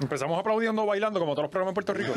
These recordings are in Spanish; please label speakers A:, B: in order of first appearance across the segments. A: Empezamos aplaudiendo, bailando, como todos los programas en Puerto Rico.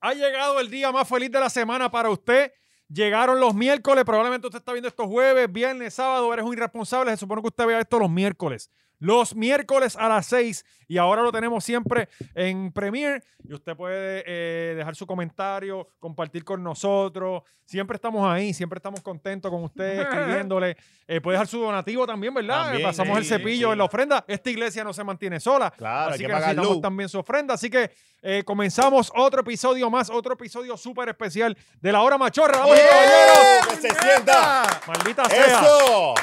A: ha llegado el día más feliz de la semana para usted. Llegaron los miércoles, probablemente usted está viendo esto jueves, viernes, sábado, eres un irresponsable, se supone que usted vea esto los miércoles. Los miércoles a las 6 y ahora lo tenemos siempre en Premiere y usted puede eh, dejar su comentario, compartir con nosotros. Siempre estamos ahí, siempre estamos contentos con usted escribiéndole. Eh, puede dejar su donativo también, ¿verdad?
B: También,
A: Pasamos
B: sí,
A: el cepillo
B: sí.
A: en la ofrenda. Esta iglesia no se mantiene sola.
B: Claro, hay
A: así
B: que
A: que
B: pagar
A: necesitamos
B: luz.
A: también su ofrenda. Así que eh, comenzamos otro episodio más, otro episodio súper especial de la hora machorra. ¡Vamos, caballeros!
B: ¡Que se sienta!
A: Maldita sea.
B: ¡Eh! ¡Eso!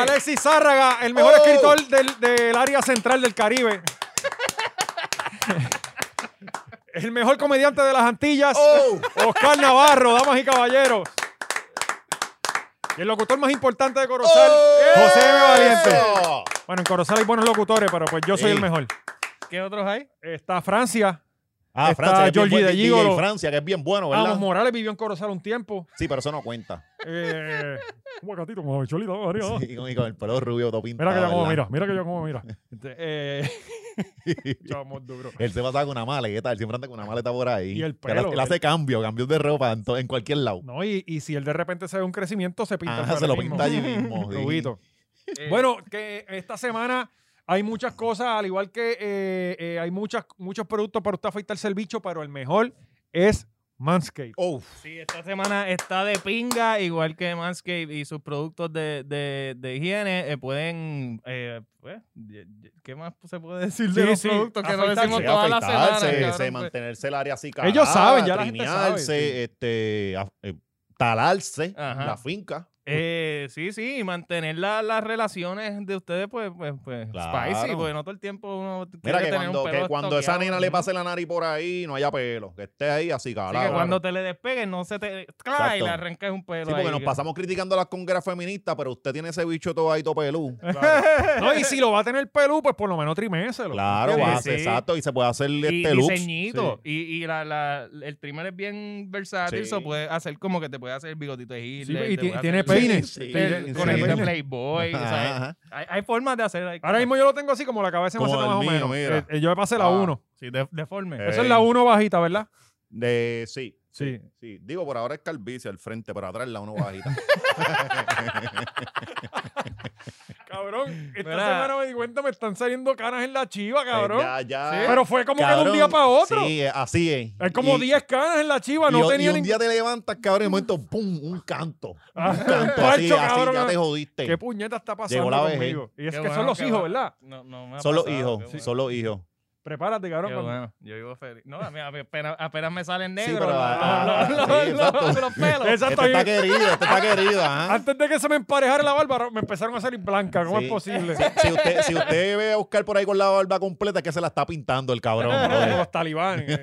A: Alexis Zárraga, el mejor
B: Oh.
A: escritor del, del área central del Caribe. el mejor comediante de las Antillas.
B: ¡Oh!
A: Oscar Navarro, damas y caballeros. Y el locutor más importante de Corozal, José M. Valiente.
B: ¡Oh! ¡Eso!
A: Bueno, en Corozal hay buenos locutores, pero pues yo soy
B: Sí.
A: el mejor.
C: ¿Qué otros hay?
A: Está Francia.
B: Ah,
A: Está
B: Francia, que es bien
A: Georgie
B: buen
A: de
B: DJ
A: Gigolo.
B: Francia, que es bien bueno, ¿verdad?
A: Vamos Morales vivió en Corozal un tiempo.
B: sí, pero eso no cuenta.
A: Eh, un guacatito, como bicholita, vamos arriba, vamos.
B: Sí, y con el pelo rubio todo pintado,
A: Mira que yo como,
B: ¿verdad? Este,
A: mira, mira que yo como, mira. Eh, chamos duro.
B: Él se pasaba con una maleta, él siempre anda con una maleta por ahí.
A: Y el
B: Que él-
A: pelo,
B: Él hace cambio, cambios de ropa en, to- en cualquier lado.
A: No, y, y si él de repente se ve un crecimiento, se pinta. el
B: Ajá, Ah, se lo
A: pelo
B: pinta allí
A: mismo.
B: mismo. sí.
A: Rubito.
C: Eh.
A: Bueno, que esta semana hay muchas cosas, al igual que eh, eh, hay muchas, muchos productos para usted afeitarse el bicho, pero el mejor es Manscaped.
B: Uf,
C: Sí, esta semana está de pinga, igual que Manscaped y sus productos de, de- de higiene. eh, pueden. eh, pues, ye- ye- ¿Qué más se puede decir de
A: Sí,
C: los
A: sí,
C: productos que no decimos
A: afeitarse,
C: toda la semana?
B: afeitarse,
C: cabrón,
B: se-
C: pues?
B: mantenerse el área así
A: Ellos saben, ya la gente sabe,
B: trinearse,
A: sí.
B: este, a- eh, talarse
C: Ajá.
B: la finca.
C: Eh, sí, sí, y mantener la- las relaciones de ustedes, pues, pues, pues
B: Claro.
C: spicy, porque no todo el tiempo uno tiene
B: Mira que,
C: tener un
B: cuando,
C: pelo
B: que cuando esa
C: estoqueado,
B: nena
C: ¿no?
B: le pase la nariz por ahí, no haya pelo. Que esté ahí así,
C: Así
B: calado.
C: que
B: claro.
C: cuando te le despegues, no se te. ¡Claro! Y
B: Exacto.
C: le arrancas un pelo.
B: Sí, porque
C: ahí,
B: nos
C: que-
B: pasamos criticando a las congueras feministas, pero usted tiene ese bicho todo ahí, todo pelú.
A: No, y si lo va a tener pelú, pues por lo menos triméselo.
B: Claro,
C: Sí,
B: va a
C: sí.
B: hacer exacto. Y se puede hacer
C: Y,
B: este
C: y
B: look.
C: ceñito. Y, y la, la- el trimmer es bien versátil.
B: Sí.
C: Eso puede hacer como que te puede hacer el bigotito de Hitler.
A: Sí, y
C: te
A: ti-
C: puede
A: tiene
C: hacer
A: peine.
C: el-
B: Sí,
C: el-
B: sí,
C: el
B: sí,
C: conejito
B: tiene
C: de
B: peine.
C: Playboy.
B: Ajá,
C: ¿sabes?
B: ajá.
C: Hay, hay formas de hacer. hay-
A: Ahora mismo yo lo tengo así como la cabeza me
B: Como
A: hace más
B: el
A: o
B: mío,
A: menos.
B: mira.
A: Eh, eh, yo me pasé la
B: Ah.
A: 1.
C: Sí, de- deforme.
B: Eh.
A: Esa es la 1 bajita, ¿verdad?
B: De, sí,
A: Sí.
B: sí. Digo, por ahora es calvicie al frente, pero atrás la uno bajita. Eh,
A: Cabrón, esta
C: Mira.
A: semana me di cuenta, me están saliendo canas en la chiva, cabrón.
B: Ya, ya.
A: Pero fue como que de
B: Cabrón,
A: un día para otro.
B: Sí, eh, así es.
A: Hay como
B: Y-
A: 10 canas en la chiva,
B: y-
A: no
B: y
A: tenía
B: un
A: ningún-
B: día te levantas, cabrón, y de momento, ¡pum! Un canto.
A: Ah,
B: Un canto.
A: parcho,
B: así, así,
A: cabrón.
B: ya te jodiste.
A: ¿Qué puñeta está pasando
B: Llegó la vejez.
A: conmigo? Y es
C: Qué
A: que son
C: bueno,
A: los
C: qué
A: hijos,
C: bueno.
A: ¿verdad?
C: No, no me ha
B: Son los
C: pasado,
B: hijos,
C: qué bueno.
B: son los hijos.
A: Prepárate,
C: Qué
A: cabrón. cuando-
C: bueno, Yo vivo feliz. No, a mí, a mí apenas, apenas me salen negros
B: pero-
C: los-
B: ah,
C: los-
B: sí,
C: los- los-
B: exacto.
C: los
A: Exacto.
C: pelos.
B: Este está
A: y-
B: querido, este está querido. ajá.
A: Antes de que se me emparejara la barba, me empezaron a salir blanca. ¿Cómo
B: Sí.
A: es posible?
B: Si usted, si usted ve a buscar por ahí con la barba completa, es que se la está pintando el cabrón.
A: Como
B: brother.
A: los talibanes. eh.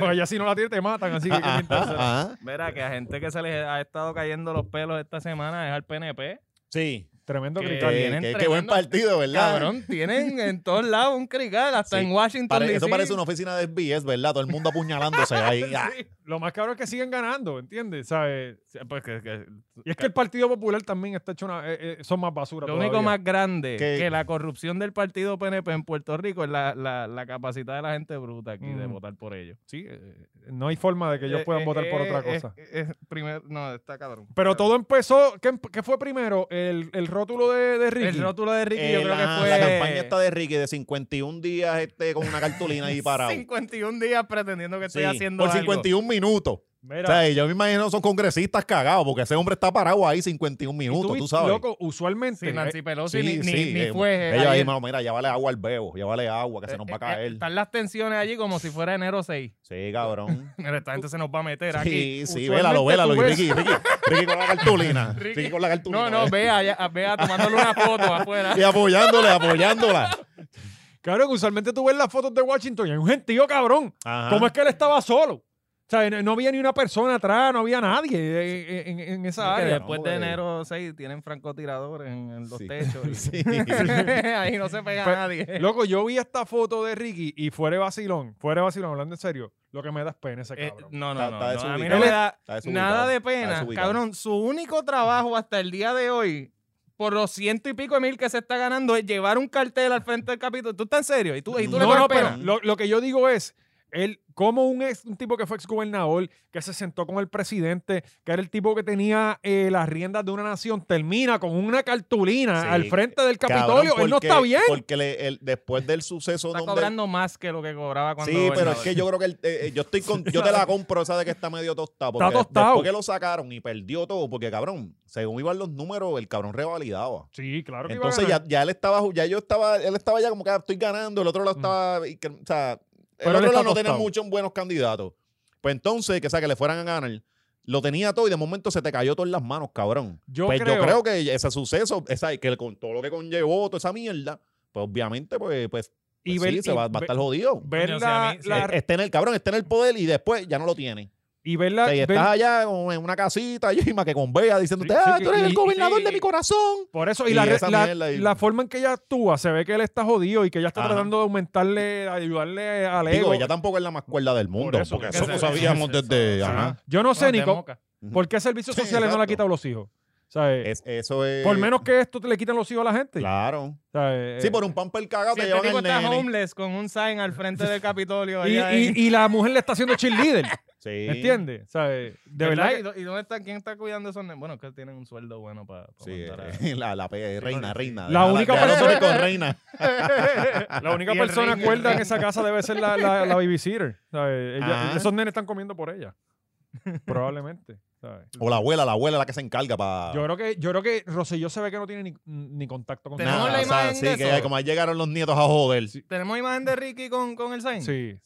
A: Porque ya si no la tienes te matan, así que qué interesa.
B: Ajá.
C: Mira, que a gente que se les ha estado cayendo los pelos esta semana es al PNP.
B: Sí.
A: Tremendo
C: Que-
A: crical.
B: Qué,
C: vienen
B: qué- qué buen
C: entrenando.
B: partido, ¿verdad?
C: Cabrón, tienen en todos lados un crical, hasta
B: Sí.
C: en Washington
B: Pare- eso
C: DC.
B: parece una oficina de SBS, ¿verdad? Todo el mundo apuñalándose ahí. Ah,
C: Sí.
A: Lo más cabrón es que siguen ganando, ¿entiendes? ¿Sabes?
C: Sí, pues que- que-
A: Y es que el Partido Popular también está hecho una... eh, eh, son más basura
C: lo único
A: todavía.
C: más grande
B: Que-
C: que la corrupción del partido PNP en Puerto Rico es la, la- la capacidad de la gente bruta aquí de
A: Mm.
C: votar por ellos.
A: Sí, eh, no hay forma de que ellos
C: Eh,
A: puedan
C: eh,
A: votar por
C: eh,
A: otra
C: eh,
A: cosa.
C: eh, eh, primero- no, está cabrón.
A: Pero todo empezó... ¿Qué, emp- qué fue primero? ¿El, el rótulo de, de Ricky?
C: El rótulo de Ricky
B: eh,
C: yo creo
B: la,
C: que fue...
B: la campaña está de Ricky de 51 días este, con una cartulina ahí parado.
C: 51 días pretendiendo que estoy
B: Sí,
C: haciendo
B: por
C: algo.
B: 51 minutos.
A: Mira,
B: O sea, yo me imagino son congresistas cagados porque ese hombre está parado ahí 51
A: y
B: minutos,
A: vi-
B: tú sabes.
A: Loco, usualmente...
C: Sí,
A: eh,
C: Nancy Pelosi
B: Sí,
C: ni, ni-
B: sí,
C: ni
B: eh,
C: fue... eh,
B: Ella ahí,
C: ayer.
B: mano, mira, llévale agua al bebo, llévale agua que se nos va a
C: Eh, eh,
B: caer.
C: Están las tensiones allí como si fuera enero 6.
B: Sí, cabrón.
C: Mira, esta gente se nos va a meter aquí.
B: Sí, sí,
A: usualmente
B: vélalo, vélalo.
A: tú
B: Y
A: ves-
B: Ricky, Ricky, Ricky con la cartulina.
C: Ricky-
B: Ricky con la cartulina. ¿eh?
C: No, no, vea, ya- vea tomándole una foto afuera.
B: Y apoyándola, apoyándola.
A: Cabrón, usualmente tú ves las fotos de Washington y hay un gentío cabrón.
B: Ajá.
A: ¿Cómo es que él estaba solo? O sea, no, no había ni una persona atrás, no había nadie eh, en, en- en esa
B: Ah,
C: Que
A: área.
C: después
B: hombre.
C: de enero 6 tienen francotiradores en, en los
B: Sí.
C: techos. y-
B: Sí.
C: Ahí no se pega
A: Pues,
C: nadie.
A: Loco, yo vi esta foto de Ricky y fuera de vacilón, fuera de vacilón, hablando en serio, lo que me da es pena ese
C: Eh,
A: cabrón.
C: no, no,
B: Está-
C: no,
B: está
C: no, A mí
B: desubicado.
C: no me da
B: Está desubicado,
C: nada de
B: está
C: pena.
B: desubicado.
C: Cabrón, su único trabajo hasta el día de hoy por los ciento y pico de mil que se está ganando es llevar un cartel al frente del capítulo. ¿Tú estás en serio? ¿Y tú, y tú le
A: no,
C: coges
A: no,
C: pena?
A: pero lo, lo que yo digo es, él, como un, ex- un tipo que fue exgobernador, que se sentó con el presidente, que era el tipo que tenía eh, las riendas de una nación, termina con una cartulina
B: Sí. eh,
A: al frente del
B: Cabrón,
A: Capitolio. él no
B: porque-
A: está bien.
B: Porque le- el- después del suceso
C: Está
B: donde-
C: cobrando más que lo que cobraba cuando...
B: Sí, pero es
C: gobernador.
B: que yo creo que el- eh, eh, yo estoy con- yo te la compro esa de que está medio tostado.
A: Está
B: Porque
A: tostado.
B: Después que lo sacaron y perdió todo, porque cabrón, según iban los números, el cabrón revalidaba.
A: Sí, claro que iba a
B: Entonces
A: ganar.
B: ya, ya él estaba, ju- ya yo estaba, él estaba ya como que ah, estoy ganando, el otro lo
A: Mm.
B: estaba, y que- o sea, el
A: Pero él
B: otro
A: está
B: lado no tenía
A: tostado.
B: muchos buenos candidatos. Pues entonces, que sea que le fueran a ganar, lo tenía todo y de momento se te cayó todo en las manos, cabrón.
A: Yo
B: pues
A: creo-
B: yo creo que ese suceso, esa, que con todo lo que conllevó, toda esa mierda, pues obviamente, pues, pues,
A: Y
B: pues
A: ver-
B: sí, se
A: y
B: va, va a
A: ve-
B: estar jodido.
A: ver
C: Coño, si
A: la-
C: a mí- si
A: la-
B: Eh, Está en el cabrón, está en el poder y después ya no lo tiene.
A: y ver la-
B: O sea, y
A: ver-
B: estás allá como en una casita, allí, más que con Bea, diciéndote,
A: Sí, sí,
B: ah,
A: que-
B: tú eres
A: y-
B: el
A: y-
B: gobernador
A: sí,
B: de mi corazón.
A: por eso, y,
B: y
A: la,
B: esa
A: la-
B: mierda y-
A: la forma en que ella actúa, se ve que él está jodido y que ella está
B: Ajá.
A: tratando de aumentarle, ayudarle al ego.
B: Digo, ella tampoco es la más cuerda del mundo,
A: Por eso,
B: porque
A: que
B: eso
A: se-
B: no sabíamos
C: eso-
B: desde...
C: eso-
B: ajá.
A: Yo no
C: No,
A: sé,
C: te
A: Nico,
C: moca.
A: ¿por qué servicios
B: Sí,
A: sociales no le ha
B: exacto.
A: quitado los hijos? ¿Sabes?
B: Es- eso es...
A: por menos que esto te le quitan los hijos a la gente. eh,
B: Claro.
A: ¿sabes?
B: Sí, por un pamper cagado
C: Eh, Si
B: te
C: este
B: llevan
C: tipo
B: el
C: está
B: nene.
C: homeless con un sign al frente del Capitolio.
A: Y,
C: allá en-
A: y- y la mujer le está haciendo cheerleader,
B: Sí.
A: ¿entiendes? ¿Sabes? De verdad.
C: ¿Verdad? ¿Y
A: que-
C: do- ¿Y, dónde está, quién está cuidando esos nenes? Bueno, que tienen un sueldo bueno para
B: Sí, eh, la, la pe- reina, reina.
A: La única
B: ya no
A: persona-
B: soy con reina.
A: La única
C: Y el
A: persona
C: ring,
A: cuerda
C: el
A: en
C: ring.
A: esa casa debe ser la, la, la babysitter. ¿sabes? Ella-
C: Ah.
B: Ajá.
A: esos nenes están comiendo por ella. Probablemente. ¿sabes?
B: O la abuela, la abuela es la que se encarga
C: Ah.
B: para...
A: Yo creo que, yo creo que Rosselló se ve que no tiene ni, ni contacto con
C: Tenemos
A: nada.
C: la
B: o sea,
C: imagen
B: sí,
C: de
B: que
C: eso.
B: como ahí llegaron los nietos a joder.
C: ¿Tenemos imagen de Ricky con, con el sign?
A: Sí.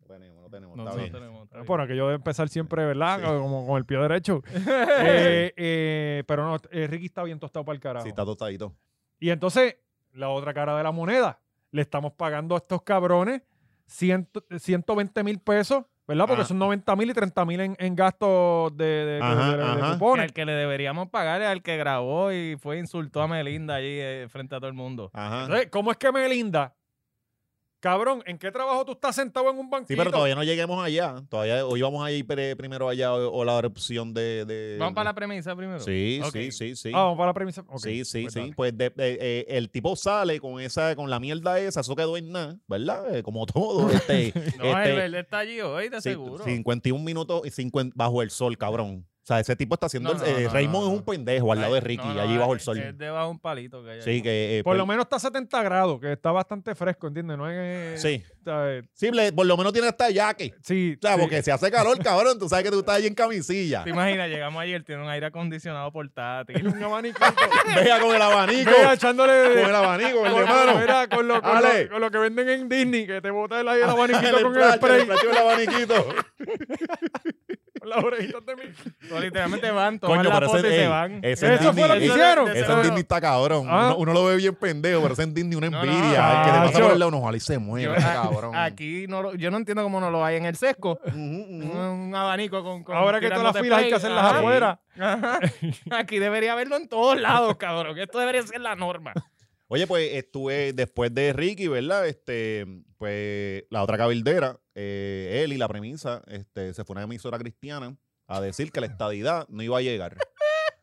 B: No tenemos, no tenemos,
C: No,
B: está
C: no
B: bien.
C: tenemos. está bien.
A: Bueno, que yo debo empezar siempre, ¿verdad?
B: Sí.
A: Como con el pie derecho. Eh, eh, pero no, eh, Ricky está bien tostado para el carajo.
B: Sí, está tostadito.
A: Y entonces, la otra cara de la moneda, le estamos pagando a estos cabrones 100 120 mil pesos, ¿verdad? Porque
B: Ah.
A: son 90 mil y 30 mil en, en gastos de, de, de-
B: Ajá,
A: de- de- de
B: ajá.
C: Que
A: cupones.
C: al que le deberíamos pagar es al que grabó y fue e insultó a Melinda allí eh, frente a todo el mundo.
B: Ajá.
A: Entonces, ¿cómo es que Melinda, cabrón, en qué trabajo tú estás sentado en un banquito?
B: Sí, pero todavía no lleguemos allá. Todavía o íbamos a ir pre- primero allá o, o la erupción de, de-
C: Vamos para la premisa primero.
B: Sí,
C: Ok.
B: sí, sí, sí.
A: Ah, vamos para la premisa. Ok,
B: Sí, sí,
A: pues
B: sí.
A: dale.
B: Pues de- de- eh, el tipo sale con esa, con la mierda esa, eso quedó en nada, ¿verdad? Eh, como todo. Este,
C: No,
B: este,
C: el verde está allí hoy, de
B: sí,
C: seguro.
B: 51 minutos y 50 bajo el sol, cabrón. O sea, ese tipo está haciendo.
C: No,
B: el-
C: no,
B: eh,
C: no,
B: Raymond
C: no,
B: es un pendejo al lado de Ricky,
C: No, no,
B: allí bajo el
C: es-
B: sol.
C: Es debajo de un palito que hay
B: sí,
C: ahí.
B: que. eh,
A: Por
B: pues,
A: lo menos está a 70 grados, que está bastante fresco, ¿entiendes? No es...
B: Sí.
A: ¿sabes?
B: Sí, le- por lo menos tiene hasta jaque.
A: Sí.
B: O sea,
A: sí.
B: porque si hace calor, cabrón, tú sabes que tú estás allí en camisilla.
C: ¿Te imaginas? Llegamos ayer, tiene un aire acondicionado portátil.
A: Un abaniquito.
B: Vea con el abanico.
A: Vea, echándole...
B: con el abanico, el de mano.
A: Mira, con lo, con,
B: Ale.
A: lo, con lo que venden en Disney, que te bota el aire el
B: El
A: abaniquito con el
B: splash,
A: spray,
B: el splash del abaniquito.
A: con las orejitas de mí.
C: Tú Pues, literalmente van, toman
B: Coño,
C: la
B: pero
C: foto y
B: ese,
C: se
B: ey,
C: van.
B: ese
A: Eso fue lo que
B: Disney,
A: hicieron.
C: de
A: Eso
B: Ese en
C: seguro.
B: Disney está cabrón.
A: Ah.
B: Uno, uno lo ve bien pendejo, pero ese en Disney una
C: No, no,
B: envidia. El que le pasa
A: cacho.
B: por el lado, no, ojalá y se muera,
C: Yo-
B: ese
C: a-
B: cabrón.
C: Aquí no lo- yo no entiendo cómo no lo hay en el sesco.
B: Ujú,
C: Un,
B: ujú.
C: un abanico con, con
A: Ahora que todas las
C: tirándote
A: filas hay
C: play.
A: que hacerlas
C: Ajá.
A: afuera.
C: Ajá. Aquí debería haberlo en todos lados, cabrón. que Esto debería ser la norma.
B: Oye, pues estuve después de Ricky, ¿verdad? Este, pues la otra cabildera, eh, él y la premisa, este, se fue a una emisora cristiana a decir que la estadidad no iba a llegar.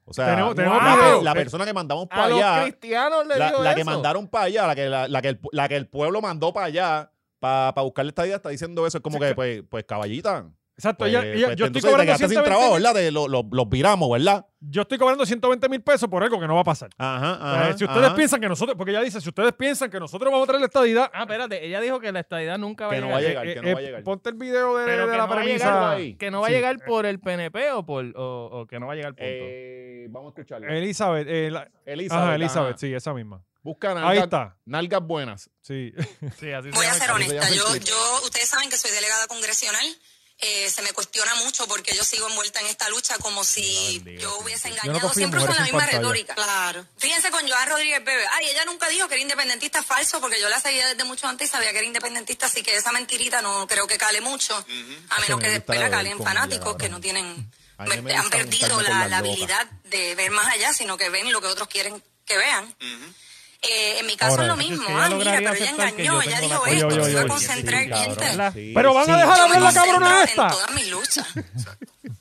B: O sea,
A: Tenemos- tenemos
B: la,
A: video.
B: la persona que mandamos
C: A
B: para allá.
C: los cristianos le
B: la,
C: digo
B: la
C: eso.
B: que mandaron para allá, la que, la, la que, el, pu- la que el pueblo mandó para allá para buscar esta idea, está diciendo eso. Es como que, pues, pues caballita.
A: Exacto,
B: Pues,
A: ella- ella-
B: pues,
A: yo,
B: entonces
A: estoy
B: te
A: cobrando
B: quedaste sin
A: 120,
B: trabajo, ¿verdad? Te- lo- lo- los viramos, ¿verdad?
A: yo estoy cobrando 120 mil pesos por algo que no va a pasar.
B: Ajá,
A: O sea,
B: ajá.
A: si ustedes
B: ajá.
A: piensan que nosotros, porque ella dice, si ustedes piensan que nosotros vamos a traer la estadidad,
C: Ah, espérate. Ella dijo que la estadidad nunca va
B: Que
C: a
B: no
C: llegar.
B: va a llegar, que no va a
A: eh,
B: llegar.
A: ponte el video de,
C: Pero
A: de la
C: que no va a
A: premisa.
C: llegar,
B: ahí.
C: Que no va
A: Sí.
C: a llegar por el PNP o, por, o, o que no va a llegar punto.
B: Eh, vamos a escucharlo.
A: Elizabeth, eh, la-
B: Elizabeth.
A: ajá, Elizabeth,
B: ajá.
A: sí, esa misma.
B: Busca nalgas,
A: Ahí está,
B: nalgas buenas.
A: sí.
C: sí, así
D: Voy
C: se llama
D: a ser
C: el-
D: honesta,
B: hace el
D: yo,
B: clip.
D: yo, ustedes saben que soy delegada congresional, eh, se me cuestiona mucho porque yo sigo envuelta en esta lucha como si yo hubiese
A: Yo no
D: engañado,
A: confío en
D: siempre usan
A: mujeres
D: la
A: sin
D: misma
A: pantalla.
D: retórica. Claro. Fíjense con Joan Rodríguez Bebe, ay, ella nunca dijo que era independentista falso porque yo la seguía desde mucho antes y sabía que era independentista, así que esa mentirita no creo que cale mucho, a menos que
B: me gusta
D: después la
B: beber
D: calen
B: con
D: fanáticos
B: ella,
D: que no tienen,
B: A mí me
D: me-
B: gusta
D: han perdido
B: juntarme con
D: la,
B: las
D: la
B: locas.
D: habilidad de ver más allá, sino que ven lo que otros quieren que vean. Eh, en mi caso
A: Ahora,
D: es lo
C: es que
D: mismo.
C: ella
D: ah, mira,
C: lograría
D: pero ella
C: aceptar que yo
D: engañó, ella
C: tengo la
D: dijo
A: culpa. Oye,
D: esto,
A: oye,
D: se iba a
A: oye,
D: concentrar,
B: sí, cabrón,
D: gente.
B: sí,
A: Pero van a dejar
D: Yo me
A: hablar la cabrona
D: concentraba en
A: esta.
D: todas mis luchas.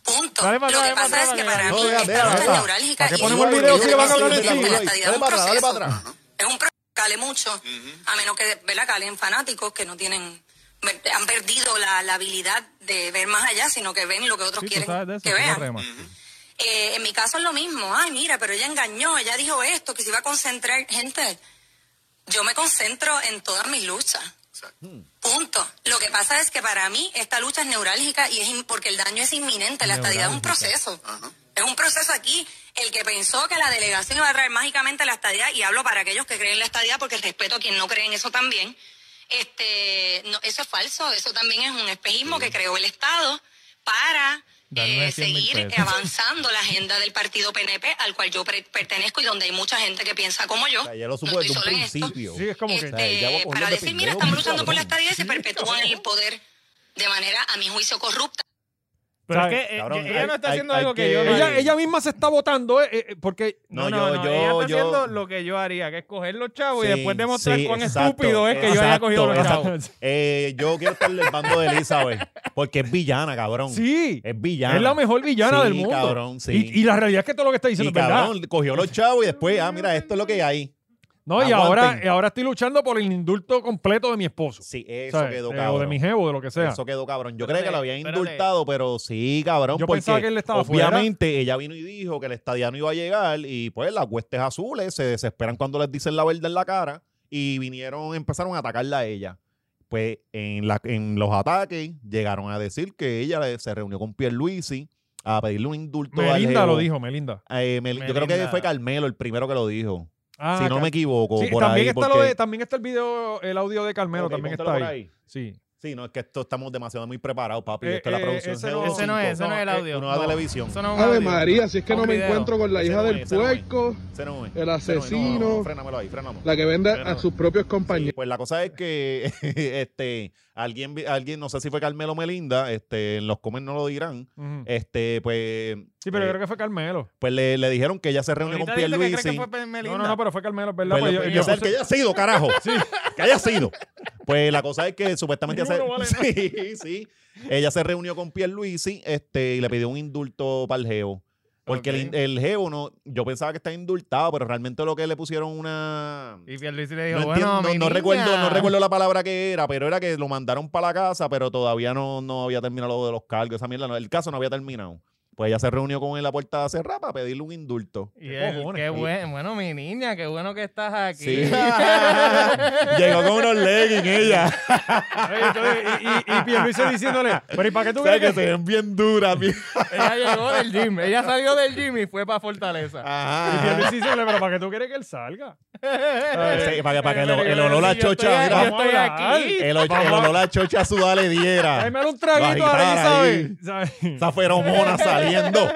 D: Punto.
C: Dale para
D: Lo
C: atrás,
D: que
C: dale para
D: pasa es que
B: dale.
C: atrás,
D: para mí
B: No, deja,
D: es
B: deja, deja.
D: bastante neurálgica.
A: ¿Para qué
D: y-
A: ponemos el video si le van a hablar
D: y-
A: encima?
D: y la estadía es
B: Dale
D: un
B: para atrás, dale
D: proceso,
B: para atrás.
D: ¿no? Es un proceso que cale mucho, a menos que ¿verdad? calen fanáticos que no tienen, ver- han perdido la, la habilidad de ver más allá, sino que ven lo que otros
C: Sí, tú
D: quieren
C: sabes de eso.
D: que
C: tú lo
D: vean.
C: remas.
D: Eh, en mi caso es lo mismo. Ay, mira, pero ella engañó, ella dijo esto, que se iba a concentrar. Gente, yo me concentro en todas mis luchas.
C: Mm.
D: Punto. Lo que pasa es que para mí esta lucha es neurálgica y es in- porque el daño es inminente. La estadidad es un proceso. Es un proceso aquí. El que pensó que la delegación iba a traer mágicamente la estadidad, y hablo para aquellos que creen en la estadidad porque respeto a quien no cree en eso también, este, no, eso es falso. Eso también es un espejismo que creó el Estado para
C: Darme
D: eh,
C: 100 mil
D: seguir
C: pesos.
D: avanzando la agenda del partido PNP al cual yo pre- pertenezco y donde hay mucha gente que piensa como yo.
B: O sea, Ah, ya lo supo
D: No
B: desde un
D: estoy sola en esto.
B: principio.
A: Sí, es como que.
D: Este,
B: O sea, ya voy a cogerlo
D: para
B: de
D: decir, mira,
B: pendejo,
D: están luchando por la
B: cabrón.
D: estadía y se perpetúan en el poder de manera, a mi juicio, corrupta.
C: Pero es
A: ¿Sabes?
C: que eh,
B: Cabrón,
C: ella
B: hay-
C: no está
B: hay-
C: haciendo
B: hay
C: algo que,
B: que-
C: yo no
A: Ella,
C: haría.
A: ella misma se está votando eh, eh, porque.
B: No,
C: No, no,
B: yo,
C: no,
B: yo,
C: ella está
B: yo-
C: haciendo lo que yo haría, que es coger los chavos y
B: Sí,
C: después demostrar
B: sí,
C: cuán
B: exacto,
C: estúpido es que yo haya
B: exacto,
C: cogido los
B: exacto.
C: chavos.
B: Eh, yo quiero estar del bando de Elizabeth, porque es villana, cabrón.
A: Sí.
B: Es villana.
A: Es la mejor villana
B: Sí,
A: del mundo.
B: cabrón, sí.
A: y, y la realidad es que todo lo que está diciendo
B: Y,
A: es verdad.
B: cabrón, cogió los chavos y después, ah, mira, esto es lo que hay.
A: no, y
B: aguanten.
A: ahora, y ahora estoy luchando por el indulto completo de mi esposo.
B: Sí, eso
A: ¿sabes?
B: quedó
A: Eh, O de
B: cabrón.
A: mi jevo, de lo que sea.
B: Eso quedó cabrón. Yo
C: Espérate,
B: creía que lo habían
C: espérate.
B: indultado, pero sí, cabrón.
A: Yo
B: porque
A: pensaba que él estaba fuera.
B: Obviamente, ella vino y dijo que el estadio no iba a llegar y pues las huestes azules se desesperan cuando les dicen la verdad en la cara y vinieron, empezaron a atacarla a ella. Pues en, la, en los ataques llegaron a decir que ella le- se reunió con Pierluisi a pedirle un indulto. al
A: Melinda lo
B: jevo.
A: dijo, Melinda.
B: Eh, Mel- Yo creo que
C: Melinda.
B: fue Carmelo el primero que lo dijo.
A: Ah,
B: si no
A: ca-
B: me equivoco,
A: sí,
B: por
A: también,
B: ahí.
A: está
B: porque-
A: lo de- también está el video, el audio de Carmelo,
B: Ok,
A: también
B: póntelo
A: está
B: por
A: ahí.
B: ahí.
A: Sí.
B: Sí, no, es que esto estamos demasiado muy preparados, papi.
A: Eh,
B: esto es
A: eh,
B: la producción.
A: ese
B: Geo
A: no-
C: Ese no es, ese no es el
B: cinco.
C: audio.
B: Una
C: No.
B: televisión.
C: Eso no es un
E: Ave
C: audio.
E: María, si es que
C: Un
E: no me
C: video.
E: encuentro con la
B: Ese
E: hija
B: no
E: del
B: es, ese no es.
E: puerco,
B: Ese no es. Ese no
E: el
B: es. No, no, no,
E: asesino,
B: frénamelo ahí, frénamelo.
E: la que vende
B: Pero no.
E: a sus propios compañeros.
B: Sí, pues la cosa es que este alguien vi- alguien no sé si fue Carmelo Melinda, este en los comments no lo dirán.
A: Ujú.
B: Este pues
A: Sí, pero
B: eh,
A: yo creo que fue Carmelo.
B: pues le, le dijeron que ella se reunió con
C: Ahorita dijiste que crees que
B: Pierluisi.
C: fue Melinda.
A: No, no, no, pero fue Carmelo, es ¿verdad?
B: Pues,
A: Pues
B: le-
A: yo-
B: yo
A: yo
B: sé
A: puse-
B: que haya sido, carajo. Que haya sido. Pues la cosa es que supuestamente ella se,
A: Ninguno
B: sí, sí. Ella se reunió con Pierluisi este, y le pidió un indulto para el geo. Porque el
C: Ok.
B: in- el, geo no, yo pensaba que está indultado, pero realmente lo que le pusieron una.
C: Y Pierluisi le dijo,
B: No,
C: bueno,
B: entiendo, no,
C: mi
B: no recuerdo, no
C: niña.
B: recuerdo la palabra que era, pero era que lo mandaron para la casa, pero todavía no, no había terminado lo de los cargos. Esa mierda, no, el caso no había terminado. Pues ella se reunió con él en la puerta cerrada para pedirle un indulto.
C: Y
A: ¿Qué
C: él,
A: cojones?
C: qué bueno, bueno, mi niña, qué bueno que estás aquí.
B: Sí. Llegó con unos leggings ella.
A: Oye, entonces, y, y, y Pierluisi diciéndole, pero ¿y para qué tú
B: O sea,
A: crees
B: que
A: que
B: se ven bien duras. bien-
C: Ella llegó del gym, ella salió del gym y fue para
B: Ah,
C: Fortaleza.
A: Y
B: Ajá.
A: Pierluisi diciéndole, pero ¿para qué tú quieres que él salga?
B: Sí, para que, para que el, el olor a
C: Sí, yo
B: chocha,
C: estoy-
B: mira,
C: yo estoy aquí.
B: el, el olor a chocha sudada le diera.
A: Tráeme un traguito
B: Va a
A: ahí,
B: agitar
A: ¿sabes?
B: ahí.
A: ¿Sabes?
B: Esa feromona saliendo.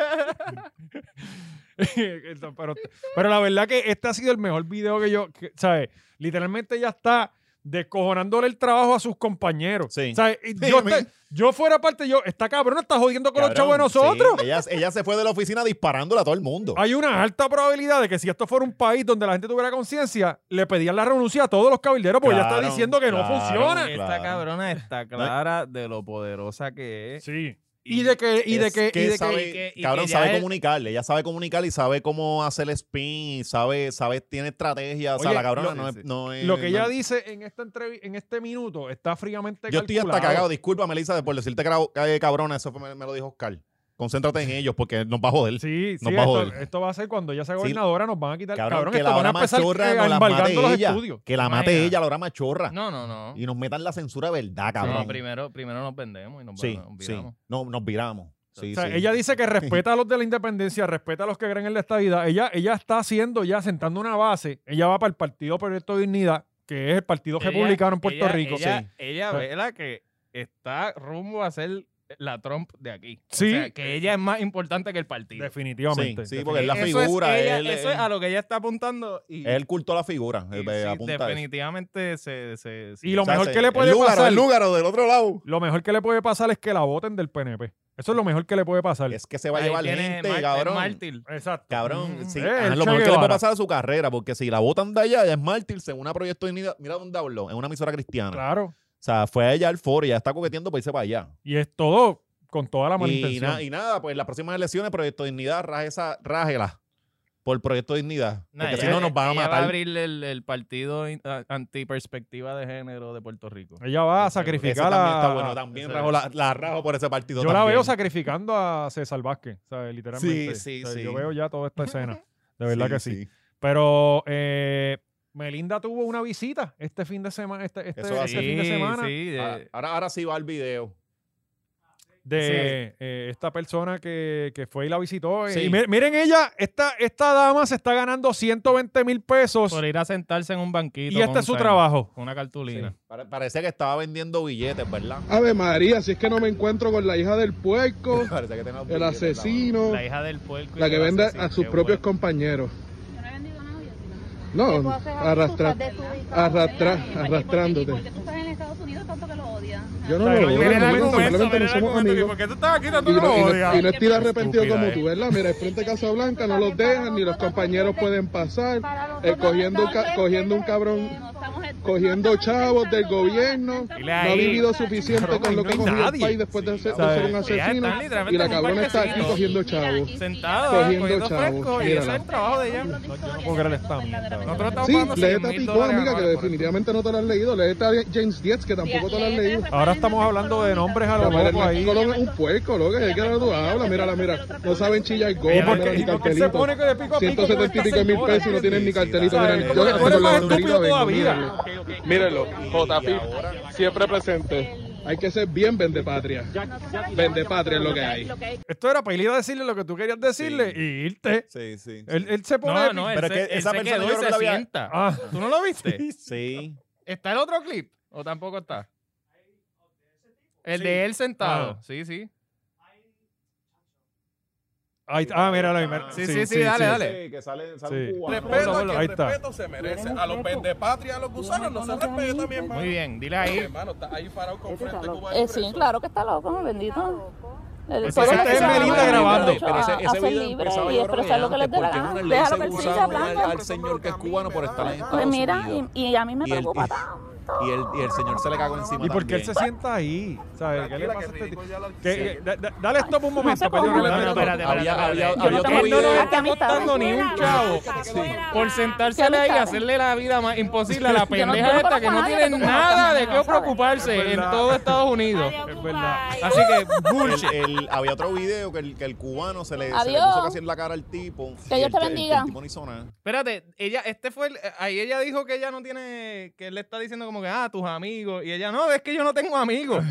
A: Esto, pero, pero la verdad que este ha sido el mejor video que yo, que, ¿sabes? Literalmente ya está descojonándole el trabajo a sus compañeros.
B: Sí.
A: ¿Sabes? Y
B: Sí,
A: yo,
B: a mí-
A: esta- yo fuera parte, yo, está cabrón, está jodiendo con los chavos de
B: Cabrón,
A: nosotros.
B: sí, ella, ella se fue de la oficina disparándole a todo el mundo.
A: Hay una alta probabilidad de que si esto fuera un país donde la gente tuviera conciencia, le pedían la renuncia a todos los cabilderos porque ya
B: Claro,
A: está diciendo que no
B: claro.
A: funciona.
B: Sí.
C: Esta
B: Claro.
C: cabrona está clara de lo poderosa que es.
A: Sí. Y de que, y de
B: Es
A: que, y de que,
B: sabe,
C: y que- y
B: cabrón,
C: que ya
B: sabe
C: él-
B: comunicar. Ella sabe comunicar y sabe cómo hacer el spin, sabe, sabe, tiene estrategia. o sea,
A: Oye,
B: la cabrona
A: lo-
B: no es, no es-
A: lo que ella
B: no-
A: dice en esta entrevi- en este minuto está fríamente
B: Yo estoy hasta
A: calculado.
B: cagado. Discúlpame, Elisa, por decirte cra- eh, cabrona. Eso fue- me, me lo dijo Oscar. Concéntrate en ellos porque nos va a joder.
A: Sí, sí,
B: Nos va a
A: esto,
B: joder.
A: esto va a ser cuando ella sea gobernadora, nos van a quitar.
B: Cabrón,
A: Cabrón,
B: que
A: esto
B: la
A: van a
B: hora
A: empezar
B: machorra
A: eh,
B: no la mate
A: embargando los
B: ella.
A: estudios.
B: Que la mate
C: Vaya.
B: ella, la hora machorra.
C: No, no, no.
B: Y nos metan la censura de verdad,
C: No,
B: cabrón.
C: primero, primero nos vendemos y nos,
B: sí,
C: nos
B: sí.
C: viramos.
B: No, nos viramos. Sí,
A: O sea,
B: sí.
A: ella dice que respeta a los de la independencia, respeta a los que creen en la estabilidad. Ella, ella está haciendo ya, sentando una base. Ella va para el Partido Proyecto de Dignidad, que es el Partido
C: Ella-
A: Republicano en Puerto
C: ella-
A: Rico.
C: Ella,
A: Sí.
C: ella
A: Sí.
C: vela que está rumbo a ser la Trump de aquí.
A: Sí.
C: O sea, que ella es más importante que el partido. Eh,
A: Definitivamente.
B: Sí, sí, porque es la
C: Eso
B: figura.
C: ella-
B: él,
C: eso es a lo que ella está apuntando. Y,
B: él cultó la figura.
C: y
B: eh, eh,
C: sí,
B: apunta a eso.
C: definitivamente se, se, se-
A: Y lo
C: o sea,
A: mejor
B: se-
A: que le
B: el
A: puede
B: Lúgaro,
A: pasar-
B: El Lúgaro del otro lado.
A: Lo mejor que le puede pasar es que la voten del PNP. Eso es lo mejor que le puede pasar.
B: Es que se va a
C: ahí
B: llevar
C: tiene el
B: gente,
C: mar- el
B: cabrón.
C: mártir.
A: Exacto.
B: Cabrón,
C: Mm.
B: sí,
A: Eh,
B: ah,
A: el
B: lo
A: Che
B: mejor que le puede
A: Guevara.
B: pasar a su carrera, porque si la votan de allá, ella es mártir según una proyecto de dignidad. Mira dónde habló, es una emisora cristiana.
A: Claro.
B: O sea, fue allá al foro y ya está coqueteando para irse para allá.
A: Y es todo con toda la
B: Y,
A: malintención.
B: na- y nada, pues las próximas elecciones, Proyecto Dignidad, raje esa, rájela por Proyecto Dignidad.
C: Nah,
B: porque si
C: ella- e-,
B: no nos van a
C: eh, ella Va a
B: matar.
C: abrir el, el partido in- a- antiperspectiva de género de Puerto Rico.
A: Ella va a
C: Ese-
B: Ese
A: sacrificar
B: también
A: a-
B: está bueno, también
C: ese-
B: rajo la, la rajo por ese partido.
A: Yo la
B: también.
A: veo sacrificando a César Vázquez, ¿sabes? Literalmente.
B: Sí, sí,
A: O sea,
B: sí.
A: Yo veo ya toda esta escena. De verdad que sí. Pero eh, Melinda tuvo una visita este fin de semana, este, este-
B: Eso va a
A: este fin de semana Ah,
C: sí, eh. de-
B: Ahora, ahora- ahora sí va el video.
A: de
C: Sí.
A: eh, esta persona que, que fue y la visitó. eh,
B: Sí.
A: Y mi- miren ella, esta, esta dama se está ganando 120 mil pesos
C: por ir a sentarse en un banquito.
A: pues, y este
C: con
A: es su
C: un time,
A: trabajo.
C: Con una cartulina.
B: Pare- parece que estaba vendiendo billetes, ¿verdad?
E: Ave María, si es que no me encuentro con la hija del puerco,
B: Parece que tenía los
E: el
B: billetes en la mano.
E: asesino,
C: La hija del puerco. y
E: la que
C: del
E: vende
C: asesino,
E: a sus
C: qué
E: propios
C: bueno.
E: compañeros.
F: Yo no he vendido nada, yo sí.
E: No,
F: Tú haces algo, tú
E: arrastra,
F: estás desubicado.
E: arrastra,
F: Espérame, ¿y por qué- ¿Y por qué
E: arrastrándote.
F: tú estás en Estados Unidos tanto que lo odias?
E: Yo no
A: O sea,
E: lo
A: yo-
E: odio,
A: Ven el
E: simplemente-
A: argumento,
E: simplemente no somos amigos.
C: tú estás aquí
E: Y no, y no- y no estoy de
F: Estúpida,
E: arrepentido como
B: eh.
E: tú, ¿verdad? Mira, el frente de Casa Blanca no los dejan, ni los compañeros pueden pasar, eh, cogiendo, un ca- cogiendo un cabrón.
F: No estamos- no
E: cogiendo
F: estamos
E: chavos del
F: pensando
E: gobierno,
F: ahora, estamos
C: Dile ahí.
E: No ha vivido
F: pensando-
E: suficiente
A: Cabrón,
F: Mira,
A: ahí
E: con lo que
A: no hay
E: ha cogido el
A: nadie.
E: país después de ser, de
C: ¿sabes?
E: ser un
C: Ya están
E: asesino.
C: literalmente
E: Y la
C: en un
E: cabrona está aquí
C: parquecito.
E: cogiendo
F: aquí
E: chavos.
F: sí,
C: Sentada,
F: aquí
E: eh. Cogiendo
C: cogiendo
E: chavos,
C: fresco. Y
E: mírala.
C: ese es el trabajo de ella.
F: sí.
A: yo no puedo creer esta mierda.
C: Nosotros estamos
E: Sí,
C: pagando
E: lee
C: 100
E: esta
C: mil
E: picó,
C: dólares
E: amiga, que
C: ahora por esto.
E: definitivamente no te la has leído. Lee esta de James Dietz, que tampoco te la has leído.
A: Ahora estamos hablando de nombres a lo
E: Pero
A: loco
E: el
A: ahí.
E: Colón es un puerco, loco. ¿De qué tú hablas? Mírala, mira. No saben chillar
A: ¿Y por
E: gopa,
A: qué-
E: mira
A: y
E: mi
A: por qué se
E: cartelito.
A: pone que de pico a pico con
E: 170 y
A: esta
E: pico mil
A: señora?
E: pesos y no tienen ni cartelito.
B: Sí,
E: Mira,
B: sí,
E: yo
B: como que
E: hasta
B: tú eres
E: con la
B: más
A: estúpido
E: banderita vengo,
A: todavía.
E: mírenlo.
G: Mírenlo, JP, siempre presente.
E: Hay que ser bien vendepatria. Vendepatria es lo que hay.
A: Esto era para ir a decirle lo que tú querías decirle
B: Sí.
A: y irte.
B: Sí, sí.
A: Él, él se pone.
C: No, no, él
B: Pero
C: se,
B: es que
C: él
B: esa
C: se
B: persona
C: quedó
B: yo
C: y
B: creo
C: se
B: que la había-
C: sienta.
A: Ah,
C: ¿Tú no lo viste?
B: Sí.
C: ¿Está el otro clip? ¿O tampoco está? El
A: Sí.
C: de él sentado.
A: Ah.
C: Sí, sí.
A: ahí- ah, míralo ahí. mira.
C: Sí, sí, sí, dale, dale.
B: Sí, que sale, sale
A: Sí.
B: un cubano.
A: Respeto a quien
G: Ahí está.
A: respeto
G: se merece. A los vendepatrias, a los gusanos, no se respeta, mi hermano.
C: Muy bien, dile ahí.
G: Hermano, está ahí parado con frente cubano.
H: Eh, sí, claro que está loco, bendito. El
A: Ese
H: pueblo
A: es
H: tiene
A: Melinda
H: derecho
A: grabando.
H: a-
B: Pero ese,
H: a
B: ese
H: ser
B: video
H: libre
B: empezaba
H: y
B: yo creo que
H: expresar lo que les
B: antes,
H: dé la
B: porque no
H: gana.
B: le
H: Déjalo
B: dicen
H: que él siga
B: gusano al,
H: hablando.
B: al señor que es cubano por estar en Estados
H: Pues mira,
B: Unidos.
H: y, y a mí me
B: Y el-
H: preocupa tanto.
B: Y el, y el señor se le cagó encima
A: ¿Y por qué él se
B: también.
A: sienta ahí? ¿Sabes? ¿Qué le
G: Tranquila,
A: pasa a
G: que
A: este
G: Rico
A: tipo?
G: ya la-
A: Que-
G: Sí.
A: que- da- da- dale stop un momento, pues,
H: se
A: Pedro.
H: pongan
A: dale
H: locos.
A: stop.
C: Espérate, espérate,
B: Había- había-
C: espérate.
B: había
H: Yo no
B: otro
H: tengo
C: Él no
B: video.
C: nos
H: nada
C: está
H: que amistad.
C: montando ni un chavo por sentársele ahí y
H: amistad.
C: hacerle la vida más imposible a la
H: Yo no-
C: pendeja
H: yo no
C: esta
H: conozco
C: que
H: a
C: no
H: nadie
C: tiene
H: que tú conozcas,
C: nada de
H: amigo,
C: qué
H: ¿sabes?
C: preocuparse
A: Es
C: en
A: verdad.
C: todo Estados Unidos.
A: Es verdad.
C: Así que, bullshit.
B: El- el- había otro video que el, que el cubano se le, se le
H: Adiós.
B: puso casi en la cara al tipo.
H: Que
B: y
H: Dios
B: el-
H: te
B: el-
H: bendiga.
B: El tipo no hizo nada.
C: Espérate, ella, este fue el, ahí ella dijo que ella no tiene, que él le está diciendo como que, ah, tus amigos, y ella, no, es que yo no tengo amigos.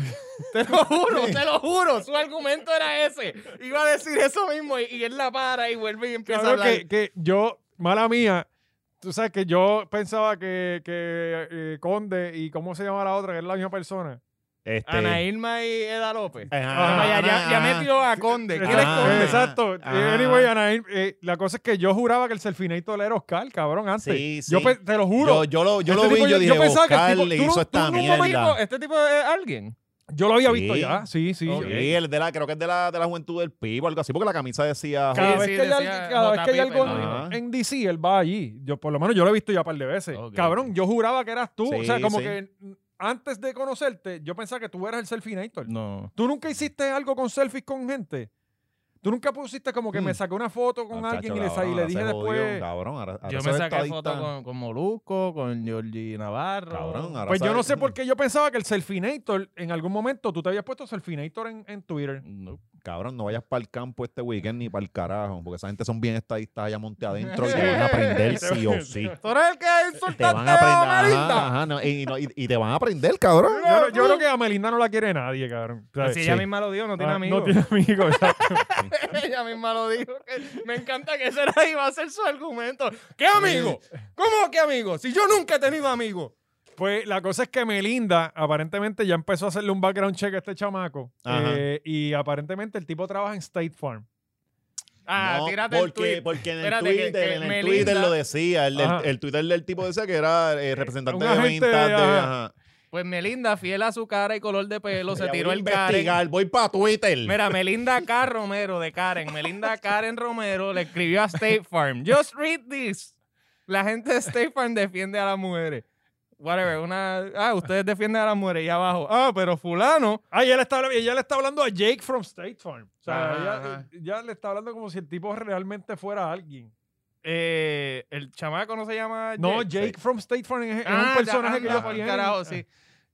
C: te lo juro, te lo juro, su argumento era ese. Iba a decir eso mismo y, y él la para y vuelve y empieza a
A: Claro
C: hablar.
A: que, que yo, mala mía, tú sabes que yo pensaba que, que eh, Conde y cómo se llama la otra, que es la misma persona.
B: Este,
C: Ana Irma y Eda López.
A: Ah,
B: Ajá,
C: No, ya, ya,
B: ajá.
C: ya metió a Conde. ¿Quién es
A: Exacto,
B: Ah,
C: Conde?
A: Este, Exacto.
B: ah.
A: Anyway, Anaín, eh, la cosa es que yo juraba que el Selfineito era Oscar, cabrón, antes.
B: Sí, sí.
A: Yo pe- te lo juro.
B: Yo, yo lo, yo
A: Este
B: lo vi,
A: tipo, yo-
B: yo dije,
A: yo pensaba que el
B: Oscar
A: tipo-
B: le
A: tú no-
B: hizo
A: tú
B: esta
A: no
C: ¿Este tipo-
B: mierda.
C: ¿Este tipo es alguien?
A: Yo lo había
B: Sí.
A: visto ya. Sí, sí.
C: Ok.
B: Sí, el de la, creo que es de la, de la juventud del pibo, algo así, porque la camisa decía...
A: Cada,
C: Sí,
A: vez,
C: sí,
A: que hay al-
C: decía
A: cada vez que hay
C: J. Pippen,
A: algo
B: ajá.
A: en, en DC, él va allí. Yo, por lo menos yo lo he visto ya un par de veces.
C: Ok,
A: Cabrón, yo juraba que eras tú. o sea,
B: Sí,
A: como
B: sí.
A: que mm, antes de conocerte, yo pensaba que tú eras el Selfinator.
C: No.
A: ¿Tú nunca hiciste algo con selfies con gente? ¿Tú nunca pusiste como que me
B: Mm.
A: saqué una foto con
B: Muchacho,
A: alguien y le, sa- y
B: cabrón,
A: le
B: ahora
A: dije
B: se jodió,
A: después?
B: cabrón, ahora- ahora
C: Yo
B: eso
C: me
B: es
C: saqué
B: estadista.
C: foto con, con Molusco, con Georgie Navarro.
B: Cabrón, ahora
A: Pues yo
B: sabe-
A: no sé por qué yo pensaba que el Selfinator, en algún momento tú te habías puesto Selfinator en, en Twitter.
C: No.
B: Cabrón, no vayas para el campo este weekend ni para el carajo, porque esa gente son bien estadistas allá monte adentro y te van a aprender sí o sí.
C: Tú eres el
B: Te
C: que
B: van
C: insultaste
B: a
C: a
B: aprender. Ajá,
C: Melinda.
B: ajá, no, y, y no- y- y te van a aprender, cabrón.
A: Yo, creo- yo creo que a Melinda no la quiere nadie, cabrón. O sea,
C: Si ella
A: sí.
C: misma lo dijo, no tiene
A: Ah,
C: amigos.
A: No tiene amigos. exacto.
C: ella misma lo dijo. que- me encanta que ese era, iba a ser su argumento. ¿Qué amigo? ¿Cómo que amigo? Si yo nunca he tenido amigos.
A: Pues la cosa es que Melinda aparentemente ya empezó a hacerle un background check a este chamaco.
B: Ajá.
A: Eh, y aparentemente el tipo trabaja en State Farm.
C: Ah,
B: No,
C: tírate el
B: porque,
C: tweet.
B: porque en el,
C: Espérate, que-
B: Twitter,
C: que
B: en el
C: Melinda-
B: Twitter lo decía. El,
A: Ajá.
B: el, el Twitter del tipo decía que era eh, representante
A: Un
B: de
A: agente,
B: ventas. De,
A: ajá.
B: ajá.
C: Pues Melinda, fiel a su cara y color de pelo, se
B: Ya
C: tiró
B: voy a
C: el Karen.
B: investigar, Voy para Twitter.
C: Mira, Melinda K. Romero de Karen. Melinda Karen Romero le escribió a State Farm. Just read this. La gente de State Farm defiende a las mujeres. whatever, una. Ah, ustedes defienden a las mujeres y abajo. Ah, pero Fulano.
A: Ah, ella le, está, ella le está hablando a Jake from State Farm. O sea,
C: Ajá,
A: ella,
C: ajá.
A: ella le está hablando como si el tipo realmente fuera alguien.
C: eh, el chamaco no se llama.
A: No,
C: Ah, Jake.
A: Jake from State Farm es, es
C: Ah,
A: un personaje
C: ya,
A: que
C: anda,
A: yo
C: pa'l
A: ponía.
C: carajo, sí.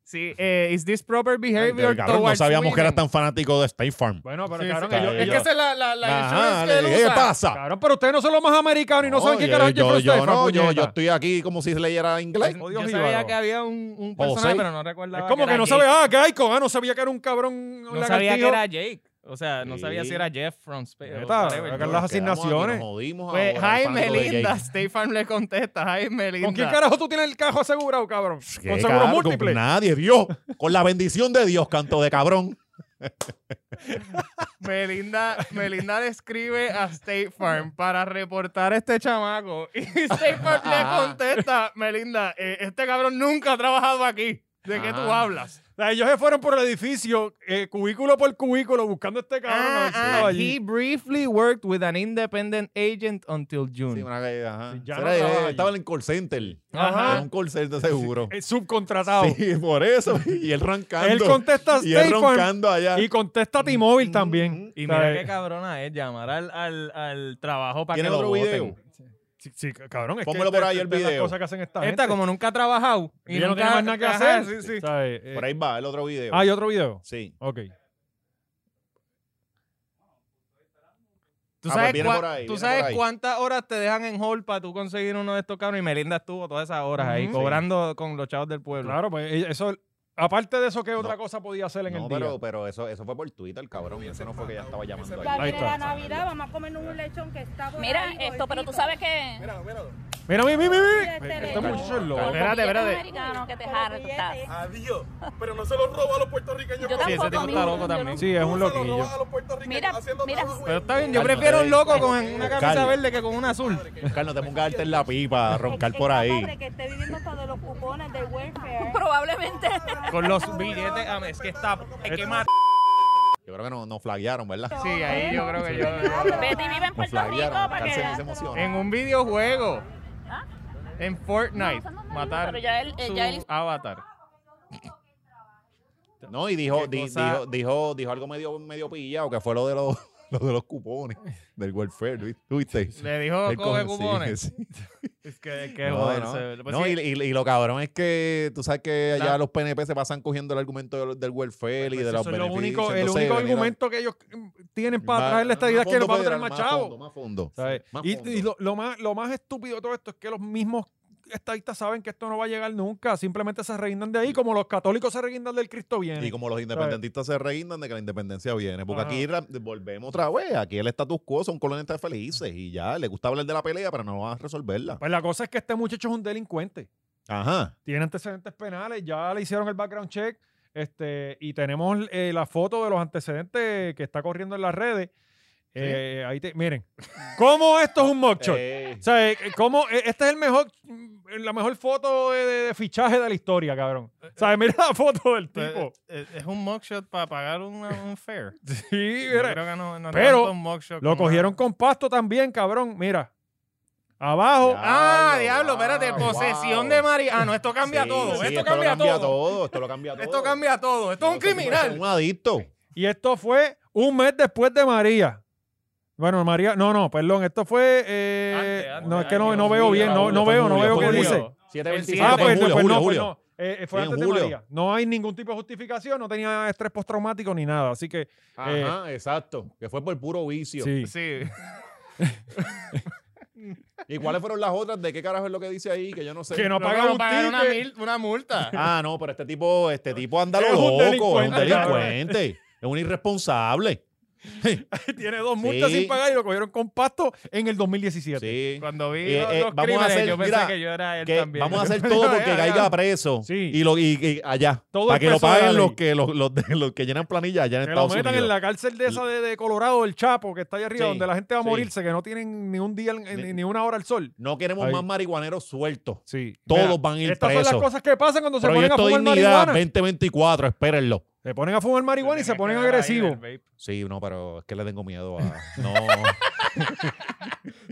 C: Sí, eh, is this proper behavior
B: Del cabrón, no
C: towards
B: sabíamos que era
C: women?
B: tan fanático de State Farm.
A: Bueno, pero
C: Sí,
A: cabrón,
C: sí.
B: ellos-
C: es que
B: ellos-
C: esa es la, la, la
B: Ajá,
C: insurance que
B: le
C: él
B: dije, ¿qué
C: usa.
B: pasa?
A: Cabrón, pero ustedes no son los más americanos y no, saben qué
B: yo-
A: carajo es Jake
B: yo,
A: from
B: yo,
A: State Farm.
B: no, yo, yo
A: puñeta.
B: estoy aquí como si se leyera inglés.
C: Yo-
A: Jodido
C: Yo
A: jíbaro.
C: sabía que había un, un personaje,
B: José.
C: pero no recordaba.
A: Es como que,
C: era
A: no sabe,
C: Jake.
A: ah, Geico, ah, no sabía que era un cabrón
C: No sabía que
A: lagartijo.
C: era Jake. O sea, no sabía
B: Sí.
C: si era Jeff from Space. o
A: Neta,
C: whatever,
A: acá
C: yo-
A: las
B: Nos quedamos aquí,
A: asignaciones.
B: nos jodimos
C: Pues,
B: ahora,
C: Jaime
B: fanático de Jake.
C: Linda, State Farm le contesta, Jaime Linda.
A: ¿Con quién carajo tú tienes el cajo asegurado, cabrón?
B: Qué
A: Con seguro
B: carajo,
A: múltiple.
B: Nadie, Dios. Con la bendición de Dios, canto de cabrón.
C: Melinda, Melinda le escribe a State Farm para reportar a este chamaco. Y State Farm le contesta, Melinda, eh, este cabrón nunca ha trabajado aquí. ¿De qué tú hablas?
A: O sea, ellos se fueron por el edificio, eh, cubículo por cubículo, buscando a este cabrón. a ver
C: Ah,
A: si estaba allí.
C: briefly worked with an independent agent until June.
B: Sí, una que- ajá.
A: Sí, ya
B: Será,
A: no
B: eh,
A: trabaja allí.
B: estaba en el call center.
A: Ajá.
B: En un call center seguro.
A: Eh, subcontratado.
B: Sí, por eso. Y él roncando.
A: Él contesta
B: Y él
A: State Farm
B: roncando allá.
A: Y contesta a T-Mobile también.
C: Mm, Y
A: O sea,
C: mira qué cabrona es llamar al, al, al trabajo para
B: ¿Tiene
C: que lo
B: otro
C: voten.
B: video?
A: Sí, sí, cabrón. Es
B: Pónmelo
A: que
B: por ahí el
A: esta es la
B: video.
A: cosa que hacen esta, gente.
C: Esta, como nunca ha trabajado.
A: Y no tiene
C: nunca-
A: más nada que
C: Ajá,
A: hacer.
C: sí, sí.
A: ¿sabes? Eh,
B: Por ahí va el otro video.
A: ah, ¿hay otro video?
B: Sí.
A: Ok.
C: ¿Tú
B: Ah, pues
C: sabes,
B: viene
C: cua-
B: por ahí,
C: tú
B: viene
C: sabes
B: por ahí.
C: cuántas horas te dejan en hall para tú conseguir uno de estos cabros? Y Melinda estuvo todas esas horas ahí,
A: Ujú.
C: cobrando con los chavos del pueblo.
A: Claro, pues eh, eso. Aparte de eso, ¿qué otra cosa podía hacer en
B: No,
A: el día?
B: pero, pero eso, eso fue por Twitter, cabrón. Eso no fue que ya estaba llamando ahí.
A: Ahí
I: viene
A: está.
I: la Navidad, vamos a comernos un lechón que está por
H: Mira
I: ahí,
H: esto, pero tú
I: gordito.
H: sabes que...
G: Mira, mira.
A: Mira, mira, mira, mira.
I: Mira este
A: Este
I: lechón.
A: muchacho es loco.
C: Espérate,
H: Como
C: espérate.
H: billete americano que te jala, tú estás.
G: Adiós. Pero no se lo roba a los puertorriqueños.
H: Yo
G: por-
C: Sí, ese tipo
H: tampoco,
C: está
H: mira,
C: loco
H: yo
C: también.
H: no-
A: Sí, es un
G: No se lo
A: loquillo.
G: roba a los puertorriqueños
H: Mira,
G: haciendo
H: mira.
G: trabajo, güey.
C: Pero está bien, yo
B: Calma,
C: prefiero un loco
B: calma.
C: con una camisa
B: Calma.
C: verde que con un azul.
B: Oscar, no te pongas arte en la pipa, roncar por
I: Esta
B: ahí.
I: pobre que esté viviendo con de los cupones del welfare.
H: Probablemente.
C: Con los billetes, a es que está... Es que mata.
B: Yo creo que no, nos flaguearon, ¿verdad?
C: Sí, ahí yo creo que yo...
H: Betty vive en
B: Nos
H: Puerto Rico
B: flaguearon.
H: para
B: Oscar se, se
H: que.
B: emocionó.
C: En un videojuego. En Fortnite.
H: ¿Ah? No, eso no me
C: matar
H: dijo, pero ya él- eh, ya él-
C: su avatar.
B: No, y dijo,
C: Qué
B: di-
C: cosa-
B: dijo, dijo, dijo algo medio, medio pillado, que fue lo de los, lo de los cupones del welfare, ¿vi- ¿viste?
C: Le dijo,
B: Él
C: coge
B: coge- sí,
C: cupones.
B: sí.
C: Es que, que
B: No,
C: joder.
B: no.
C: se- pues
B: No,
C: sí,
B: y, y- y lo cabrón es que tú sabes que allá
C: La-
B: los PNP se pasan cogiendo el argumento del, del welfare y de los
A: Pues Eso es lo
B: beneficios.
A: único, el
B: entonces
A: único
B: vinieron-
A: argumento que ellos mm, tienen para
B: más-
A: traer la estadía es que lo
B: fondo
A: van a traer
B: federal,
A: más
B: fondo,
A: chavo.
B: Más fondo.
A: ¿sabes?
B: más
A: Y,
B: fondo.
A: y lo, lo más, lo más estúpido de todo esto es que los mismos estadistas saben que esto no va a llegar nunca. Simplemente se reguindan de ahí, como los católicos se reguindan del Cristo viene.
B: Y como los independentistas se reindan de que la independencia viene, porque
A: Ajá.
B: aquí ra- volvemos otra vez, aquí el status quo son colonias felices y ya, le gusta hablar de la pelea, pero no van a resolverla.
A: Pues la cosa es que este muchacho es un delincuente.
B: Ajá.
A: Tiene antecedentes penales, ya le hicieron el background check. Este, y tenemos eh, la foto de los antecedentes que está corriendo en las redes. Eh, ahí te, miren, ¿cómo esto es un mock shot?
B: Eh,
A: O sea, eh, eh, ¿cómo? Eh, Esta es el mejor, mm, la mejor foto de, de- de fichaje de la historia, cabrón. O sea, mira la foto del
C: pues,
A: tipo.
C: eh, Es un mugshot para pagar una- un fair.
A: Sí,
C: Yo
A: mira.
C: creo que no- no
A: pero
C: tanto un mugshot
A: Lo
C: como-
A: cogieron con pasto también, cabrón. Mira. Abajo.
B: Ya.
C: Ah,
B: Diablo,
C: diablo, espérate,
B: wow,
C: posesión
B: wow.
C: de María. Ah, no, esto cambia
B: sí,
C: todo.
B: sí,
C: esto, cambia,
B: lo
C: todo.
B: Esto lo cambia todo.
C: Esto cambia todo. Esto es un
B: Este tipo
C: criminal.
B: Un adicto.
A: Y esto fue un mes después de María. Bueno, María, no, no, perdón, esto fue. eh,
C: Antes, antes,
A: no, es que
C: ay,
A: no,
C: Dios
A: no
C: mío,
A: veo bien, no,
C: Diablo,
A: no
B: fue en
A: veo, no
B: julio,
A: veo
B: fue
A: qué
B: en
A: dice.
B: julio.
C: 725.
A: Ah,
C: Siete,
A: pues,
B: julio,
A: pues
B: julio,
A: no, pues
B: julio.
A: no. Eh, eh, fue
B: Sí, en
A: antes de
B: julio.
A: María. No hay ningún tipo de justificación, no tenía estrés postraumático ni nada. Así que. eh,
B: Ajá, exacto. Que fue por puro vicio.
A: sí.
C: Sí.
B: ¿Y cuáles fueron las otras? ¿De qué carajo es lo que dice ahí? Que yo no sé.
A: Que no
C: Luego
A: pagan un
C: pagar una,
A: ticket.
C: mil- una multa.
B: Ah, no, pero este tipo, este tipo anda lo
A: Es un
B: loco. Es un
A: delincuente, cabrón.
B: delincuente. Es un irresponsable.
A: Tiene dos multas
B: Sí.
A: sin pagar y lo cogieron con pasto en el 2017.
B: Sí.
C: Cuando vi
B: Eh,
C: los,
B: eh,
C: los
B: vamos a
C: crímenes,
B: hacer-
C: yo pensé
B: mira,
C: que yo era él
B: Que
C: también.
B: vamos a hacer todo porque caiga preso
A: Sí.
B: y, lo, y, y allá
A: Todo
B: para
A: el
B: que lo
A: peso de la
B: paguen
A: ley.
B: los que los, los, de- los que llenan planilla allá en
A: Que lo
B: Estados
A: metan
B: Unidos
A: en la cárcel de esa de, de Colorado, el Chapo, que está allá arriba,
B: Sí,
A: donde la gente va a
B: sí.
A: morirse, que no tienen ni un día, en- ni,
B: Ni-
A: ni una hora al sol.
B: no queremos
A: Ahí.
B: más marihuaneros sueltos
A: Sí.
B: Todos van a ir
A: Estas son las
B: presos.
A: cosas que pasan cuando se ponen a
B: proyecto
A: fumar
B: dignidad
A: marihuana.
B: 2024 espérenlo
A: Se ponen a fumar marihuana y se ponen agresivos.
B: sí no pero es que le tengo miedo a no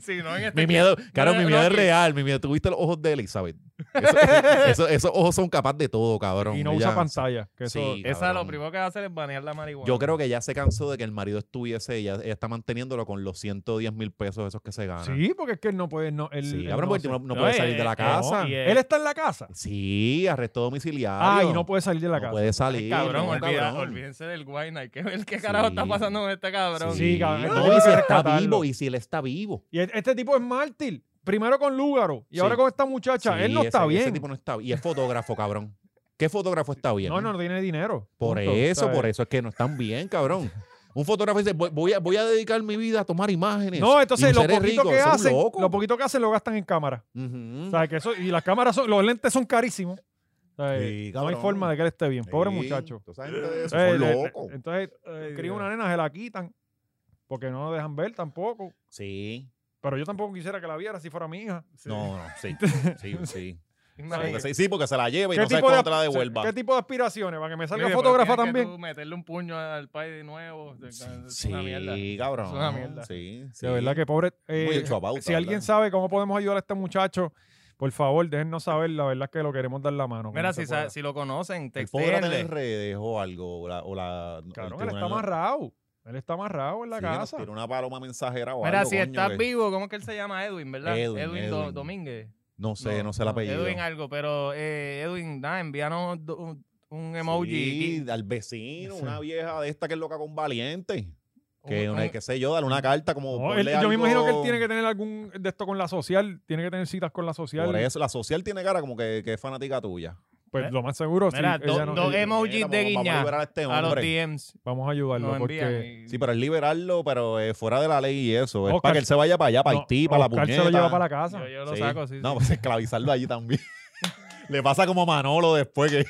C: Sí, no, en este
B: mi miedo claro
C: No,
B: mi
C: no, este
B: miedo es
C: aquí.
B: real mi miedo tuviste los ojos de Elizabeth Eso- eso- esos ojos son capaces de todo, cabrón.
A: Y no
B: Ella-
A: usa pantalla. Que eso,
B: Sí,
C: Esa
B: cabrón.
C: lo primero que va a hacer es banear la marihuana.
B: Yo creo que ya se cansó de que el marido estuviese, ella, ella está manteniéndolo con los 110 mil pesos esos que se ganan.
A: sí, porque es que él no puede. No, él,
B: Sí,
A: él
B: cabrón,
A: no,
B: porque
A: se-
B: no, no puede
C: No,
B: salir
C: eh,
B: de la
C: eh,
B: casa.
C: no, y, eh,
A: Él está en la casa.
B: Sí, arresto domiciliario.
A: Ah, y no puede salir de la
B: No
A: casa.
B: puede salir.
C: Cabrón,
B: no,
C: olvida-
B: cabrón.
C: olvídense del guayna. Hay que ver qué carajo está pasando con este cabrón.
A: Sí, cabrón,
B: No,
A: no, hay
B: y si
A: que
B: está
A: rescatarlo.
B: vivo, y si él está vivo.
A: Y e- este tipo es mártir. Primero con Lúgaro y
B: Sí.
A: ahora con esta muchacha.
B: Sí,
A: él no
B: ese-
A: está
B: Ese
A: bien.
B: tipo no está Y es fotógrafo, cabrón. ¿Qué fotógrafo está bien?
A: no, no, no tiene dinero.
B: Por
A: Punto,
B: eso,
A: ¿sabes?
B: por eso es que no están bien, cabrón. Un fotógrafo dice, voy voy a, voy a dedicar mi vida a tomar imágenes.
A: No, entonces
B: y
A: lo
B: seré
A: poquito
B: rico,
A: que
B: eso es un
A: hacen,
B: loco.
A: lo poquito que hacen lo gastan en cámara.
B: Ujú.
A: O sea, que eso, y las cámaras son, los lentes son carísimos. O sea,
B: Sí,
A: Eh, no hay
B: cabrón.
A: forma de que él esté bien. Pobre
B: Sí,
A: muchacho.
B: toda esa gente de eso,
A: Eh,
B: son
A: le-
B: locos.
A: le- entonces, eh, cría una nena, se la quitan. Porque no lo dejan ver tampoco.
B: Sí.
A: Pero yo tampoco quisiera que la viera si fuera mi hija.
B: No, no, sí. Sí, sí. Porque
C: Imagínate.
B: sí, sí, porque se la lleva y no sabe cuándo te la devuelva.
A: ¿Qué tipo de aspiraciones? Para que me salga
C: Oye, pero
A: fotógrafa
C: tienes que
A: también.
C: tú meterle un puño al país de nuevo. Es
B: Sí,
C: una mierda.
B: cabrón.
C: Es una mierda.
B: Sí, sí.
A: De verdad que pobre. eh,
B: Muy hecho a pauta,
A: si alguien
B: ¿verdad?
A: sabe cómo podemos ayudar a este muchacho, por favor, déjennos saber. La verdad es que lo queremos dar la mano.
C: Mira,
A: como
C: si,
A: se
C: sa-
A: pueda.
C: si lo conocen,
B: El pobre era tener
C: textéenle.
B: redes o algo. O la, o la, el
A: Cabrón, él
B: tribunal
A: está
B: no-
A: amarrado. Él está amarrado en la
B: Sí, que nos
A: casa.
B: tiró una paloma mensajera o
C: Mira,
B: algo,
C: si
B: coño,
C: estás
B: que-
C: vivo, ¿cómo es que él se llama Edwin, verdad?
B: Edwin,
C: Edwin, Do-
B: Edwin.
C: Domínguez.
B: No sé, no, sé el
A: no,
B: apellido.
C: Edwin algo, pero eh, Edwin, nada, envíanos do- un, un emoji.
B: Sí,
C: y-
B: al vecino,
A: Sí.
B: una vieja de esta que es loca con valiente.
C: un-
B: Que,
C: un-
B: una- qué sé yo, dale una carta como.
A: No, él-
B: ponle
A: yo me imagino que él
B: algo-
A: tiene que tener algún de esto con la social, tiene que tener citas con la social.
B: Por eso, ¿eh? la social tiene cara como que, que es fanática tuya.
A: Pues lo más seguro, sí,
C: Mira,
A: ella
C: do-
A: no-
C: do-
A: ella-
C: emojis
B: Mira,
C: de
B: vamos- Vamos
C: guiña
B: a liberar a este
C: a los
B: hombre.
C: DMs.
A: vamos a
B: Pues
A: ayudarlo
C: Nos envían.
A: porque
C: y-
B: Sí, pero es liberarlo, pero eh, fuera de la ley y eso. Es
A: Oscar-
B: para que él se vaya para allá, para
A: no,
B: Haití, para la
A: Oscar
B: puñeta.
A: se lo lleva para la casa.
C: Yo, yo lo
B: Sí.
C: saco, sí.
B: No,
C: sí.
B: pues esclavizarlo allí también. Le pasa como a Manolo después que.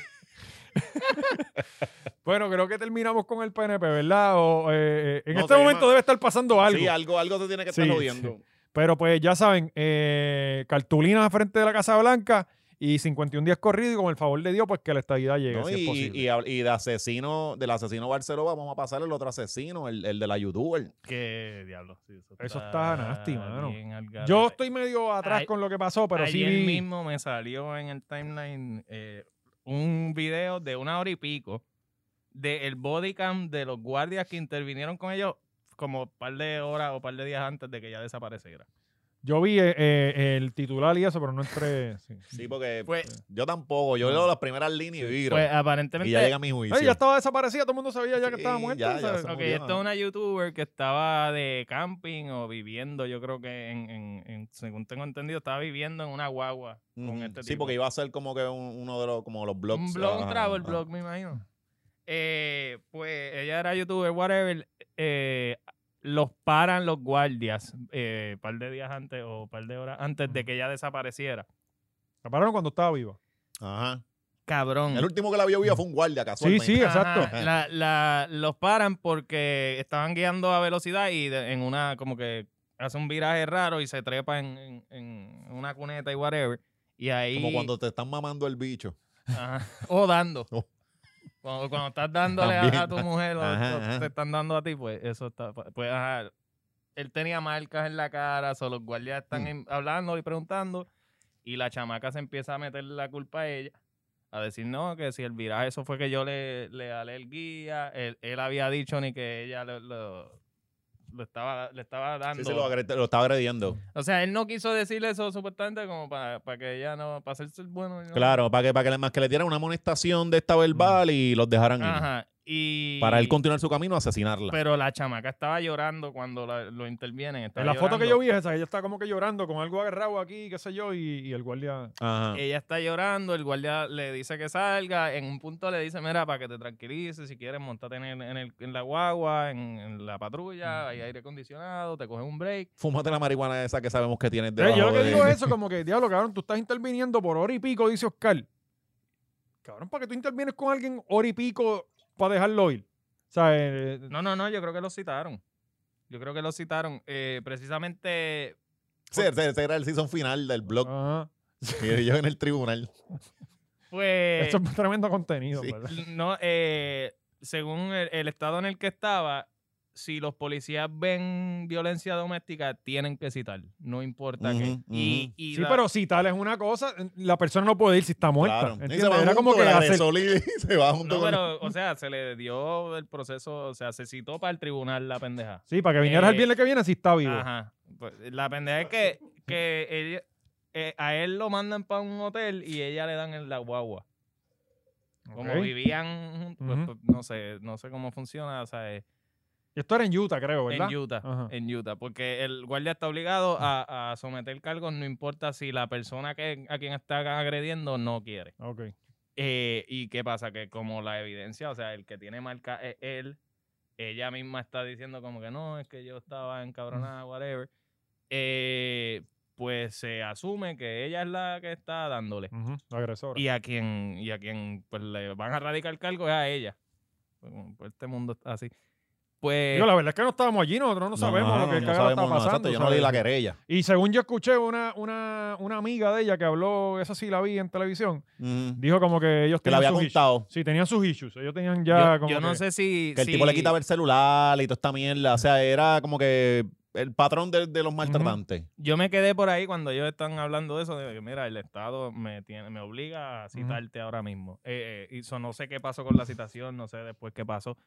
A: Bueno, creo que terminamos con el PNP, ¿verdad? O, eh, eh, en
B: No,
A: este
B: sí,
A: momento
B: ma-
A: debe estar pasando algo.
B: Sí, algo, algo te tiene que estar
A: Sí,
B: jodiendo.
A: Pero pues ya saben, eh, cartulinas frente de la Casa Blanca y 51 días corridos y con el favor de Dios, pues que la estadidad llegue,
B: No,
A: si es
B: y,
A: posible.
B: y, hab- y de asesino, del asesino Barceló, vamos a pasar el otro asesino, el, el de la youtuber.
C: Qué diablo. sí, eso,
A: Eso está nasty, mano.
C: bien al garete.
A: yo estoy medio atrás
C: Ay-
A: con lo que pasó, pero sí
C: Ayer
A: vi-
C: mismo me salió en el timeline eh, un video de una hora y pico del el body cam de los guardias que intervinieron con ellos como un par de horas o un par de días antes de que ya desapareciera.
A: yo vi eh, eh, el titular y eso, pero no entré. sí.
B: Sí, porque
C: Pues,
B: yo tampoco.
A: Mm.
B: Yo leo las primeras líneas y viro.
C: pues
B: y ya
C: aparentemente...
B: llega mi juicio.
A: Ey, ya estaba desaparecida, todo el mundo sabía ya que
B: Sí,
A: estaba muerta.
B: ya, ya
A: ¿sabes?
B: se
C: Ok,
B: murió,
C: esto
B: ¿no?
C: es una youtuber que estaba de camping o viviendo, yo creo que, en, en- en- según tengo entendido, estaba viviendo en una guagua con
B: Ujú.
C: este
B: Mm. sí,
C: tipo.
B: porque iba a ser como que un- uno de los, como los blogs.
C: Un blog, un
B: ajá,
C: travel
B: ajá.
C: blog, me imagino. Eh, pues ella era youtuber, whatever. eh, los paran los guardias un par de días antes o un par de horas antes de que ella desapareciera.
A: La pararon cuando estaba viva.
B: Ajá.
C: Cabrón.
B: El último que la vio viva fue un guardia,
A: Sí,
B: casualmente.
A: sí, exacto.
C: Ajá, la- la- los paran porque estaban guiando a velocidad y de- en una, como que hace un viraje raro y se trepa en, en- en una cuneta y whatever. Y ahí.
B: Como cuando te están mamando el bicho.
C: Ajá. O dando.
B: Oh.
C: Cuando, cuando estás dándole a,
B: También.
C: a tu mujer o
B: Ajá,
C: o
B: ajá.
C: te están dando a ti, pues eso está. Pues ajá. Él tenía marcas en la cara, o los guardias están
B: Mm.
C: en- hablando y preguntando. Y la chamaca se empieza a meter la culpa a ella. A decir, no, que si el viraje, eso fue que yo le, le alé el guía. Él, él había dicho ni que ella lo, lo- lo estaba, le estaba dando.
B: Sí, sí, lo, agre- lo estaba agrediendo.
C: o sea, él no quiso decirle eso supuestamente como para, para que ella no, para hacerse el bueno. y no-
B: Claro, para que, para que le- más que le dieran una amonestación de esta
A: Mm.
B: verbal y los dejaran ir.
C: Ajá. Y... pues,
B: Para él continuar su camino, asesinarla.
C: Pero la chamaca estaba llorando cuando la- lo intervienen.
A: En
C: estaba
A: la foto que yo
C: llorando.
A: vi es esa, ella está como que llorando con algo agarrado aquí, qué sé yo, y, y el guardia.
B: Ajá.
C: Ella está llorando, el guardia le dice que salga. En un punto le dice: Mira, para que te tranquilices, si quieres, montate en, el- en el- en la guagua, en, en la patrulla, hay aire acondicionado, te coges un break.
B: Fúmate la marihuana esa que sabemos que tienes
A: Eh,
B: debajo
A: yo lo que
B: de-
A: digo es eso, como que, diablo, cabrón, tú estás interviniendo por hora y pico, dice Oscar. Cabrón, ¿para que tú intervienes con alguien hora y pico para dejarlo ir? O sea, eh,
C: No, no, no, yo creo que lo citaron. Yo creo que lo citaron. Eh, precisamente.
B: Sí, ese, ese era el season final del blog.
A: ajá.
B: Y yo en el tribunal.
C: Pues.
A: Eso es tremendo contenido,
B: Eh, sí.
A: ¿verdad?
C: No, eh, según el, el estado en el que estaba, si los policías ven violencia doméstica, tienen que citar, no importa qué.
B: Ujú,
C: Y, y
A: Sí,
C: la-
A: pero citar es una cosa, la persona no puede ir si está muerta.
B: Claro. Y
A: ¿entiendes?
B: se va
A: Era como
B: junto,
A: que
B: el
A: hacer-
B: agresor y- y se va junto
C: No,
B: con
C: pero, o sea, se le dio el proceso, o sea, se citó para el tribunal la pendeja.
A: Sí, para que vinieras
C: Eh,
A: el viernes que viene si está vivo.
C: Ajá. Pues, La pendeja es que, que ella- eh, a él lo mandan para un hotel y ella le dan en la guagua. Como
A: Ok.
C: vivían juntos, pues,
A: Ujú.
C: pues, no sé, no sé cómo funciona, o sea, eh,
A: Esto era en Utah, creo, ¿verdad?
C: en Utah,
A: Ajá.
C: en Utah, porque el guardia está obligado a, a someter cargos, no importa si la persona que, a quien está agrediendo no quiere.
A: Ok.
C: Eh, ¿Y qué pasa? Que como la evidencia, o sea, el que tiene marca es él, ella misma está diciendo como que no, es que yo estaba encabronada, whatever. Eh, pues se asume que ella es la que está dándole.
A: Ujú, la agresora.
C: Y a quien, y a quien pues, le van a radicar cargo es a ella. Pues, como, pues, este mundo está así. Pues...
A: Digo, la verdad es que no estábamos allí, nosotros no, sabemos lo que
B: eh, no
A: cagada está
B: sabemos, no, exacto,
A: pasando.
B: yo no leí la
A: ¿sabes?
B: querella.
A: Y según yo escuché, una, una, una amiga de ella que habló, esa sí la vi en televisión,
B: Ujú.
A: dijo como que ellos
B: Que la
A: tenían
B: había
A: sus
B: contado.
A: issues. Sí, tenían sus issues. Ellos tenían
C: yo,
A: ya como
C: yo no
A: que-
C: sé si...
B: Que el
C: si-
B: tipo le quitaba el celular y toda esta mierda. O sea, era como que el patrón de, de los maltratantes.
C: Yo me quedé por ahí cuando ellos están hablando de eso, de que mira, el Estado me tiene, me obliga a citarte ahora mismo. Eh, eh, y eso no sé qué pasó con la citación, no sé después qué pasó.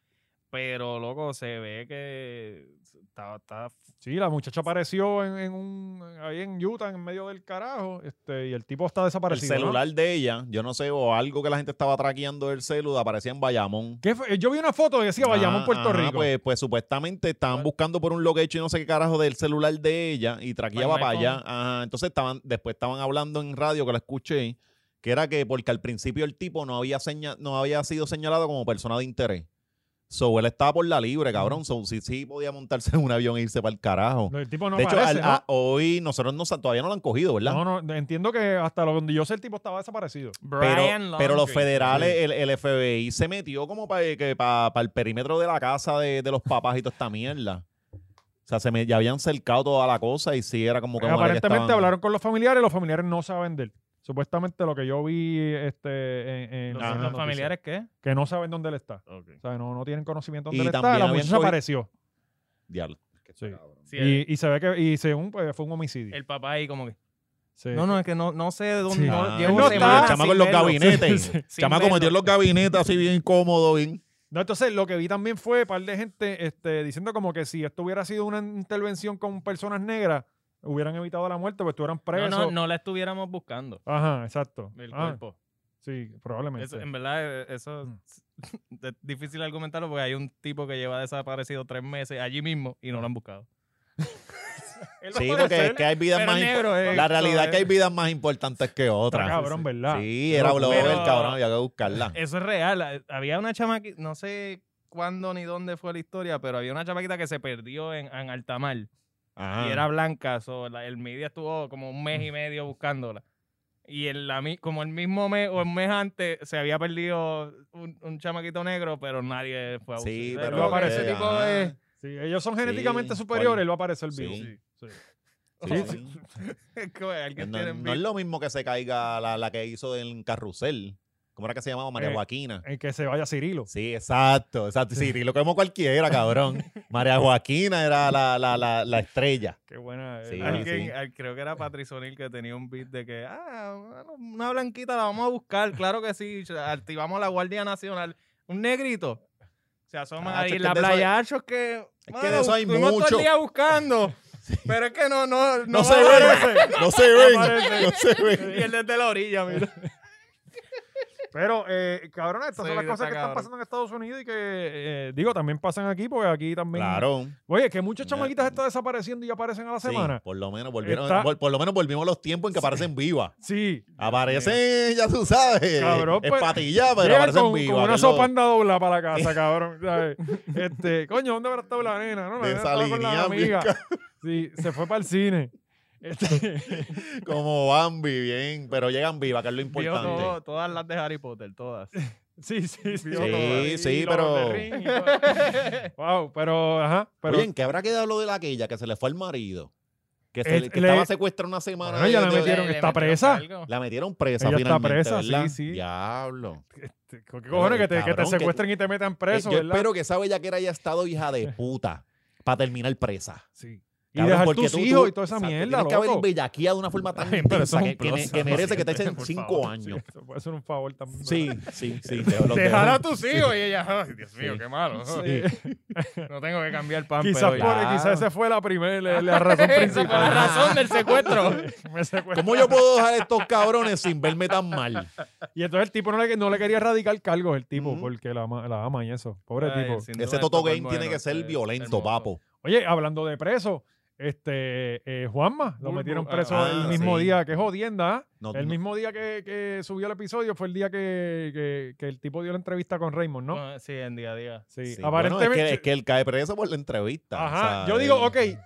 C: Pero, loco, se ve que está, está
A: Sí, la muchacha apareció en, en un, ahí en Utah, en medio del carajo, este, y el tipo está
B: El
A: desaparecido. ¿no?
B: celular de ella, yo no sé, o algo que la gente estaba traqueando del celular, aparecía en Bayamón.
A: ¿Qué fue? Yo vi una foto que decía Bayamón,
B: Ah,
A: Puerto
B: ajá,
A: Rico.
B: Pues, pues supuestamente estaban buscando por un location y no sé qué carajo del celular de ella y traqueaba
A: Pues,
C: Para
B: para
C: el
B: allá.
C: iPhone.
B: Ajá, entonces estaban, después estaban hablando en radio que lo escuché, que era que porque al principio el tipo no había, seña- no había sido señalado como persona de interés. So, él estaba por la libre, cabrón. So, sí, sí podía montarse en un avión e irse para el carajo.
A: el tipo no
B: de hecho,
A: aparece,
B: al-
A: ¿no?
B: a- hoy nosotros no, sa- todavía no lo han cogido, ¿verdad?
A: No, no, entiendo que hasta lo donde yo sé el tipo estaba desaparecido.
B: Pero, pero los
C: Laundrie.
B: federales, el, el FBI se metió como para pa, pa el perímetro de la casa de, de los papás y toda esta mierda. O sea, se me, ya habían cercado toda la cosa y sí era como que...
A: Eh,
B: como que
A: aparentemente
B: estaban-
A: hablaron con los familiares, los familiares no saben de él. Supuestamente lo que yo vi este, en, en-
C: ¿Los,
A: en
B: eh, Ajá.
A: la
C: los
A: noticia,
C: familiares qué?
A: Que no saben dónde él está. O sea, no, no tienen conocimiento dónde
B: Y
A: él está.
B: también
A: La
B: habían
A: muchacha
B: cogi-
A: apareció.
B: Diablo.
A: Sí.
C: Sí,
A: Y, y se ve que, y según, pues, fue un homicidio.
C: el papá ahí como que...
A: Sí.
C: No, no, es que no, no sé de dónde...
A: Sí.
C: no-
B: Ah,
C: llevo
A: no está.
C: semanas
B: el chamaco
C: sin
B: en los
C: verlo.
B: gabinetes.
A: Sí, sí.
C: Sin
B: chamaco
C: verlo.
B: metió en los gabinetes así bien cómodo, bien.
A: No, entonces lo que vi también fue un par de gente este, diciendo como que si esto hubiera sido una intervención con personas negras, hubieran evitado la muerte, pues estuvieran
C: No,
A: presos.
C: no, no la estuviéramos buscando.
A: Ajá, exacto.
C: El
A: Ah,
C: cuerpo.
A: sí, probablemente.
C: Eso- en verdad, eh, eso
A: Mm.
C: es difícil argumentarlo porque hay un tipo que lleva desaparecido tres meses allí mismo y no lo han buscado.
B: Sí, porque es que hay vidas
C: pero
B: más... im-
C: negro, eh,
B: la realidad es
C: eh.
B: que hay vidas más importantes que
A: Está
B: otras.
A: cabrón, ¿verdad?
B: Sí, era
A: Pero-
B: blogger,
C: pero-
B: cabrón, había que buscarla.
C: Eso es real. Ah, Había una chamaquita, no sé cuándo ni dónde fue la historia, pero había una chamaquita que se perdió en, en alta mar
B: Ajá.
C: y era blanca. so, la- el media estuvo como un mes y medio buscándola. Y en la mi- como el mismo mes o el mes antes se había perdido un, un chamaquito negro, pero nadie fue a
B: Sí,
C: buscar.
B: pero...
A: Luego aparece
B: eh,
A: ese tipo
B: ajá.
A: de- Sí, ellos son genéticamente
B: Sí,
A: superiores,
B: cuál-
A: él va a aparecer vivo.
B: Sí.
A: Sí.
B: Sí,
A: Sí.
B: sí.
C: Alguien
B: Eh, No,
C: tiene
B: no
C: envidia.
B: es lo mismo que se caiga la, la que hizo en Carrusel. ¿Cómo era que se llamaba? María
A: Eh.
B: Joaquina.
A: El que se vaya Cirilo.
B: Sí, exacto, exacto. Sí, lo como cualquiera, cabrón. María Joaquina era la, la, la, la estrella.
A: Qué
C: eh,
A: buena.
B: Sí,
A: Ah,
C: Alguien,
B: sí.
C: al- creo que era Patrick O'Neill que tenía un beat de que, ah, bueno, una blanquita la vamos a buscar, claro que sí, ch- activamos la Guardia Nacional. Un negrito. Se asoman
B: Ah,
C: ahí
B: es
C: en
B: que
C: la
B: de eso hay-
C: playa, achos que...
B: que de eso hay
C: estuvimos todo
B: mucho.
C: el día buscando, pero es que no, no, no,
B: No se
C: aparece.
B: ven, no se ven, no se
C: Y
B: ven.
C: él desde la orilla, mira.
A: Pero, eh, cabrón, estas son
C: Sí,
A: las
C: está
A: cosas que están
C: cabrón.
A: pasando en Estados Unidos y que, eh, digo, también pasan aquí, porque aquí también.
B: Claro.
A: Oye, que muchas
B: Ya.
A: chamaquitas están desapareciendo y aparecen a la
B: Sí,
A: semana.
B: por lo menos volvieron,
A: Está-
B: vol- por lo menos volvimos los tiempos en que aparecen vivas.
A: Sí.
B: Aparecen, ya tú sabes,
A: Cabrón, pues,
B: espatilladas, pero
A: Llegan
B: aparecen
A: con,
B: vivas.
A: con
B: que
A: una
B: es lo-
A: sopa anda doblada para la casa, cabrón. ¿sabes? Este, coño, ¿dónde habrá estado la nena? No, la nena estaba con la
B: Desalineada, bien
A: amiga. Sí, se fue para el cine. Este,
B: como Bambi, bien, pero llegan vivas, que es lo
C: Vio
B: importante.
C: todo- todas las de Harry Potter, todas.
A: Pues sí, sí, sí.
B: Sí,
A: Y
B: sí,
A: los
B: pero-
A: de Ring y todo. wow, pero, ajá. Pero,
B: Oye, ¿en qué habrá quedado lo de la aquella que se le fue al marido? Que, se
A: Es-
B: le, que
A: le-
B: estaba secuestrada una semana.
A: Bueno, ya
B: de-
A: la
B: de-
A: metieron,
C: Le- le
A: ¿está
C: metieron
A: presa?
C: algo.
B: La metieron presa
A: Ella está
B: finalmente,
A: presa,
B: ¿verdad?
A: sí, sí.
B: Diablo.
A: ¿Qué cojones que te, que te
B: Cabrón, que-
A: secuestren y te metan
B: Eh,
A: preso,
B: yo
A: verdad?
B: espero que esa bellaquera haya estado hija de puta. para terminar presa.
A: Sí. Y
B: Cabrón,
A: dejar
B: porque
A: tus
B: tú- tú-
A: hijos y toda esa
B: exacto,
A: mierda,
B: Tienes que haber
A: loco.
B: bellaqueado de una forma tan
C: Ay, pero
B: intensa
C: eso es
B: que,
C: un
B: que-
C: plus.
B: que merece que te echen
A: Por
B: cinco
A: favor,
B: años.
A: sí, eso puede ser un favor también.
B: Sí,
A: ¿verdad?
B: sí, sí. te- los
C: Dejar
B: dejo.
C: a tus hijos y ella, ay, Dios mío,
B: Sí.
C: qué malo.
A: Sí.
C: No tengo que cambiar el pan,
A: Ah, Quizás, por,
C: hoy.
B: Claro.
A: quizás esa fue la primera, la, la razón
C: Esa fue la
A: principal.
C: razón del secuestro.
A: Me secuestró.
B: ¿Cómo yo puedo dejar a estos cabrones sin verme tan mal?
A: Y entonces el tipo no le, no le quería erradicar cargos, el tipo,
B: Ujú.
A: porque la, ama- la ama y eso. Pobre
C: Ay,
A: tipo.
C: sin duda,
B: Ese
C: el
B: Toto
C: papá es
B: Game tiene
C: bueno,
B: que
A: este
B: ser
C: es
B: violento,
C: hermoso.
B: papo.
A: Oye, hablando de presos, este, eh, Juanma, lo
C: Bulbo.
A: metieron preso
B: Ah,
A: el mismo
B: sí.
A: día, que jodienda, ¿ah?
B: No,
A: el
B: no-
A: mismo día que, que subió el episodio fue el día que, que- que el tipo dio la entrevista con Raymond, ¿no?
C: Ah, Sí, en día a día.
A: Sí,
B: sí, bueno, es que-
A: aparentemente.
B: es, que, él cae preso por la entrevista.
A: Ajá,
B: o sea,
A: yo digo,
B: él-
A: ok,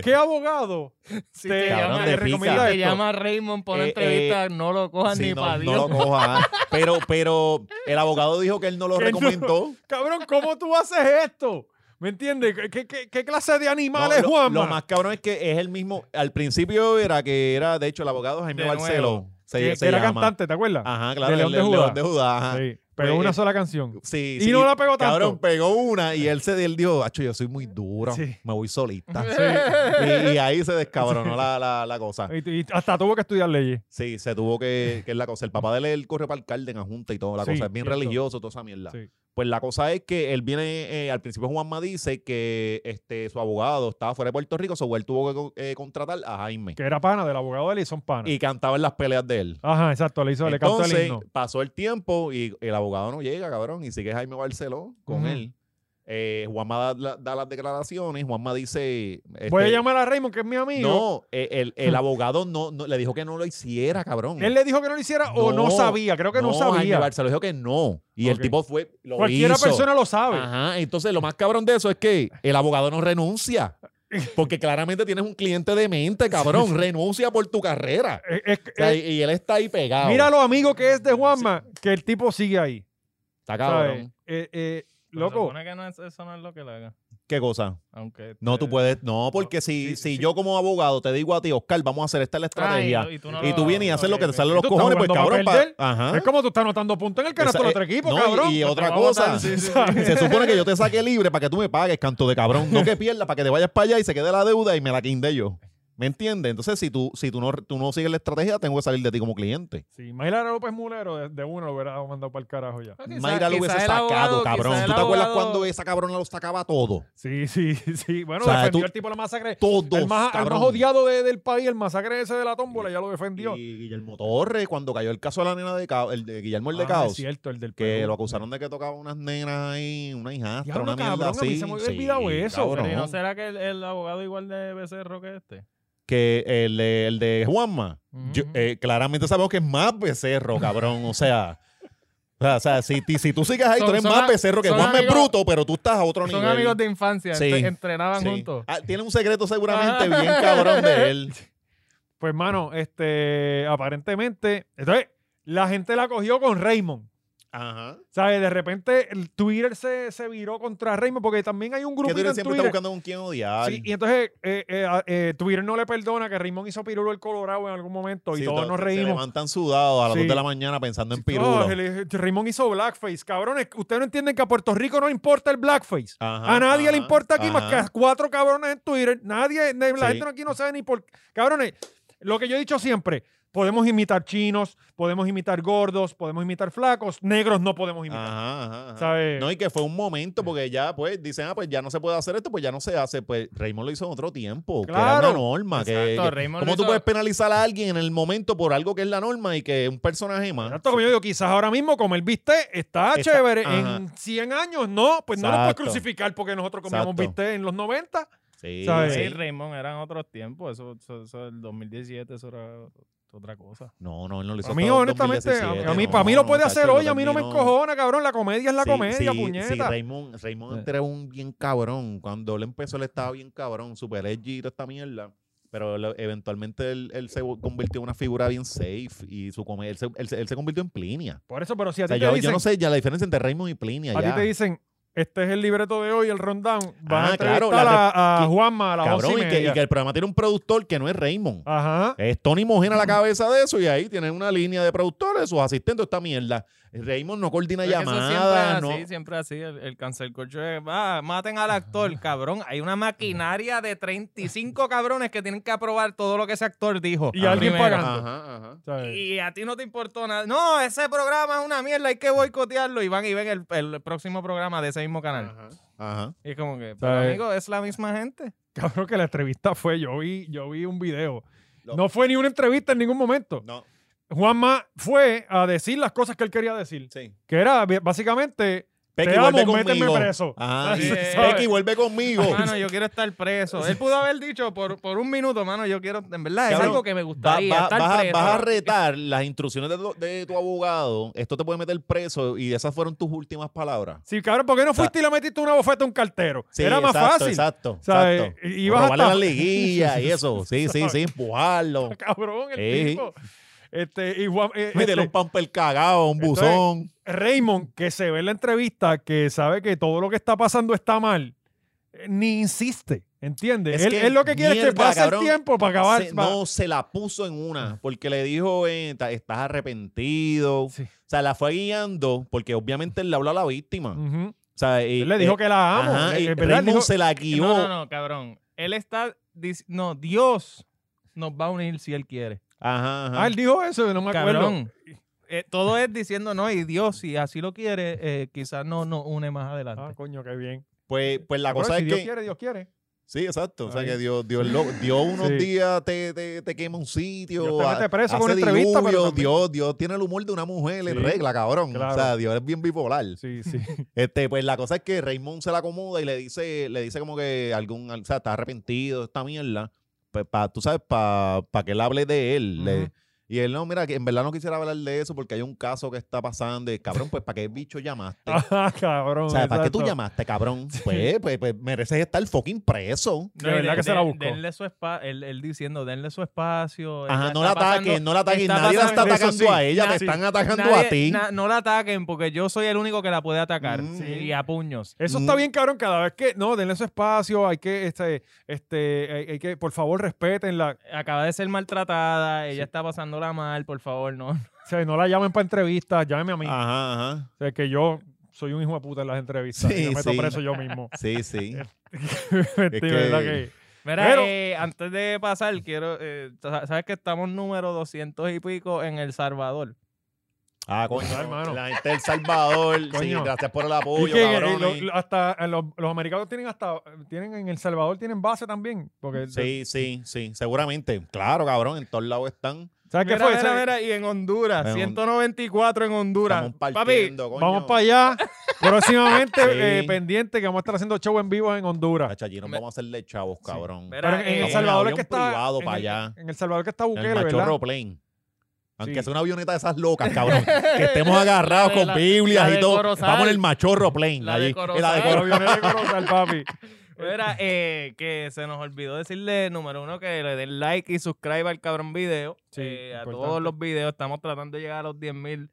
A: ¿qué, qué abogado
C: Si
A: te,
C: te
B: Cabrón,
C: llama-
A: te
B: de pica.
A: recomienda
C: si te
A: esto?
C: llama Raymond por una
B: Eh,
C: entrevista, no lo cojas
B: Sí,
C: ni
B: no,
C: para
B: no
C: Dios.
B: lo coja. ah. Pero, pero el abogado dijo que él no lo
A: Que no.
B: recomendó.
A: Cabrón, ¿cómo tú haces esto? ¿Me entiendes? ¿Qué- ¿Qué, qué- qué clase de
B: No,
A: animal es
B: lo-
A: Juanma?
B: Lo, más cabrón es que es el mismo. Al principio era que era, de hecho, el abogado Jaime
C: De
B: Barceló.
C: nuevo.
B: Se,
A: que,
B: se
A: que era
B: llama.
A: cantante, ¿te acuerdas?
B: Ajá, claro.
A: de León
B: el-
A: de
B: el
A: Judá.
B: de Judá, ajá.
A: sí, pero
B: Pues,
A: una
B: eh,
A: sola canción.
B: Sí,
A: Y
B: sí.
A: no la pegó tanto.
B: Cabrón, pegó una y él se él dijo, Acho, yo soy muy duro,
A: Sí.
B: me voy solista.
C: Sí.
B: Y, y ahí se descabronó la, la, la cosa.
A: Y, y hasta tuvo que estudiar leyes.
B: Sí, se tuvo que, que es la cosa. El papá de él, él corrió para el Cárdenas junta y todo, la
A: Sí,
B: cosa. Es bien
A: cierto.
B: religioso, toda esa mierda.
A: Sí.
B: Pues la cosa es que él viene, eh, al principio Juanma dice que este, su abogado estaba fuera de Puerto Rico, so él tuvo que co- eh, contratar a Jaime.
A: Que era pana del abogado de él y son panas.
B: Y cantaba en las peleas de él.
A: Ajá, exacto, le hizo, le cantó el
B: Entonces, este
A: himno.
B: pasó el tiempo y el abogado no llega, cabrón, y sigue Jaime Barceló con
A: Ujú.
B: él. Eh, Juanma da, la- da las declaraciones, Juanma dice...
A: Voy a
B: este,
A: llamar a Raymond, que es mi amigo.
B: No, eh, el, el abogado no, no- le dijo que no lo hiciera, cabrón.
A: Él le dijo que no lo hiciera o no
B: No,
A: sabía, creo que no,
B: Jaime
A: sabía.
B: Barceló dijo que no. Y el
A: Ok.
B: tipo fue, lo
A: Cualquiera
B: hizo.
A: persona lo sabe.
B: Ajá, entonces lo más cabrón de eso es que el abogado no renuncia. Porque claramente tienes un cliente demente, cabrón. Renuncia por tu carrera.
A: Eh, eh,
B: O sea,
A: eh,
B: y y él está ahí pegado.
A: mira lo amigo que es de Juanma, que el tipo sigue ahí.
B: Está
A: ¿sabes?
B: cabrón.
A: Eh, eh,
C: Pero
A: loco,
C: supone que no es- eso no es lo que le haga.
B: ¿Qué cosa?
C: Aunque
B: No,
C: te-
A: Eh,
B: tú puedes. No, porque si, si yo como abogado te digo a ti, Oscar, vamos a hacer esta es la estrategia.
C: Ah, y- y
B: y,
C: tú
B: tú
C: no lo-
B: vienes y haces lo que te
C: ok,
B: sale de
A: ok.
B: los
A: eh, Tú estás
B: cojones, pues
A: jugando
B: cabrón.
A: papel
B: pa-
A: de él.
B: Ajá.
A: es como tú estás anotando puntos en el
B: ¿Ah?
A: canasto
B: Esa-
A: del
B: eh,
A: otro equipo,
B: no, y-
A: cabrón.
B: Y,
A: Te
B: otra
A: va a botar,
B: cosa,
A: sí, sí, sí.
B: se supone que yo te saque libre para que tú me pagues, canto de cabrón. No que pierdas, para que te vayas para allá y se quede la deuda y me la quinde yo. ¿Me entiendes? Entonces, si tú, si tú no, tú no sigues la estrategia, tengo que salir de ti como cliente.
A: Sí, Mayra López Mulero de, de uno lo hubiera mandado para el carajo ya.
C: Quizá-
B: Mayra lo
C: quizá
B: hubiese
C: el
B: sacado,
C: abogado-
B: cabrón.
C: quizá el
B: ¿Tú te acuerdas
C: abogado-
B: cuando esa cabrona lo sacaba todo?
A: Sí, sí, sí. Bueno,
B: O sea,
A: defendió
B: tú-
A: el tipo la masacre.
B: Todo.
A: el, más, el más
B: cabrón.
A: odiado de- del país, el masacre ese de la tómbola, ya lo defendió.
B: Y Guillermo Torres, cuando cayó el caso de la nena de Caos, el de Guillermo el de
A: Ah,
B: Caos,
A: es cierto, el del
B: que
A: Perú.
B: lo acusaron de que tocaba unas nenas ahí, una hijastra,
A: Diablo,
B: una mierda
A: cabrón, a
B: así.
A: mí se me había olvidado eso,
B: cabrón.
C: Pero ¿y no será que el, el abogado igual de Becerro que este?
B: Que el de, el de Juanma, yo-
A: Mm.
C: Ujú.
B: eh, claramente sabemos que es más becerro, cabrón, o sea... O sea, o sea, si, ti- si tú sigues ahí, tú
C: Son-
B: eres
C: son
B: más
C: a-
B: becerro que
C: son
B: Juanma es
C: amigos-
B: bruto, pero tú estás a otro
C: Son
B: nivel.
C: amigos de infancia,
B: Sí.
C: ent- entrenaban
B: Sí.
C: juntos.
B: Ah, tiene un secreto seguramente
A: Ah.
C: Ajá.
B: bien cabrón de él.
A: Pues, mano, este, aparentemente. Entonces, la gente la cogió con Raymond.
B: Ajá.
A: ¿Sabes? De repente el Twitter se, se viró contra Raymond porque también hay un
B: Que
A: grupo
B: tú eres-
A: en
B: siempre está
A: Twitter.
B: buscando con quién odiar.
A: Sí, y entonces eh, eh, a- eh, Twitter no le perdona que Raymond hizo pirulo el Colorado en algún momento y
B: Sí,
A: todos
B: te-
A: nos
B: te
A: reímos.
B: levantan sudados a las
A: Sí.
B: 2 de la mañana pensando en
A: Oh,
B: pirulo.
A: el- el- Raymond hizo blackface. Cabrones, ustedes no entienden que a Puerto Rico no le importa el blackface.
B: Ajá,
A: a nadie le
B: ajá,
A: importa aquí más
B: ajá.
A: que a cuatro cabrones en Twitter. Nadie, ne- la
B: Sí.
A: gente aquí no sabe ni por Cabrones, lo que yo he dicho siempre, podemos imitar chinos, podemos imitar gordos, podemos imitar flacos, negros no podemos imitar.
B: Ajá, ajá, ajá.
A: ¿Sabes?
B: No, y que fue un momento porque ya, pues, dicen, ah, pues ya no se puede hacer esto, pues ya no se hace. Pues Raymond lo hizo en otro tiempo, que era
A: Claro.
B: una norma. que-
C: Exacto,
B: que-
C: Raymond
B: ¿Cómo
C: lo
B: tú
C: hizo-
B: puedes penalizar a alguien en el momento por algo que es la norma y que un personaje más?
A: Exacto, como yo digo, quizás ahora mismo comer bistec está,
B: Está-
A: chévere.
B: ajá.
A: En 100 años no, pues no lo puedes
B: Exacto.
A: crucificar porque nosotros comíamos
B: Exacto.
A: bistec en los 90.
B: Sí,
A: ¿sabes?
B: sí.
C: Sí, Raymond eran otros tiempos. Eso, eso, eso el 2017, eso era otra cosa.
B: No, no, él no lo hizo.
A: A mí,
B: hasta el
A: honestamente, a-
B: 2017,
A: a mí,
B: no,
A: para mí lo puede
B: no,
A: hacer
B: tacho,
A: hoy, a mí no me
B: terminó.
A: encojona, cabrón. La comedia es la
B: Sí,
A: comedia,
B: sí, Sí,
A: puñeta.
B: Raymond, Raymond
C: Eh.
B: antes era un bien cabrón. Cuando él empezó, él estaba bien cabrón, super edgy y toda esta mierda. Pero lo- eventualmente él, él se convirtió en una figura bien safe y su come- él, se, él se- él se convirtió en Plinia.
A: Por eso, pero si
B: O
A: a ti
B: sea,
A: te
B: yo, yo
A: dicen,
B: no sé ya la diferencia entre Raymond y Plinia.
A: a ti
B: ya.
A: te dicen, este es el libreto de hoy, el rundown, vas a
B: Ah, claro,
A: entrevistar
B: la
A: a, a
B: que-
A: Juanma a las
B: cabrón,
A: once
B: y
A: y
B: que, y
A: media.
B: que el programa tiene un productor que no es Raymond.
A: Ajá.
B: Es Tony Mojena la cabeza de eso y ahí tienen una línea de productores, sus asistentes, esta mierda. Raymond no coordina
C: Pero es que eso
B: llamadas,
C: siempre es así,
B: no.
C: siempre así. El, el cancel culture es, "Ah, maten al actor, cabrón. Hay una maquinaria de 35 cabrones que tienen que aprobar todo lo que ese actor dijo.
A: Y alguien
C: Primero.
A: pagando.
B: Ajá, ajá.
A: ¿sabes?
C: Y a ti no te importó nada. No, ese programa es una mierda, hay que boicotearlo. Y van y ven el, el próximo programa de ese mismo canal.
B: Ajá.
C: Y es como que, pero
A: ¿Sabes?
C: amigo, es la misma gente.
A: Cabrón, que la entrevista fue, yo vi, yo vi un video.
B: Lo-
A: No fue ni una entrevista en ningún momento.
B: No,
A: Juanma fue a decir las cosas que él quería decir.
B: sí.
A: Que era b- básicamente,
B: Pequi,
A: te
B: vuelve
A: amo, méteme
B: conmigo.
A: preso.
B: Ajá.
A: Sí,
B: Eh,
A: ¿sabes?
B: Pequi, vuelve conmigo.
C: Mano, Ah, yo quiero estar preso. Él pudo haber dicho por, por un minuto, mano, yo quiero. En verdad, es
B: Cabrón,
C: algo que me
B: Va-
C: gustaría.
B: va-
C: estar
B: vas, a-
C: preso.
B: vas a retar las instrucciones de tu, de tu abogado. Esto te puede meter preso y esas fueron tus últimas palabras.
A: Sí, cabrón, ¿por qué no fuiste y le metiste una bofeta a un cartero?
B: Sí,
A: era más
B: exacto,
A: fácil.
B: Exacto.
A: ¿Sabes?
B: exacto.
A: Y- y
B: O
A: vas
B: robarle
A: hasta-
B: las liguillas y eso. Sí, sí, sí, empujarlo.
A: Cabrón, el
B: Sí.
A: tipo. Este, y Juan- eh,
B: Métele un
A: este,
B: pamper cagado, un
A: Esto es-
B: buzón.
A: Raymond, que se ve en la entrevista, que sabe que todo lo que está pasando está mal, eh, ni insiste, ¿entiendes?
B: Es
A: Él,
B: que,
A: él lo que quiere es que
B: mierda,
A: pase
B: cabrón,
A: el tiempo para acabar.
B: Se-
A: pa-
B: no, se la puso en una, porque le dijo, eh, ta- estás arrepentido.
A: Sí.
B: O sea, la fue guiando, porque obviamente él le habló a la víctima. O
A: Ujú.
B: sea, y-
A: Mm. Él le dijo
B: eh,
A: que la amo.
B: ajá,
A: eh,
B: y
A: ¿verdad?
B: Raymond
A: Dijo-
B: se la
C: Que
B: guió.
C: No, no, no, cabrón. Él está. dic- No, Dios nos va a unir si Él quiere.
B: Ajá, ajá.
A: Ah, él dijo eso, no me acuerdo.
C: Cabrón. Eh, todo es diciendo no, y Dios, si así lo quiere, eh, quizás no nos une más
A: Ah,
C: adelante.
A: coño, qué bien.
B: Pues, pues la
A: Cabrón,
B: cosa
A: si
B: es
A: Dios
B: que...
A: quiere, Dios quiere.
B: Sí, exacto. O sea,
A: Ahí.
B: que Dios, Dios, lo- Dios unos
A: Sí.
B: días te, te, te quema un sitio.
A: Dios te
B: ha-
A: mete preso
B: hace
A: con una entrevista, pero
B: diluvio,
A: también-
B: Dios, Dios tiene el humor de una mujer en
A: Sí,
B: regla, cabrón. O sea,
A: claro.
B: Dios es bien bipolar.
A: Sí, sí.
B: Este, pues la cosa es que Raymond se la acomoda y le dice, le dice como que algún, o sea, está arrepentido de esta mierda. Pues pa, tú sabes, para que él hable de él. le-
A: Ujú.
B: y él, no, mira, que en verdad no quisiera hablar de eso porque hay un caso que está pasando. Y, cabrón, pues, ¿para qué bicho llamaste?
A: Ah, cabrón.
B: o sea, ¿para qué tú
A: exacto.
B: llamaste, cabrón? Pues, pues, pues, mereces estar fucking preso.
A: De verdad que se la buscó.
C: Denle su espacio, él, él diciendo, denle su espacio.
B: Ajá,
C: ella
B: no la
C: Pues está
B: ataquen,
C: pasando-
B: no la ataquen.
C: está
B: Nadie la está
C: pasando-
A: eso
B: atacando
A: sí.
B: a ella,
A: Nadie-
B: te están atacando
C: nadie-
B: a ti.
C: na- no la ataquen porque yo soy el único que la puede atacar.
B: Mm.
C: Y a puños.
A: Eso está
B: Mm.
A: bien, cabrón. Cada vez que. No, denle su espacio. Hay que, este, este, hay, hay que, por favor, respétenla.
C: Acaba de ser maltratada, ella está pasándola mal, por favor, no.
A: O sea, no la llamen para entrevistas, llámeme a mí.
B: Ajá, ajá.
A: O sea, que yo soy un hijo de puta en las entrevistas.
B: Sí,
A: y yo meto
B: sí.
A: preso yo mismo.
B: Sí, sí.
A: Mentira,
B: que-
A: ¿verdad que-
C: Mira,
A: Pero-
C: eh, antes de pasar, quiero. eh, tú sa- ¿Sabes que estamos número 200 y pico en El Salvador?
B: Ah, coño.
A: Ay, hermano.
B: La gente del Salvador. sí,
A: Coño.
B: gracias por el
A: y
B: apoyo,
A: que, eh,
B: cabrones.
A: lo- lo- hasta eh, los, los americanos tienen hasta tienen en El Salvador tienen base también porque
B: Sí, sí, sí, seguramente. Claro, cabrón, en todos lados están.
A: ¿sabes qué
C: Mira,
A: fue?
C: mira,
A: ¿Sabes?
C: mira, y en Honduras,
B: En Hon-
C: 194 en Honduras.
B: Estamos
C: Papi,
B: partiendo, coño.
A: vamos para allá próximamente
B: Sí.
A: eh, pendiente que vamos a estar haciendo show en vivo en Honduras
B: Tacho, allí nos
C: Me-
B: vamos a hacerle chavos, cabrón.
C: mira,
A: pero en, en
C: eh,
A: El Salvador es
B: avión
A: que está
B: privado
A: en,
B: para
A: el,
B: allá.
A: en El Salvador que está
B: En
A: Bukele
B: el
A: ¿verdad?
B: machorro plane. Aunque
A: Sí.
B: sea una avioneta de esas locas, cabrón. que estemos agarrados
C: La de
B: con
C: la-
B: Biblias
C: la
B: y
C: de
B: todo.
C: Corozal.
B: Vamos en el machorro plane.
C: La de
B: allí. Eh, La de
C: Corozal.
A: Con
B: Corozal.
A: los aviones de Corozal, papi
C: mira, eh, que se nos olvidó decirle, número uno, que le den like y subscribe al cabrón video.
A: Sí,
C: Eh, a
A: importante.
C: todos los videos, estamos tratando de llegar a los 10.000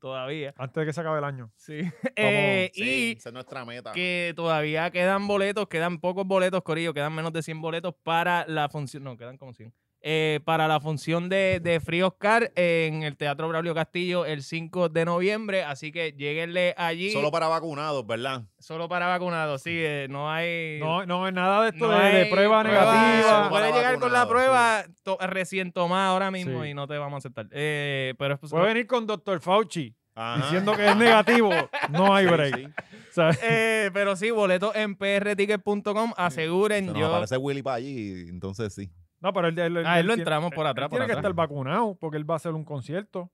C: todavía.
A: antes de que se acabe el año
C: Sí. Eh,
B: Sí,
C: y
B: esa es nuestra meta.
C: que todavía quedan boletos, quedan pocos boletos, Corillo, quedan menos de 100 boletos para la función, no, quedan como 100, eh, para la función de, de Free Oscar en el Teatro Braulio Castillo el 5 de noviembre, así que lleguenle allí
B: Solo para vacunados, ¿verdad?
C: solo para vacunados, sí, eh, no hay...
A: no no es nada de esto
C: no
A: de, de
C: hay
A: prueba negativa
B: eso,
C: Puede
B: Para
C: llegar con la
B: vacunados,
C: prueba to- recién tomada ahora mismo
A: Sí.
C: y no te vamos a aceptar. Eh, pero es pues-
A: puede venir con Dr. Fauci
B: Ajá.
A: diciendo que es negativo no hay
B: Ah. Sí,
A: break
B: sí.
A: ¿sabes?
C: Eh, pero sí, boletos en prticket.com,
B: Se
C: aseguren,
B: nos
C: yo...
B: aparece Willy para allí, entonces sí.
A: no pero él, él-
C: A Ah, él
A: él
C: lo
A: tiene-
C: entramos por
A: él
C: atrás, por
A: tiene que
C: atrás.
A: estar vacunado porque él va a hacer un concierto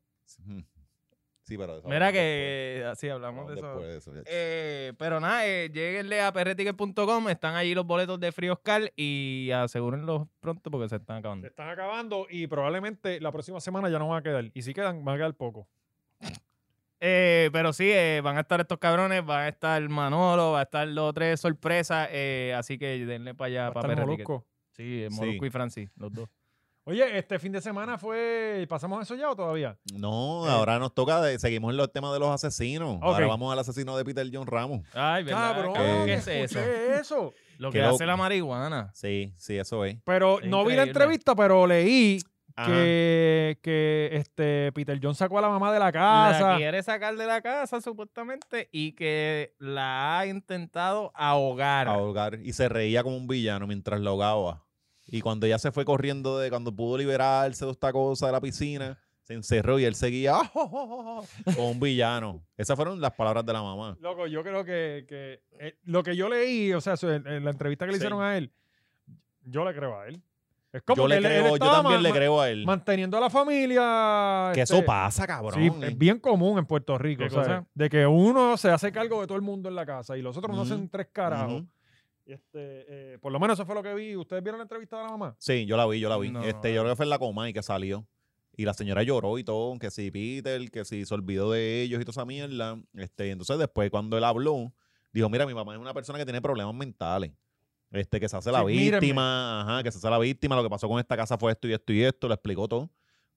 B: Sí, pero eso
C: Mira
B: hablamos
C: que así
B: después.
C: hablamos de
B: Hablamos
C: eso.
B: después de eso.
C: Eh, pero nada, eh, lleguenle a prticket.com, están allí los boletos de Free Oscar y asegúrenlos pronto porque se están
A: Se
C: acabando.
A: están acabando y probablemente la próxima semana ya no van a quedar. Y si quedan, van a quedar poco.
C: Eh, pero sí, eh, van a estar estos cabrones, van a estar Manolo, va a estar los tres sorpresas, eh, así que denle para allá,
A: Va a
C: para
A: estar
C: Prticket.
A: Molusco.
C: Sí, eh,
B: Sí.
C: Molusco y Francis, los dos.
A: Oye, este fin de semana fue. ¿Pasamos eso ya o todavía?
B: No,
A: Eh.
B: ahora nos toca, de- seguimos en los temas de los asesinos. Ahora
A: Ok.
B: vamos al asesino de Peter John Ramos.
C: Ay, ¿verdad?
A: Cabrón,
C: ¿Qué es
A: escuché
C: eso?
A: eso.
C: Lo
B: Qué
C: que
B: loco.
C: hace la marihuana.
B: Sí, sí, eso es.
A: Pero
C: Es
A: no vi la
C: increíble.
A: entrevista, pero leí
B: Ajá.
A: que, que este, Peter John sacó a la mamá de la
C: La
A: casa.
C: quiere sacar de la casa, supuestamente, y que la ha intentado ahogar.
B: a ahogar y se reía como un villano mientras lo ahogaba. Y cuando ella se fue corriendo de cuando pudo liberarse de esta cosa de la piscina, se encerró y él seguía "Ah, jo, jo, jo, jo", como un villano. Esas fueron las palabras de la mamá.
A: Loco, yo creo que, que, eh, lo que yo leí, o sea, su- en, en la entrevista que le
B: Sí.
A: hicieron a él, yo le creo a él. Es
B: Yo
A: como
B: le
A: que él- él
B: creo, yo
A: estaba
B: también
A: ma-
B: le
A: ma-
B: creo a él.
A: Manteniendo a la familia.
B: Que
A: este,
B: eso pasa, cabrón.
A: Sí,
B: eh.
A: es bien común en Puerto Rico,
C: ¿Qué
A: ¿sabes?
C: cosa?
A: De que uno se hace cargo de todo el mundo en la casa y los otros no
B: Ujú,
A: hacen tres carajos.
B: Ujú.
A: Este, eh, por lo menos eso fue lo que vi. ¿Ustedes vieron la entrevista de la mamá?
B: Sí, yo la vi, yo la vi.
C: No, no,
B: este,
C: no.
B: yo creo que fue en la coma y que salió. Y la señora lloró y todo, que si Peter, que si se olvidó de ellos y toda esa mierda. Este, y entonces después cuando él habló, dijo, mira, mi mamá es una persona que tiene problemas mentales. Este, que se hace la
A: Sí, mírenme.
B: víctima, ajá, que se hace la víctima, lo que pasó con esta casa fue esto y esto y esto, lo explicó todo.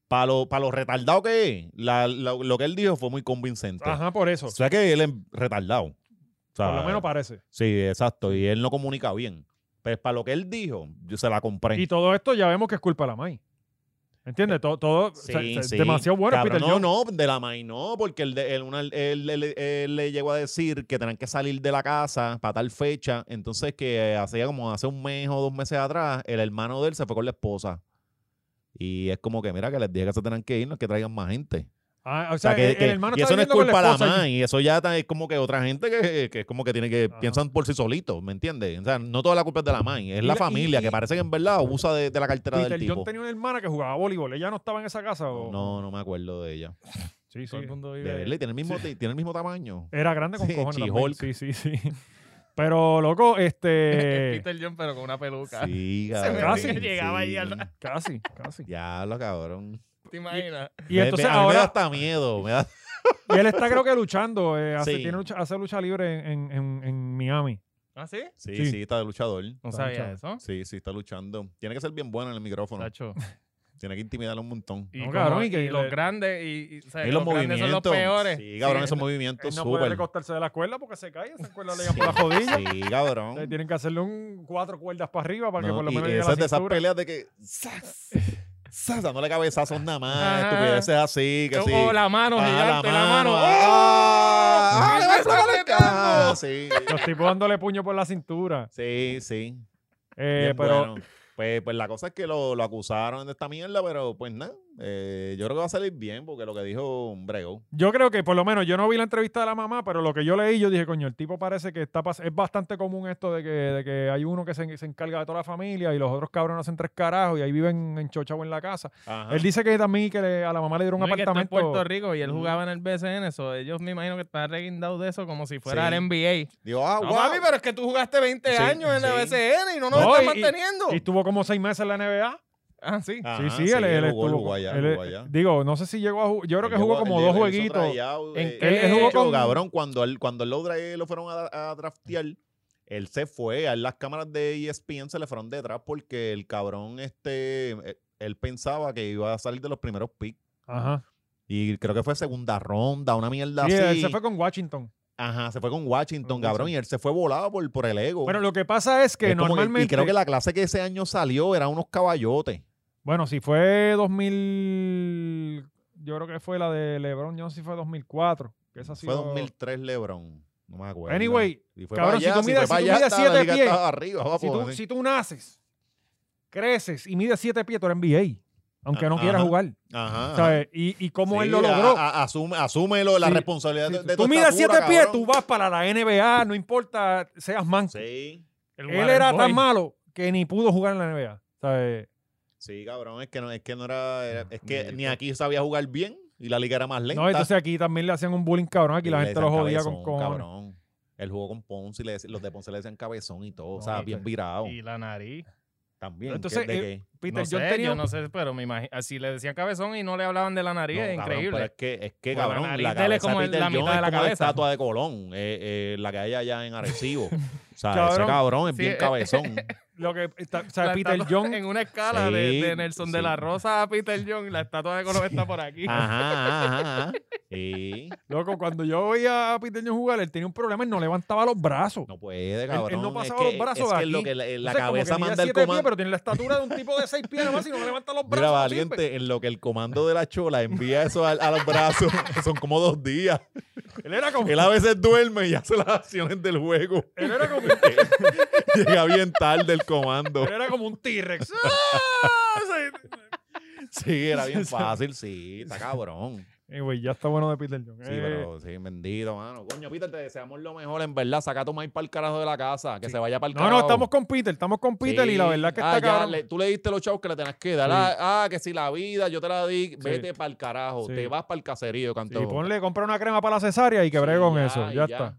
B: Para lo, pa' lo retardado que es, la- la- lo que él dijo fue muy convincente.
A: Ajá, por eso.
B: O sea que él es retardado. O sea,
A: Por lo menos parece.
B: Sí, exacto. Y él no comunica bien. Pero para lo que él dijo, yo se la compré.
A: Y todo esto ya vemos que es culpa de la May. ¿Entiendes? Todo, todo o sea,
B: Eh, Sí,
A: se-
B: sí.
A: demasiado bueno
B: Cabrón,
A: Peter
B: no,
A: John.
B: no, de la May no, porque él, de- él una- él- él- él le llegó a decir que tenían que salir de la casa para tal fecha. Entonces, que hacía como hace un mes o dos meses atrás, el hermano de él se fue con la esposa. Y es como que, mira, que les dije que se tenían que ir, no es que traigan más gente.
A: Ah, o
B: O sea,
A: sea,
B: que-
A: el,
B: que-
A: el hermano
B: y
A: está
B: eso no es
A: viviendo con
B: culpa de la
A: esposa allí.
B: madre, y eso ya ta- es como que otra gente que, que es como que tiene que
A: Ajá.
B: piensan por sí solitos, ¿me entiendes? O sea, no toda la culpa es de la madre, es
A: Y
B: la,
A: la- y-
B: familia
A: y-
B: que parece que en verdad abusa de, de la cartera
A: Peter
B: del tipo.
A: John tenía una hermana que jugaba voleibol. ¿Ella no estaba en esa casa? O...
B: No, no me acuerdo de ella.
A: Sí, sí.
C: Todo el mundo
B: De
C: vive-
B: verdad, y tiene el mismo, ti- tiene el mismo tamaño.
A: Era grande con
B: Sí,
A: cojones. también.
B: She-Hulk.
A: Sí, sí, sí. Pero, loco,
C: Es
A: este...
C: Peter John, pero con una peluca.
B: Eh, Sí,
C: me
B: cabrón,
A: hace que
C: llegaba ahí al-
A: Casi, casi.
B: Diablo, cabrón.
C: ¿Te imaginas?
A: Y
B: Me- me-
A: entonces
B: a mí me da
A: ahora...
B: hasta miedo. me da-
A: y él está creo que luchando. eh, hace,
B: Sí.
A: tiene lucha, hace lucha libre en, en- en- en Miami.
C: ¿Ah, sí?
B: Sí,
A: Sí.
B: sí, está de luchador.
A: Está
C: No sabía
A: luchando.
C: eso.
B: Sí, sí, está luchando. Tiene que ser bien bueno en el micrófono.
C: Tacho.
B: Tiene que intimidarle un montón.
C: Y,
A: No,
C: como-
A: cabrón, y
C: y
A: que-
C: los grandes y, y- o sea,
B: Y los,
C: grandes
B: movimientos.
C: son los peores.
B: Sí, cabrón, esos
A: Él
B: movimientos
A: no puede
B: súper.
A: recostarse de la cuerda porque se cae. Esa cuerda le llega
B: Sí,
A: por la jodilla.
B: Sí,
A: Entonces,
B: cabrón.
A: tienen que hacerle un cuatro cuerdas para arriba para que
B: No,
A: por lo
B: y
A: menos llegue a
B: esas
A: la
B: de esas
A: cintura.
B: peleas de que. ¡zas! ¡zas! Dándole cabezazos nada más,
C: Ajá.
B: estupideces así, que sí.
C: O la mano
B: Ah,
C: gigante, la mano.
B: ¡Ah!
C: ¡Oh!
B: ¡Ah, le va a
C: ¡Me
B: sacar el
C: está
B: carro!
C: apretando!
B: Sí,
A: Los tipos dándole puño por la cintura.
B: sí, sí.
A: Eh,
B: Bien
A: pero
B: bueno. Pues, pues la cosa es que lo, lo acusaron de esta mierda, pero pues nada. eh, yo creo que va a salir bien, porque lo que dijo Brego.
A: yo creo que, por lo menos, yo no vi la entrevista de la mamá, pero lo que yo leí, yo dije, coño, el tipo parece que está pas- es bastante común esto de que, de que hay uno que se, se encarga de toda la familia y los otros cabrones hacen tres carajos y ahí viven en chocha o en la casa.
B: Ajá.
A: Él dice que también que le- a la mamá le dieron un
C: No, y que está en
A: apartamento.
C: Puerto Rico y él jugaba en el BCN, eso ellos me imagino que están reguindados de eso como si fuera
B: Sí.
C: el NBA.
B: Digo, ah,
C: No,
B: guau.
C: mami, pero es que tú jugaste 20
B: Sí,
C: años en la
B: sí.
C: BCN y no nos
A: No,
C: estás
A: y- y-
C: manteniendo.
A: Y estuvo como seis meses en la NBA.
C: ah, sí.
B: Ajá,
A: sí, sí, él, él
B: jugó,
A: estuvo-
B: jugó allá,
A: él-
B: jugó allá.
A: Digo, no sé si llegó a jugar. Yo creo que
B: Él
A: jugó
B: llegó-
A: como
B: él
A: dos
B: llegó- él hizo
A: jueguitos.
B: tryout,
C: ¿En
B: eh,
C: qué
B: él-
A: él jugó
B: hecho,
A: con-
B: cabrón, cuando él, cuando él lo, dra- lo fueron a, a draftear, él se fue, a él las cámaras de E ESPN se le fueron detrás porque el cabrón, este, él, él pensaba que iba a salir de los primeros picks.
A: Ajá.
B: Y creo que fue segunda ronda, una mierda
A: Sí,
B: así.
A: él se fue con Washington.
B: Ajá, se fue con Washington,
A: Con
B: cabrón, y él se fue volado por, por el ego.
A: Bueno, lo que pasa es que
B: Es como
A: normalmente.
B: y creo que la clase que ese año salió era unos caballotes.
A: Bueno, si fue 2000, yo creo que fue la de LeBron Jones, si fue 2004, que esa sí
B: Fue
A: lo-
B: 2003 LeBron. No me acuerdo.
A: Anyway,
B: Y fue
A: cabrón,
B: para
A: si tú
B: allá,
A: mides-
B: fue para
A: si tú
B: allá,
A: mides
B: estaba- la
A: siete
B: liga
A: pies,
B: estaba arriba,
A: Si
B: papo,
A: tú,
B: así.
A: si tú naces, creces y mides 7 pies, tú eres NBA, aunque no
B: Ah,
A: quieras
B: ajá.
A: jugar,
B: Ajá, ajá.
A: ¿sabes? Y, y cómo
B: Sí, ah,
A: él lo
B: a-
A: logró.
B: a- asume, asúmelo, la
A: Sí,
B: responsabilidad
A: Si
B: de, de
A: tú
B: tu
A: mides 7
B: estatura,
A: pies,
B: cabrón.
A: tú vas para la NBA, no importa, seas manco.
B: Sí,
C: El
A: Él era
C: Waterboy.
A: tan malo que ni pudo jugar en la NBA, ¿sabes?
B: sí, cabrón, es que no, es que no era, era- es que ni aquí sabía jugar bien y la liga era más lenta.
A: No, entonces aquí también le hacían un bullying cabrón, aquí
B: Y
A: la
B: le
A: gente lo
B: decían
A: jodía con
B: cabezón,
A: cojones.
B: cabrón. Él jugó con Ponce y le decían- los de Ponce le decían cabezón y todo, o sea,
C: No,
B: bien
C: y-
B: virado
C: Y la nariz.
B: también. que
A: Entonces,
B: es de
A: eh,
B: que-
A: Peter,
C: no
A: John
C: sé,
A: tenía
C: yo no sé, pero me imagino, si le decían cabezón y no le hablaban de la nariz,
B: No,
C: es
B: cabrón,
C: increíble.
B: pero es que, es que
C: Bueno, la
B: cabrón, la,
C: nariz de él
B: cabeza
C: es como
B: de
C: el-
B: Peter
C: la
B: Jones
C: mitad de
B: es
C: la
B: como
C: cabeza.
B: estatua de Colón, eh, eh, la que hay allá en Arecibo. O sea,
A: Cabrón.
B: ese cabrón es
C: Sí,
B: bien
C: eh,
B: cabezón.
A: lo que está- o sea,
C: La
A: Peter
C: estatua-
A: John
C: En una escala de,
B: Sí,
C: de Nelson de
B: sí. Ah,
C: la Rosa a Peter John, la estatua de Colón está por aquí.
B: Ajá, ajá, ajá. Sí,
A: Loco, cuando yo veía a Peter John jugar, él tenía un problema, él no levantaba los brazos.
B: no puede,
A: él
B: cabrón.
A: no
B: es
A: pasaba
B: que-
A: los brazos
B: es que
A: de
B: lo
A: aquí.
B: que la, la
A: Entonces, como que
B: cabeza
A: mide
B: manda el
A: siete pies,
B: comando.
A: pero tiene la estatura de un tipo de seis pies nomás y no levanta los brazos.
B: Mira,
A: así, pues.
B: valiente, en lo que el comando de la chola envía eso al, al brazo, son como dos días.
A: Él era como.
B: Él a veces duerme y hace las acciones del juego.
A: Él era como,
B: Llega bien tarde el comando.
A: él era como un T-Rex. ¡Ah! Sí.
B: Sí, era bien fácil, sí, está cabrón.
A: Eh, güey, ya está bueno de Peter John.
B: Sí,
A: Eh,
B: pero Oh, sí, bendito, mano. Coño, Peter, te deseamos lo mejor, en verdad. Saca a tu maíz para el carajo de la casa, que se vaya para el
A: No,
B: carajo.
A: no, estamos con Peter, estamos con Peter y la verdad es que
B: Ah,
A: está
B: ya,
A: cabrón.
B: le- tú le diste los chavos que le tenías que dar.
A: Sí.
B: Ah, ah, que si la vida, yo te la di, vete para el carajo.
A: Sí.
B: Te vas para el caserío,
A: Sí,
B: canto.
A: ponle, compra una crema para la cesárea y que bregue
B: Sí,
A: con
B: ya,
A: eso.
B: y
A: Ya,
B: ya.
A: está.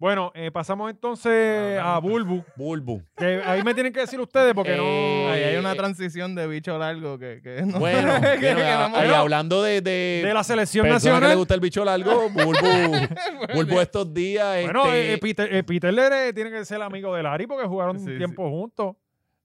A: Bueno, eh, pasamos entonces a Bulbu.
B: Bulbu.
A: que ahí me tienen que decir ustedes porque no.
B: Eh,
C: Ahí hay una
B: eh,
C: transición de bicho largo que, que no.
B: Bueno,
C: que-
B: bueno,
C: que
B: ah,
C: no
B: y
C: hemos-
B: hablando de, de,
A: De la selección
B: persona Eh, que le
A: nacional.
B: gusta el bicho largo, Bulbu, Bulbu estos días.
A: Bueno,
B: este,
A: eh, eh, Peter, eh, Peter Lere tiene que ser amigo de Larry porque jugaron
C: Sí,
A: un
C: sí.
A: tiempo juntos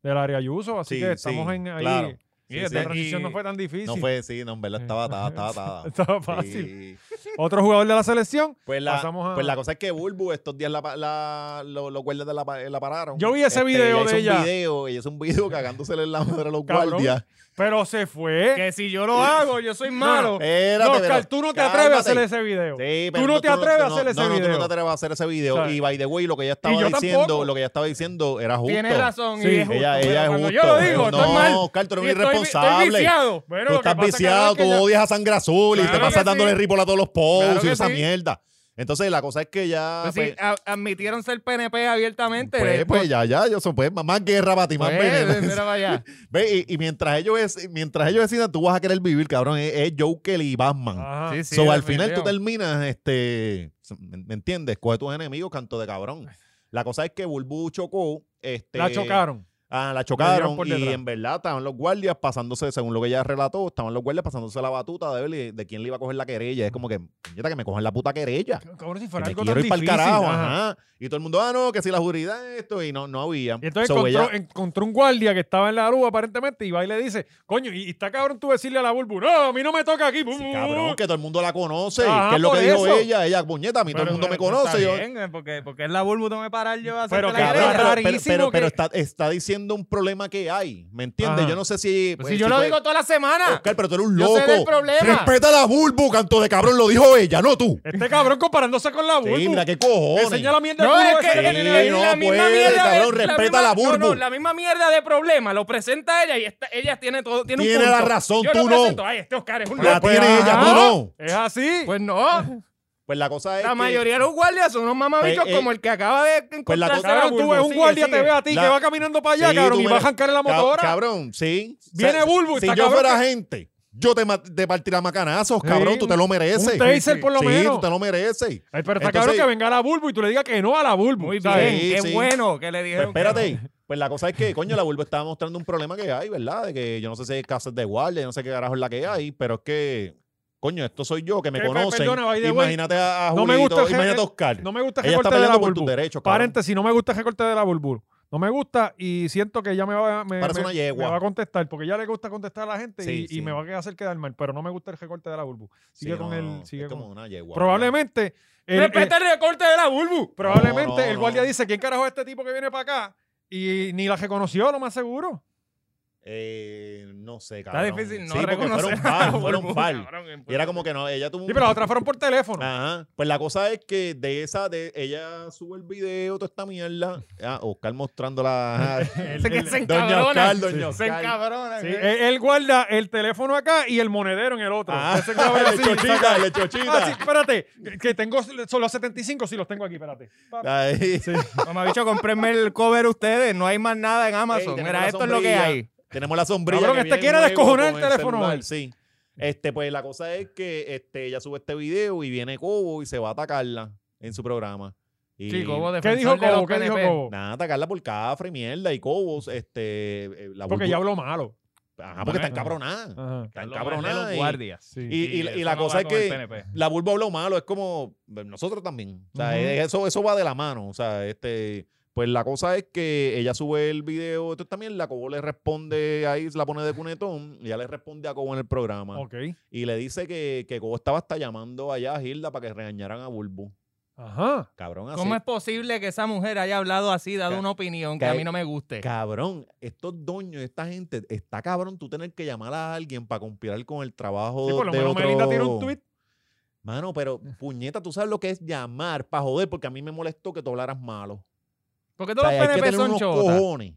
A: del área Ayuso, así
B: Sí,
A: que estamos
B: sí,
A: en ahí.
B: claro.
A: Y
B: Sí,
A: la
B: sí.
A: transición
B: Y
A: no fue tan difícil.
B: No fue, sí, no, en verdad estaba atada, estaba atada.
A: Eh, Estaba fácil.
B: Sí.
A: Otro jugador de la selección.
B: Pues, la,
A: Pasamos a-
B: pues la cosa es que Bulbu estos días la, pa- la, lo- los guardias de la, pa- la pararon. Este,
A: Yo vi ese video de
B: Hizo
A: ella.
B: un video, ella hizo un video cagándosele en la madre a los
A: Cabrón.
B: guardias.
A: Pero se fue.
C: Que si yo lo hago, yo soy malo.
B: Espérate,
A: No,
B: pero-
A: Oscar, tú no te atreves a hacer
B: cálmate.
A: ese video.
B: Sí,
A: tú
B: pero
A: no te atreves a
B: no-
A: hacer ese
B: no, no,
A: video.
B: tú no te atreves a hacer ese video.
A: ¿Sabes?
B: Y by the way, lo que ella estaba
A: Y yo
B: diciendo,
A: tampoco.
B: lo que ella estaba diciendo era justo.
C: Tienes razón.
A: Sí,
C: y es justo.
B: Ella,
C: pero
B: ella es
C: cuando
B: justo.
C: Yo lo digo,
B: no,
C: estoy mal.
B: Oscar, tú eres
C: Y
B: un
C: estoy-
B: irresponsable.
C: Estoy viciado.
A: Bueno,
B: tú
A: lo que
B: estás
A: pasa,
B: viciado,
A: cabrón,
B: tú
A: es que ya-
B: odias a sangre azul y te
C: Claro
B: pasas
C: que
B: dándole
C: sí.
B: ripol a todos los posts
C: Claro
B: y
C: que
B: esa
C: sí.
B: mierda. Entonces, la cosa es que ya.
C: Pues
B: pues,
C: sí, a- admitieron ser PNP abiertamente.
B: pues, pues, ya, ya, yo soy pues, más guerra para ti, más
C: Pues,
B: veneno.
C: mira para allá.
B: Ve, y, y mientras ellos es, mientras ellos decidan, tú vas a querer vivir, cabrón. Es, es Joker y Batman.
A: Ajá.
C: Sí, sí,
B: so, al final tú
C: definitivo.
B: terminas, este, ¿me me entiendes? Coge tus enemigos, canto de cabrón. La cosa es que Bulbu chocó, este,
A: La chocaron.
B: Ah, la
A: dieron
B: chocaron
A: por
B: y
A: detrás.
B: en verdad estaban los guardias pasándose, según lo que ella relató, estaban los guardias pasándose la batuta de ver de, de quién le iba a coger la querella. Es como que, puñeta, que me cojan la puta querella.
A: Cabrón, si
B: Que
A: fuera
B: me
A: algo
B: quiero
A: tan
B: ir para
A: difícil.
B: el carajo,
A: ajá.
B: ajá. Y todo el mundo, ah, no, que si la juridad esto, y no, no había.
A: Y entonces
B: So,
A: encontró,
B: ella-
A: encontró un guardia que estaba en la luz aparentemente y va y le dice, coño, y, y está cabrón tú decirle a la Bulbu, no, a mí no me toca aquí.
B: Sí, cabrón, que todo el mundo la conoce.
A: Eh. Ajá,
B: que es lo
A: por
B: que dijo
A: eso.
B: ella? Ella, puñeta, a mí todo el
C: Pero-
B: mundo me
C: pero
B: conoce.
C: está
B: yo-
C: bien, eh, porque, porque es la Bulbu, tengo que parar yo a hacer
A: Pero
C: la
A: cabrón,
C: querella.
A: pero-
B: pero, pero-
A: rarísimo
B: pero-
A: que-
B: pero está, está diciendo un problema que hay. ¿Me entiendes?
A: Ajá.
B: Yo no sé si.
C: Pues
B: pues,
C: si yo lo
B: fue-
C: digo toda la
A: ¡ah!
C: semana.
B: Oscar, pero tú eres un
C: Yo
B: loco.
C: sé del problema.
B: Respeta la Bulbu, canto de cabrón, lo dijo ella, no tú.
A: Este cabrón comparándose con la Bulbu.
B: Sí, mira, qué
A: Me
B: cojones.
A: enseña la mierda
C: No,
A: del culo
C: es
A: ese pues.
C: que
B: Sí,
A: tiene ahí.
B: no puede, cabrón, respeta
C: misma,
B: la
C: no, no,
B: Bulbu.
C: la misma mierda de problema lo presenta ella y esta- ella tiene todo tiene,
B: Tiene
C: un
B: la
C: punto.
B: razón,
C: Yo
B: tú
C: lo
B: no.
C: presento, Ay, este Oscar es un
B: La
C: loco.
B: tiene
C: Pues,
B: ella,
C: ajá.
B: tú no.
A: Ah, Es así.
C: Pues no,
B: Pues la cosa es.
C: la
B: que-
C: mayoría de los guardias son unos mamabichos
B: Pues, eh,
C: como el que acaba de encontrar.
B: pues la cosa-
A: cabrón, tú ves un guardia te ve a ti
B: La-
A: que va caminando para allá,
B: Sí,
A: cabrón,
B: tú
A: y
B: me-
A: va a jancar en la
B: Cab-
A: motora.
B: Cabrón, sí.
A: Viene Bulbu y
B: Si
A: está
B: yo
A: cabrón
B: fuera
A: que-
B: gente, yo te, ma- te partiría macanazos,
A: Sí,
B: cabrón. Tú te lo
A: un-
B: mereces.
A: un taser por lo
B: sí,
A: menos.
B: tú te lo mereces.
A: Ay, pero está
B: Entonces-
A: cabrón que venga la Bulbu y tú le digas que no a la Bulbu.
C: Muy bien,
A: ¿sabes?
B: Sí,
C: qué
B: sí.
C: bueno que le
B: Pues
C: dijeron. que
B: espérate. Pues la cosa es que, coño, la Bulbo estaba mostrando un problema que hay, ¿verdad? De que yo no sé si hay casas de guardia, yo no sé qué carajo es la que hay, pero es que, coño, esto soy yo, que me
A: Que, pues,
B: conocen.
A: perdona, by the way,
B: imagínate a, a
A: no me
B: Julito,
A: gusta el-
B: imagínate a Oscar.
A: No me gusta el
B: Ella está
A: recorte de la
B: peleando por tus
A: Bulbu.
B: derechos, cabrón.
A: Paréntesis, no me gusta el recorte de la Bulbu. No me gusta y siento que ella me va, me,
B: Parece
A: me-
B: una yegua.
A: me va a contestar, porque ya le gusta contestar a la gente
B: Sí,
A: y, y
B: sí.
A: me va a hacer quedar mal, pero no me gusta el recorte de la Bulbu.
B: Sí,
A: Sigue con
B: no,
A: el...
B: es
A: Sigue con-
B: como una yegua.
A: Probablemente... el- el-
C: Respeta el recorte de la Bulbu.
A: Probablemente
B: No, no,
A: el guardia
B: no.
A: dice, ¿quién carajo es este tipo que viene para acá? Y ni la reconoció, lo más seguro.
B: Eh, no sé, cabrón.
C: difícil no
B: sí, porque
C: reconocer
B: fueron
C: a la
B: par, fueron
C: Bulbu,
B: par.
C: cabrón, en
B: Y era como que no, ella tuvo
A: Sí,
B: un...
A: pero las otras fueron por teléfono.
B: Ajá. Pues la cosa es que de esa, de ella sube el video, toda esta mierda. Ah, Oscar mostrando la.
C: Se- que se
B: Doña
C: encabrona.
B: Oscar, doña
C: Se
B: Oscar.
C: encabrona. eh.
A: Sí, él, Eh, él guarda el teléfono acá y el monedero en el otro.
B: Ah,
A: Ese cabrón así, saca-
B: lechochita,
A: Ah, sí,
B: lechochita.
A: espérate, que- que tengo solo 75, sí los tengo aquí, espérate. Pa-
B: Ahí.
C: Mamá bicho, comprenme el cover ustedes. No hay más nada en
B: Ey,
C: Amazon.
B: tenemos
C: Mira,
B: la
C: esto es lo que
B: sombrilla.
C: hay.
B: Tenemos la sombrilla.
A: Cabrón,
B: que
A: este
B: viene
A: quiere
B: nuevo
A: descojonar
B: con
A: el teléfono
B: celular,
A: hoy.
B: Sí. Este, pues la cosa es que este, ella sube este video y viene Cobo y se va a atacarla en su programa. Y
C: Chico, vos
A: ¿Qué
C: defensor
A: dijo
C: de los
A: Cobo? ¿Qué dijo
C: PNP.
A: Cobo?
B: Nada, atacarla por cafre, mierda. Y Cobos, este. eh, la
A: Porque
B: Bulbu-
A: ya habló malo.
B: Ajá, porque está
A: Ajá.
B: encabronada.
A: Ajá.
B: Está
C: Lo mal de los
B: encabronada. y-
C: guardias.
A: Sí.
B: Y, y-
C: Sí,
B: y
C: eso
B: la
C: no
B: cosa
C: va
B: es
C: con el
B: que
C: PNP.
B: la vulva habló malo, es como eh, nosotros también. O sea,
A: Ujú.
B: eh, eso, eso va de la mano. O sea, este, pues la cosa es que ella sube el video, esto también, la Cobo le responde ahí, la pone de cunetón, y ya le responde a Cobo en el programa.
A: Ok.
B: Y le dice que, que Cobo estaba hasta llamando allá a Gilda para que regañaran a Bulbu.
A: Ajá.
B: Cabrón, así.
C: ¿Cómo es posible que esa mujer haya hablado así, dado
B: Ca-
C: una opinión que
B: ca-
C: a mí no me guste?
B: Cabrón, estos dueños, esta gente, está cabrón tú tener que llamar a alguien para conspirar con el trabajo
A: Sí, por lo
B: de
A: menos
B: otro...
A: Melinda tiró un tweet.
B: Mano, pero puñeta, tú sabes lo que es llamar para joder, porque a mí me molestó que tú hablaras malo.
C: Porque
B: O
C: todos
B: sea,
C: los
B: hay que
C: PNP
B: tener
C: son
B: unos
C: chotas.
B: cojones.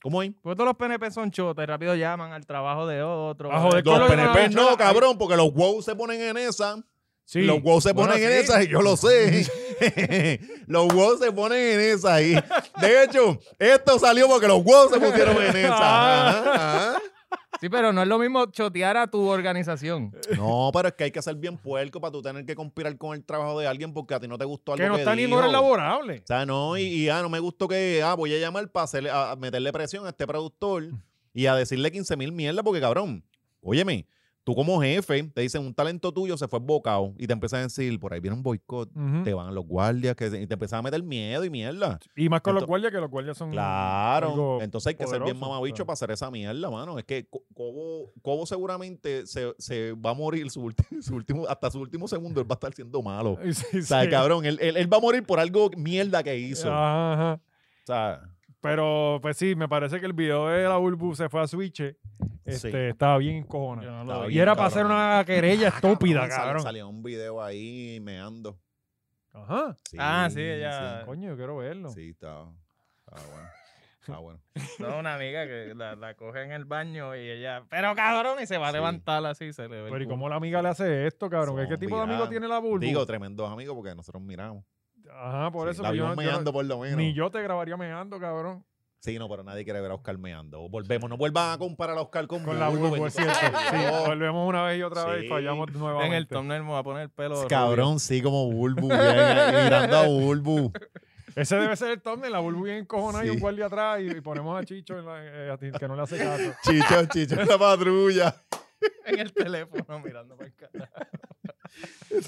B: ¿Cómo es?
C: Porque todos los PNP son chotas y rápido llaman al trabajo de otro.
A: A joder,
B: Los
A: Color-
B: PNP no,
A: Ay.
B: cabrón, porque los wow se ponen en esa.
A: Sí.
B: Los wow se
A: Bueno,
B: ponen en
A: sí.
B: esa, y yo lo sé. los wow se ponen en esa ahí. De hecho, esto salió porque los wow se pusieron en esa.
A: Ah.
B: Ah, Ajá, ajá.
C: Sí, pero no es lo mismo chotear a tu organización.
B: No, pero es que hay que ser bien puerco para tú tener que conspirar con el trabajo de alguien porque a ti no te gustó algo
A: Que no está ni en
B: dijo.
A: hora laborable.
B: O sea, no, y, y, ah, no me gustó que, ah, voy a llamar para hacerle, a a meterle presión a este productor y a decirle 15 mil mierda porque, cabrón, óyeme, tú como jefe, te dicen un talento tuyo se fue bocado y te empiezan a decir, por ahí viene un boicot,
A: Ujú.
B: te van los guardias, que, se- y te empiezan a meter miedo y mierda.
A: Y más con los
B: Ento-
A: guardias, que los guardias son.
B: Claro.
A: algo
B: Entonces hay que ser bien
A: poderoso,
B: mamabicho
A: claro.
B: para hacer esa mierda, mano. Es que Co- Cobo, Cobo seguramente se, se va a morir su ulti- su último, hasta su último segundo, él va a estar siendo malo.
A: Sí, sí,
B: O sea,
A: sí. Ah.
B: cabrón, él, él- él va a morir por algo mierda que hizo. O
A: Ajá, ajá.
B: sea,
A: Pero, pues sí, me parece que el video de la Bulbu se fue a Switch. Este,
B: Sí.
A: Estaba bien cojonado.
C: Yo no lo
B: Estaba
A: y
B: bien,
A: era para hacer
B: cabrón.
A: una querella estúpida,
B: Ah, Cabrón, sal-
A: cabrón.
B: Salió un video ahí meando.
A: Ajá.
C: Ah, sí, ella-
A: Coño, yo quiero verlo.
B: Sí, sí, estaba, estaba bueno. Estaba bueno.
C: No, una amiga que la, la coge en el baño y ella, pero cabrón, y se va a
B: Sí.
C: levantar así, se le ve. el
A: Pero ¿y
C: culo.
A: cómo la amiga le hace esto, cabrón? ¿Qué- ¿Qué
B: Son
A: tipo de amigo
B: viradas.
A: tiene la Bulbu?
B: Ah, Digo, tremendos amigos porque nosotros miramos.
A: Ajá, por
B: Sí,
A: eso.
B: la
A: que yo
B: vimos
A: no- yo no-
B: meando por lo menos.
A: Ni yo te grabaría meando, cabrón.
B: Sí, no, pero nadie quiere ver a Oscar meando. Volvemos, no vuelvan a comparar a Oscar con,
A: Con la
B: Bulbo,
A: Bulbu, es
B: bendito
A: cierto.
B: sea
A: Sí,
B: Dios.
A: volvemos una vez y otra vez y
B: Sí.
A: fallamos nuevamente.
C: En el thumbnail me va a poner el pelo. rubio.
B: Cabrón, sí, como Bulbu. bien, ahí, mirando a Bulbu.
A: Ese debe ser el thumbnail, la Bulbu bien encojonada y un
B: Sí.
A: guardia atrás y, y ponemos a Chicho en la- eh, a ti- que no le hace caso.
B: Chicho, chicho, en la patrulla.
C: En el teléfono mirando para el carajo.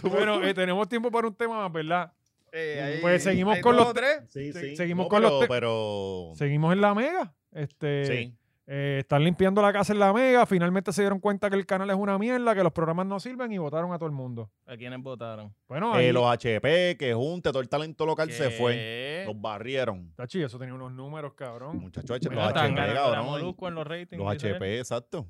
A: Bueno, eh, tenemos tiempo para un tema más, ¿verdad?
C: Eh, ahí-
A: Pues seguimos
C: ahí
A: con
C: dos
A: los
C: o tres.
B: Sí,
A: Se- seguimos con
B: pero,
A: los te-
B: Pero.
A: Seguimos en la mega. Este,
B: sí.
A: eh, están limpiando la casa en la mega. Finalmente se dieron cuenta que el canal es una mierda, que los programas no sirven y votaron a todo el mundo.
C: ¿A quiénes votaron?
A: Bueno,
B: Eh,
A: ahí,
B: los HP, que junte, todo el talento local se
C: ¿Qué?
B: fue. Los barrieron.
A: Tachi, eso tenía unos números, cabrón.
B: Muchachos, los
C: Mira, están
B: HP,
C: ganando la
B: cabrón.
C: Molusco en los ratings.
B: Los
C: dice él.
B: HP, exacto.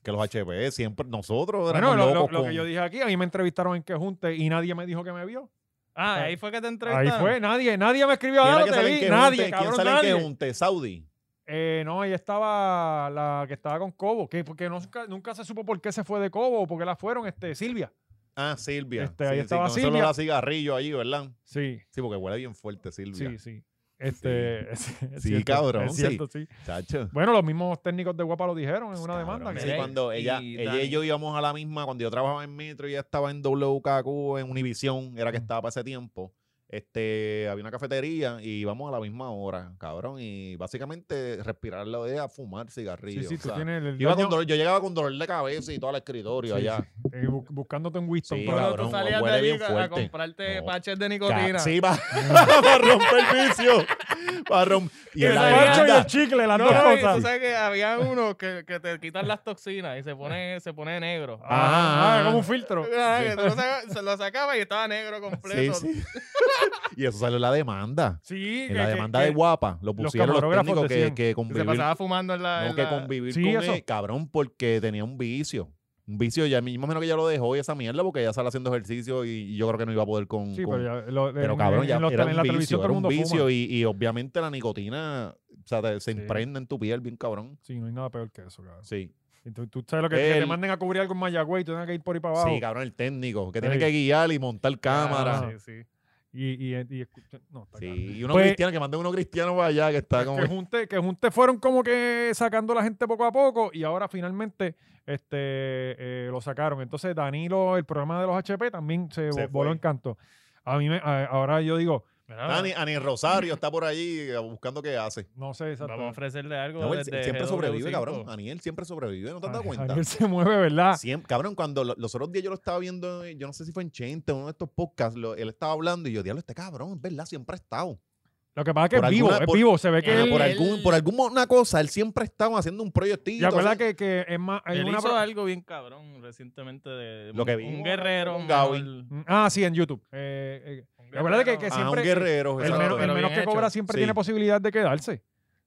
B: Que los HP siempre, nosotros
A: Bueno,
B: éramos
A: lo, lo-
B: locos
A: lo
B: con-
A: que yo dije aquí, a mí me entrevistaron en que junte y nadie me dijo que me vio.
C: Ah, ahí fue que te
A: Ahí
C: entrevistaron.
A: fue, nadie, nadie me escribió
B: ¿Quién
A: "Ah,
B: era
A: no
B: que
A: te
B: sale en
A: vi",
B: que
A: nadie,
B: junte?
A: cabrón,
B: ¿Quién sale en que
A: nadie.
B: junte? Saudi.
A: Eh, no, ahí estaba la que estaba con Cobo, que porque no- nunca, nunca se supo por qué se fue de Cobo o por qué la fueron, este, Silvia.
B: Ah, Silvia.
A: Este, ahí
B: Sí, sí,
A: estaba
B: con ese
A: Silvia.
B: olor a cigarrillo ahí, ¿verdad?
A: Sí,
B: Sí, porque huele bien fuerte, Silvia.
A: sí, sí. Este, es- es
B: Sí,
A: cierto,
B: cabrón,
A: es cierto, sí.
B: Chacho.
A: Bueno, los mismos técnicos de Guapa lo dijeron en una
B: Cabrón,
A: demanda. que-
B: sí,
C: Mira,
B: cuando
C: y
B: ella, ella
C: Dani.
B: y yo íbamos a la misma, cuando yo trabajaba en Metro, ella estaba en WKQ, en Univisión,
A: Mm.
B: era que estaba para ese tiempo. Este, había una cafetería y íbamos a la misma hora, cabrón. Y básicamente respirar la idea, fumar
A: Sí,
B: cigarrillos.
A: sí, tú
B: o sea,
A: tienes el
B: iba
A: daño-
B: con dolor- yo llegaba con dolor de cabeza y todo al escritorio
A: Sí,
B: allá.
A: eh, bu- buscándote en Winston.
B: Sí,
A: pero-
C: Cuando
B: Cabrón,
C: tú salías de
B: huele
C: allí
B: bien
C: a- a
B: fuerte.
C: comprarte
B: No.
C: paches de
B: Ca-
C: nicotina.
B: Sí, pa- para romper vicio. Para romper. Y en
A: el
B: la
A: parcho y el
B: demanda,
A: chicle, las
C: No,
A: dos
C: no, y tú
A: cosas.
C: sabes que había uno que, que te quitan las toxinas y se pone, se pone negro.
B: Ah,
A: Ajá, ajá, Ah, como un filtro.
C: Ah, que tú lo saca- se lo sacaba y estaba negro
B: sí,
C: completo.
B: sí. y eso salió en la demanda.
A: Sí,
B: En la
A: que-
B: demanda
A: que-
B: de guapa, lo pusieron los,
A: camarógrafos
B: técnicos que,
A: decían.
B: que
C: Y Se
B: convivir
C: pasaba fumando en la.
B: No,
C: en
B: que
C: la-
B: convivir
A: Sí,
B: con
A: eso.
B: él, cabrón, porque tenía un vicio. Un vicio, ya mismo menos que ya lo dejó y esa mierda, porque ya sale haciendo ejercicio y y yo creo que no iba a poder con.
A: Sí,
B: con-
A: pero ya. lo-
B: pero,
A: en-
B: cabrón,
A: en
B: ya
A: los-
B: era
A: en
B: un
A: la
B: vicio,
A: televisión todo
B: era
A: el
B: un
A: mundo fuma.
B: vicio y, y obviamente la nicotina o sea, te- se
A: Sí.
B: impregna en tu piel bien cabrón.
A: Sí, no hay nada peor que eso, cabrón.
B: Sí.
A: Y tú, tú sabes lo que, que te
B: El-
A: manden a cubrir algo en Mayagüey y tú tengas que ir por ahí para abajo.
B: Sí, cabrón, el técnico, que
A: Sí.
B: tiene que guiar y montar cámara.
A: Ah, sí, sí. Y, y, y escucha- no, está
B: Sí,
A: claro.
B: y uno
A: Pues-
B: cristiano, que manda uno cristiano para allá, que está como.
A: Que junte, que junte fueron como que sacando la gente poco a poco y ahora finalmente este eh, lo sacaron. Entonces Danilo, el programa de los HP también se,
B: Se
A: vo- voló
B: fue.
A: en canto. A mí me, a- ahora yo digo,
C: Mira,
B: Ah, ni- Ani Rosario está por ahí eh, buscando qué hace.
A: no sé exacto.
C: Vamos a ofrecerle algo.
B: No, él
C: desde
B: siempre
C: GW5.
B: sobrevive, cabrón. Aniel siempre sobrevive, ¿no te has dado
A: Ariel
B: cuenta?
A: se mueve, ¿verdad?
B: Siempre, cabrón, cuando lo- los otros días yo lo estaba viendo, eh, yo no sé si fue en Chente, uno de estos podcasts, lo- él estaba hablando y yo, diablo, este cabrón, es verdad, siempre ha estado.
A: Lo que pasa es que
B: Por
A: es vivo,
B: alguna-
A: es
B: por-
A: vivo, se ve que
B: Ajá,
A: él-
B: por,
C: él-
B: algún, por alguna cosa, él siempre estaba haciendo un proyectito.
A: ¿Te acuerdas
B: así.
A: que, que es más? hay
C: Él
A: una
C: hizo
A: pro-
C: algo bien cabrón recientemente de
B: Lo que
C: un-
B: vi.
C: un guerrero,
B: Con
C: un,
B: Gaby.
C: un
A: Ah, sí, en YouTube. Eh, eh,
C: guerrero,
A: Acuérdate que- que
B: Ah, un
A: siempre-
B: guerrero.
A: El,
B: exacto.
A: menos, el
C: pero
A: menos
C: bien
A: que
C: hecho.
A: cobra siempre
B: Sí.
A: tiene posibilidad de quedarse.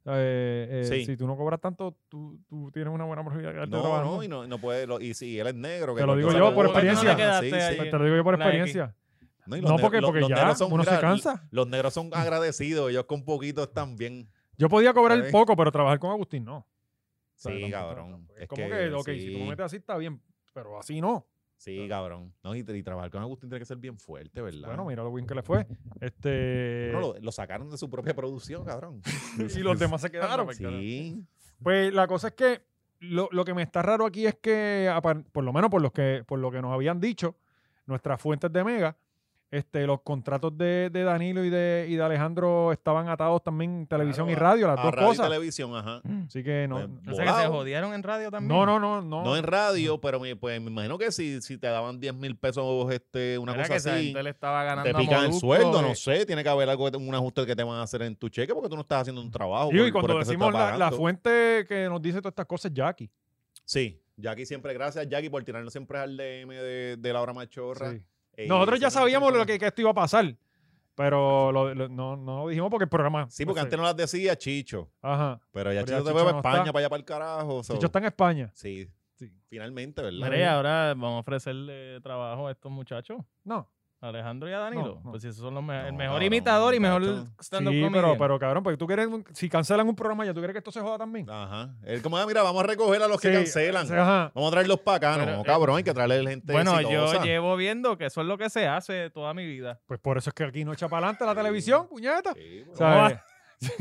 A: Eh, eh,
B: Sí.
A: Si tú no cobras tanto, tú, tú tienes una buena posibilidad de quedarte
B: No,
A: trabajando.
B: no, y no, y no puede. lo- y si él es negro.
A: Te lo digo
B: cosa
A: yo
B: lo-
A: por
B: lo-
A: experiencia.
B: Sí,
C: Te
B: sí.
A: Pues te lo digo yo por
C: La X.
A: experiencia.
B: y
A: No,
B: los
A: porque-
B: negros-
A: porque
B: los
A: ya
B: negros son-
A: uno se
B: mira,
A: cansa.
B: Los negros son agradecidos, ellos con poquito están bien.
A: Yo podía cobrar
B: Está bien.
A: poco, pero trabajar con Agustín no.
B: Pues. Sí,
A: ¿Sabes? Tampoco-
B: cabrón.
A: Es
B: Es
A: como
B: que,
A: que, ok, si tú
B: sí.
A: me metes así está bien, pero así no.
B: Sí, cabrón. No, y, y trabajar con Agustín tiene que ser bien fuerte, ¿verdad?
A: Bueno, mira lo bien que le fue. Este,
B: Bueno, lo, lo sacaron de su propia producción, cabrón.
A: y los demás pues, se quedaron.
B: Sí.
A: Pues la cosa es que lo, lo que me está raro aquí es que, apar- por lo menos por, los que, por lo que nos habían dicho, nuestras fuentes de Mega, este, los contratos de, de Danilo y de, y de Alejandro estaban atados también televisión
B: Claro,
A: y radio, las
B: A
A: dos
B: radio y
A: cosas.
B: televisión, ajá.
A: Así que no.
B: Pues,
C: O sea que se
B: Volado.
C: jodieron en radio también.
A: No, no, no, no.
B: No en radio, pero me, pues, me imagino que si, si te daban 10 mil pesos este, una
C: Era
B: cosa
C: que esa
B: así,
C: gente le estaba ganando
B: te
C: a
B: pican el
C: Molusco,
B: sueldo, no
C: eh.
B: sé. Tiene que haber algo, un ajuste que te van a hacer en tu cheque porque tú no estás haciendo un trabajo.
A: Digo,
B: por-
A: y
B: por
A: cuando
B: el que se
A: decimos
B: está
A: la, la
B: pagando.
A: fuente que nos dice todas estas cosas, es Jackie.
B: Sí. Jackie siempre, gracias Jackie por tirarnos siempre al DM de, de la hora machorra.
A: Sí.
B: Eh,
A: Nosotros ya
B: siempre
A: sabíamos
B: nos
A: lo que, que esto iba a pasar, pero lo- lo- no, no lo dijimos porque el programa.
B: Sí, porque
A: no sé.
B: antes no las decía Chicho.
A: Ajá.
B: Pero
A: Pues Pero ya
B: ya Chicho se
A: Chicho
B: fue
A: no
B: para España,
A: está.
B: para allá, para el carajo. so-
A: Chicho está en España.
B: Sí.
A: Sí.
B: Finalmente, ¿verdad?
C: Mire, y ahora vamos a ofrecerle trabajo a estos muchachos.
A: No.
C: a Alejandro y a Danilo.
A: No, no.
C: Pues si esos son los me- el
B: No,
C: mejor
B: cabrón,
C: imitador y mejor
B: muchacho.
C: stand-up
A: Sí,
C: comedian.
A: pero, pero cabrón, porque tú quieres. un- Si cancelan un programa ya, ¿tú quieres que esto se joda también?
B: Ajá. Él como, ah, mira, vamos a recoger a los que
A: Sí,
B: cancelan.
A: o sea, ajá.
B: Vamos a traerlos para acá.
C: Pero,
B: no,
C: eh,
B: cabrón, hay que traerle gente
C: bueno,
B: exitosa.
C: yo llevo viendo que eso es lo que se hace toda mi vida.
A: Pues por eso es que aquí no echa para adelante la televisión, puñeta.
B: Sí, bueno.
A: O sea,
C: ¿Cómo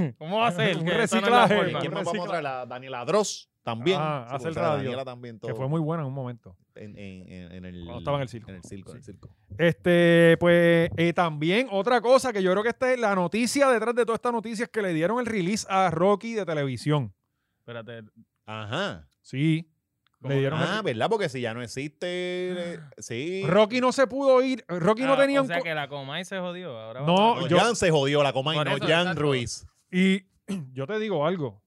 A: eh,
C: ¿Cómo va a ser?
A: Un
C: Que esa no es la
A: reciclaje.
C: forma.
B: ¿Quién
A: un
B: más vamos a
A: recicla-
B: traer? La Daniela Dross también.
A: Ah, hace
B: porque
A: el
B: o sea,
A: radio,
B: Daniela también todo.
A: que fue muy buena en un momento.
B: en, en- en- en el,
A: Cuando estaba en el circo.
B: En el circo, en el
A: Sí.
B: circo.
A: Este, pues eh, también otra cosa que yo creo que esta es la noticia detrás de toda esta noticia es que le dieron el release a Rocky de televisión.
C: Espérate.
B: Ajá.
A: Sí.
C: ¿Cómo?
A: Le dieron
B: Ah,
A: el- Ah.
B: ¿verdad? Porque si ya no existe. eh, sí.
A: Rocky no se pudo ir. Rocky no
C: Ah,
A: tenía
C: o
A: un.
C: sea
A: co-
C: que la Comay se jodió. Ahora
A: No,
C: vamos a-
B: No,
A: yo-
B: Jan se jodió la coma y
C: Por
B: no
C: eso,
B: Jan
C: exacto.
B: Ruiz.
A: Y yo te digo algo.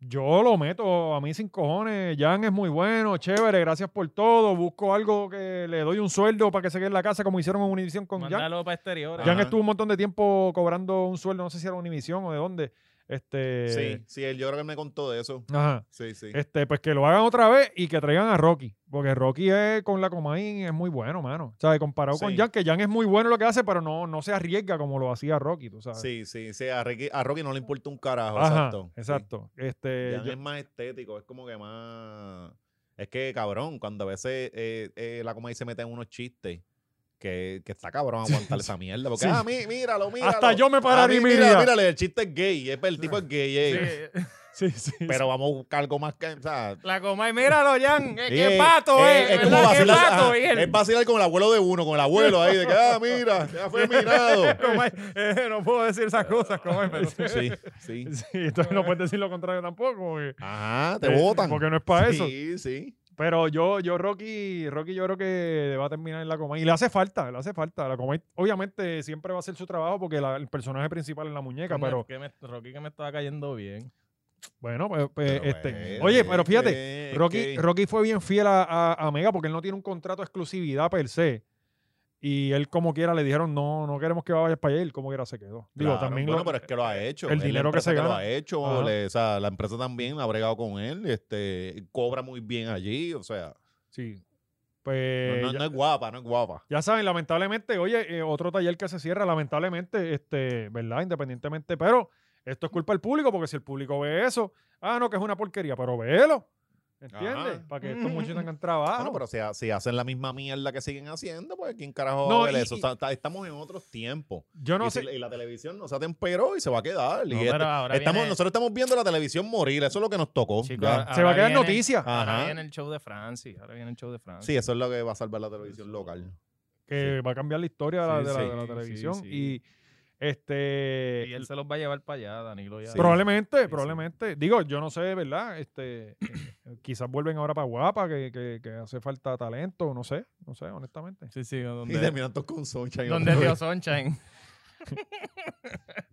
A: Yo lo meto a mí sin cojones. Jan es muy bueno, chévere, gracias por todo. Busco algo que le doy un sueldo para que se quede en la casa, como hicieron en Univision con Jan.
C: Mándalo para exteriores. Ah.
A: Jan
B: Ajá.
A: estuvo un montón de tiempo cobrando un sueldo, no sé si era Univision o de dónde. Este,
B: Sí, sí, él, yo creo que él me contó de eso.
A: Ajá.
B: Sí, sí.
A: Este, pues que lo hagan otra vez y que traigan a Rocky. Porque Rocky es, con la Comain es muy bueno, mano. O sea, comparado con
B: Sí.
A: Jan, que Jan es muy bueno en lo que hace, pero no, no se arriesga como lo hacía Rocky, tú sabes.
B: Sí, sí, sí. A Ricky- a Rocky, no le importa un carajo.
A: Ajá,
B: exacto. Sí.
A: exacto. Este,
B: Jan
A: yo-
B: es más estético, es como que más. Es que cabrón, cuando a veces eh, eh, la comedia se mete en unos chistes. Que, que está cabrón aguantar esa mierda. Porque,
A: Sí.
B: ah, mí, míralo, míralo.
A: Hasta yo me pararía
B: Ah,
A: y
B: mí,
A: miraría.
B: Mírale, mírale, el chiste es gay. es- El tipo es gay. eh.
A: sí,
C: Sí,
A: sí, sí.
B: Pero vamos a buscar algo más que. O sea,
C: La Comay, míralo, Jan. ¿Qué, qué
B: eh,
C: pato,
B: eh,
C: eh.
B: Es como
C: ¿verdad? ¿Qué
B: vacilar.
C: pato,
B: ajá,
C: y él-
B: es vacilar con el abuelo de uno, con el abuelo ahí, de que, ah, mira, ya fue mirado.
A: Comay, eh, no puedo decir esas cosas, Comay, pero
B: Sí, sí.
A: Sí, entonces no puedes decir lo contrario tampoco. Porque,
B: Ajá, te
A: eh,
B: votan.
A: Porque no es para eso.
B: Sí, sí.
A: Pero yo, yo, Rocky, Rocky, yo creo que va a terminar en la coma. Y le hace falta, le hace falta. La Comay, obviamente, siempre va a hacer su trabajo porque la- el personaje principal es la muñeca. Pero
C: Que me- Rocky que me estaba cayendo bien.
A: bueno, pues, pues,
B: Pero
A: este.
B: bueno,
A: oye, pero fíjate,
B: eh,
A: Rocky,
B: que-
A: Rocky fue bien fiel a, a- a Mega porque él no tiene un contrato de exclusividad per se. Y él, como quiera, le dijeron, no, no queremos que vayas para allá. y Él, como quiera, se quedó. Digo,
B: Claro,
A: también
B: bueno,
A: lo-
B: pero es que lo ha hecho.
A: el
B: Es la
A: dinero que se
B: empresa lo
A: gana.
B: ha hecho,
A: Ajá.
B: le- o sea, la empresa también ha bregado con él, este, cobra muy bien allí, o sea,
A: Sí.
B: no-
A: Pues.
B: no,
A: ya-
B: no es guapa, no es guapa.
A: Ya saben, lamentablemente, oye, eh, otro taller que se cierra, lamentablemente, este, ¿verdad? Independientemente, pero esto es culpa del público, porque si el público ve eso, ah, no, que es una porquería, pero véelo. ¿Entiendes?
B: Ajá.
A: Para que estos muchachos tengan trabajo.
B: Bueno, pero si, ha- si hacen la misma mierda que siguen haciendo, pues quién carajo
A: No,
B: va a ver
A: y-
B: eso. O sea, está- estamos en otros tiempos.
A: Yo no
B: y, si-
A: sé.
B: y la televisión nos atemperó y se va a quedar. y
C: No,
B: este-
C: pero ahora
B: estamos,
C: viene-
B: Nosotros estamos viendo la televisión morir, eso es lo que nos tocó.
C: Chicos,
B: ya.
C: ahora
A: Se va a quedar
C: viene- Ah,
A: noticia.
B: Ajá.
C: Ahora viene el show de Francis. Ahora viene el show de Francis.
B: Sí, eso es lo que va a salvar la televisión local.
A: que va a cambiar la historia de la,
B: Sí,
A: de la-
B: sí,
A: de la
C: sí,
A: televisión.
C: sí.
A: Y este.
C: Y él se los va a llevar para allá, Danilo. Ya.
B: Sí.
A: Probablemente,
C: eh, sí.
A: probablemente. Digo, yo no sé, ¿verdad? Este, eh, quizás vuelven ahora para Guapa, que, que- que hace falta talento, no sé, no sé, honestamente.
C: Sí, sí,
B: Y
C: donde, eh.
B: terminan todos con Soncha.
C: donde Río Sunshine.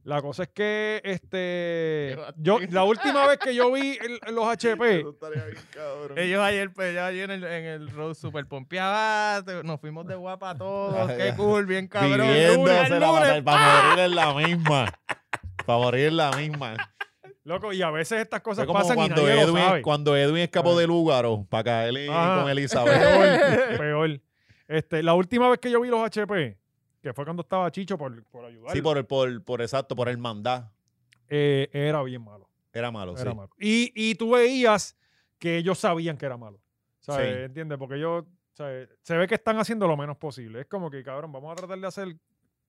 A: La cosa es que este yo la última vez que yo vi el- los HP
B: Eso estaría bien, cabrón.
C: Ellos ayer, pues, ya ayer en el, en el road super pompeaba, te- nos fuimos de guapa
B: Ah,
C: todos, qué cool, bien cabrón. el lunes, el
B: Viviéndose la
C: lunes, ¡Ah!
B: batalla para morir en la misma. Para morir en la misma.
A: loco y a veces estas cosas
B: Fue como
A: pasan y
B: cuando
A: nadie lo
B: Edwin,
A: sabe. Ah.
B: cuando Edwin escapó del húgaro para caer en-
A: Ajá.
B: con Elizabeth.
A: Peor, peor. Este, la última vez que yo vi los HP, que fue cuando estaba Chicho por, por ayudar,
B: sí, por, el- por, por exacto, por el mandá.
A: eh, era bien malo.
B: Era malo,
A: era
B: sí.
A: malo. Y, y tú veías que ellos sabían que era malo. ¿Sabes?
B: Sí.
A: ¿Entiendes? Porque ellos ¿sabes? se ve que están haciendo lo menos posible. Es como que, cabrón, vamos a tratar de hacer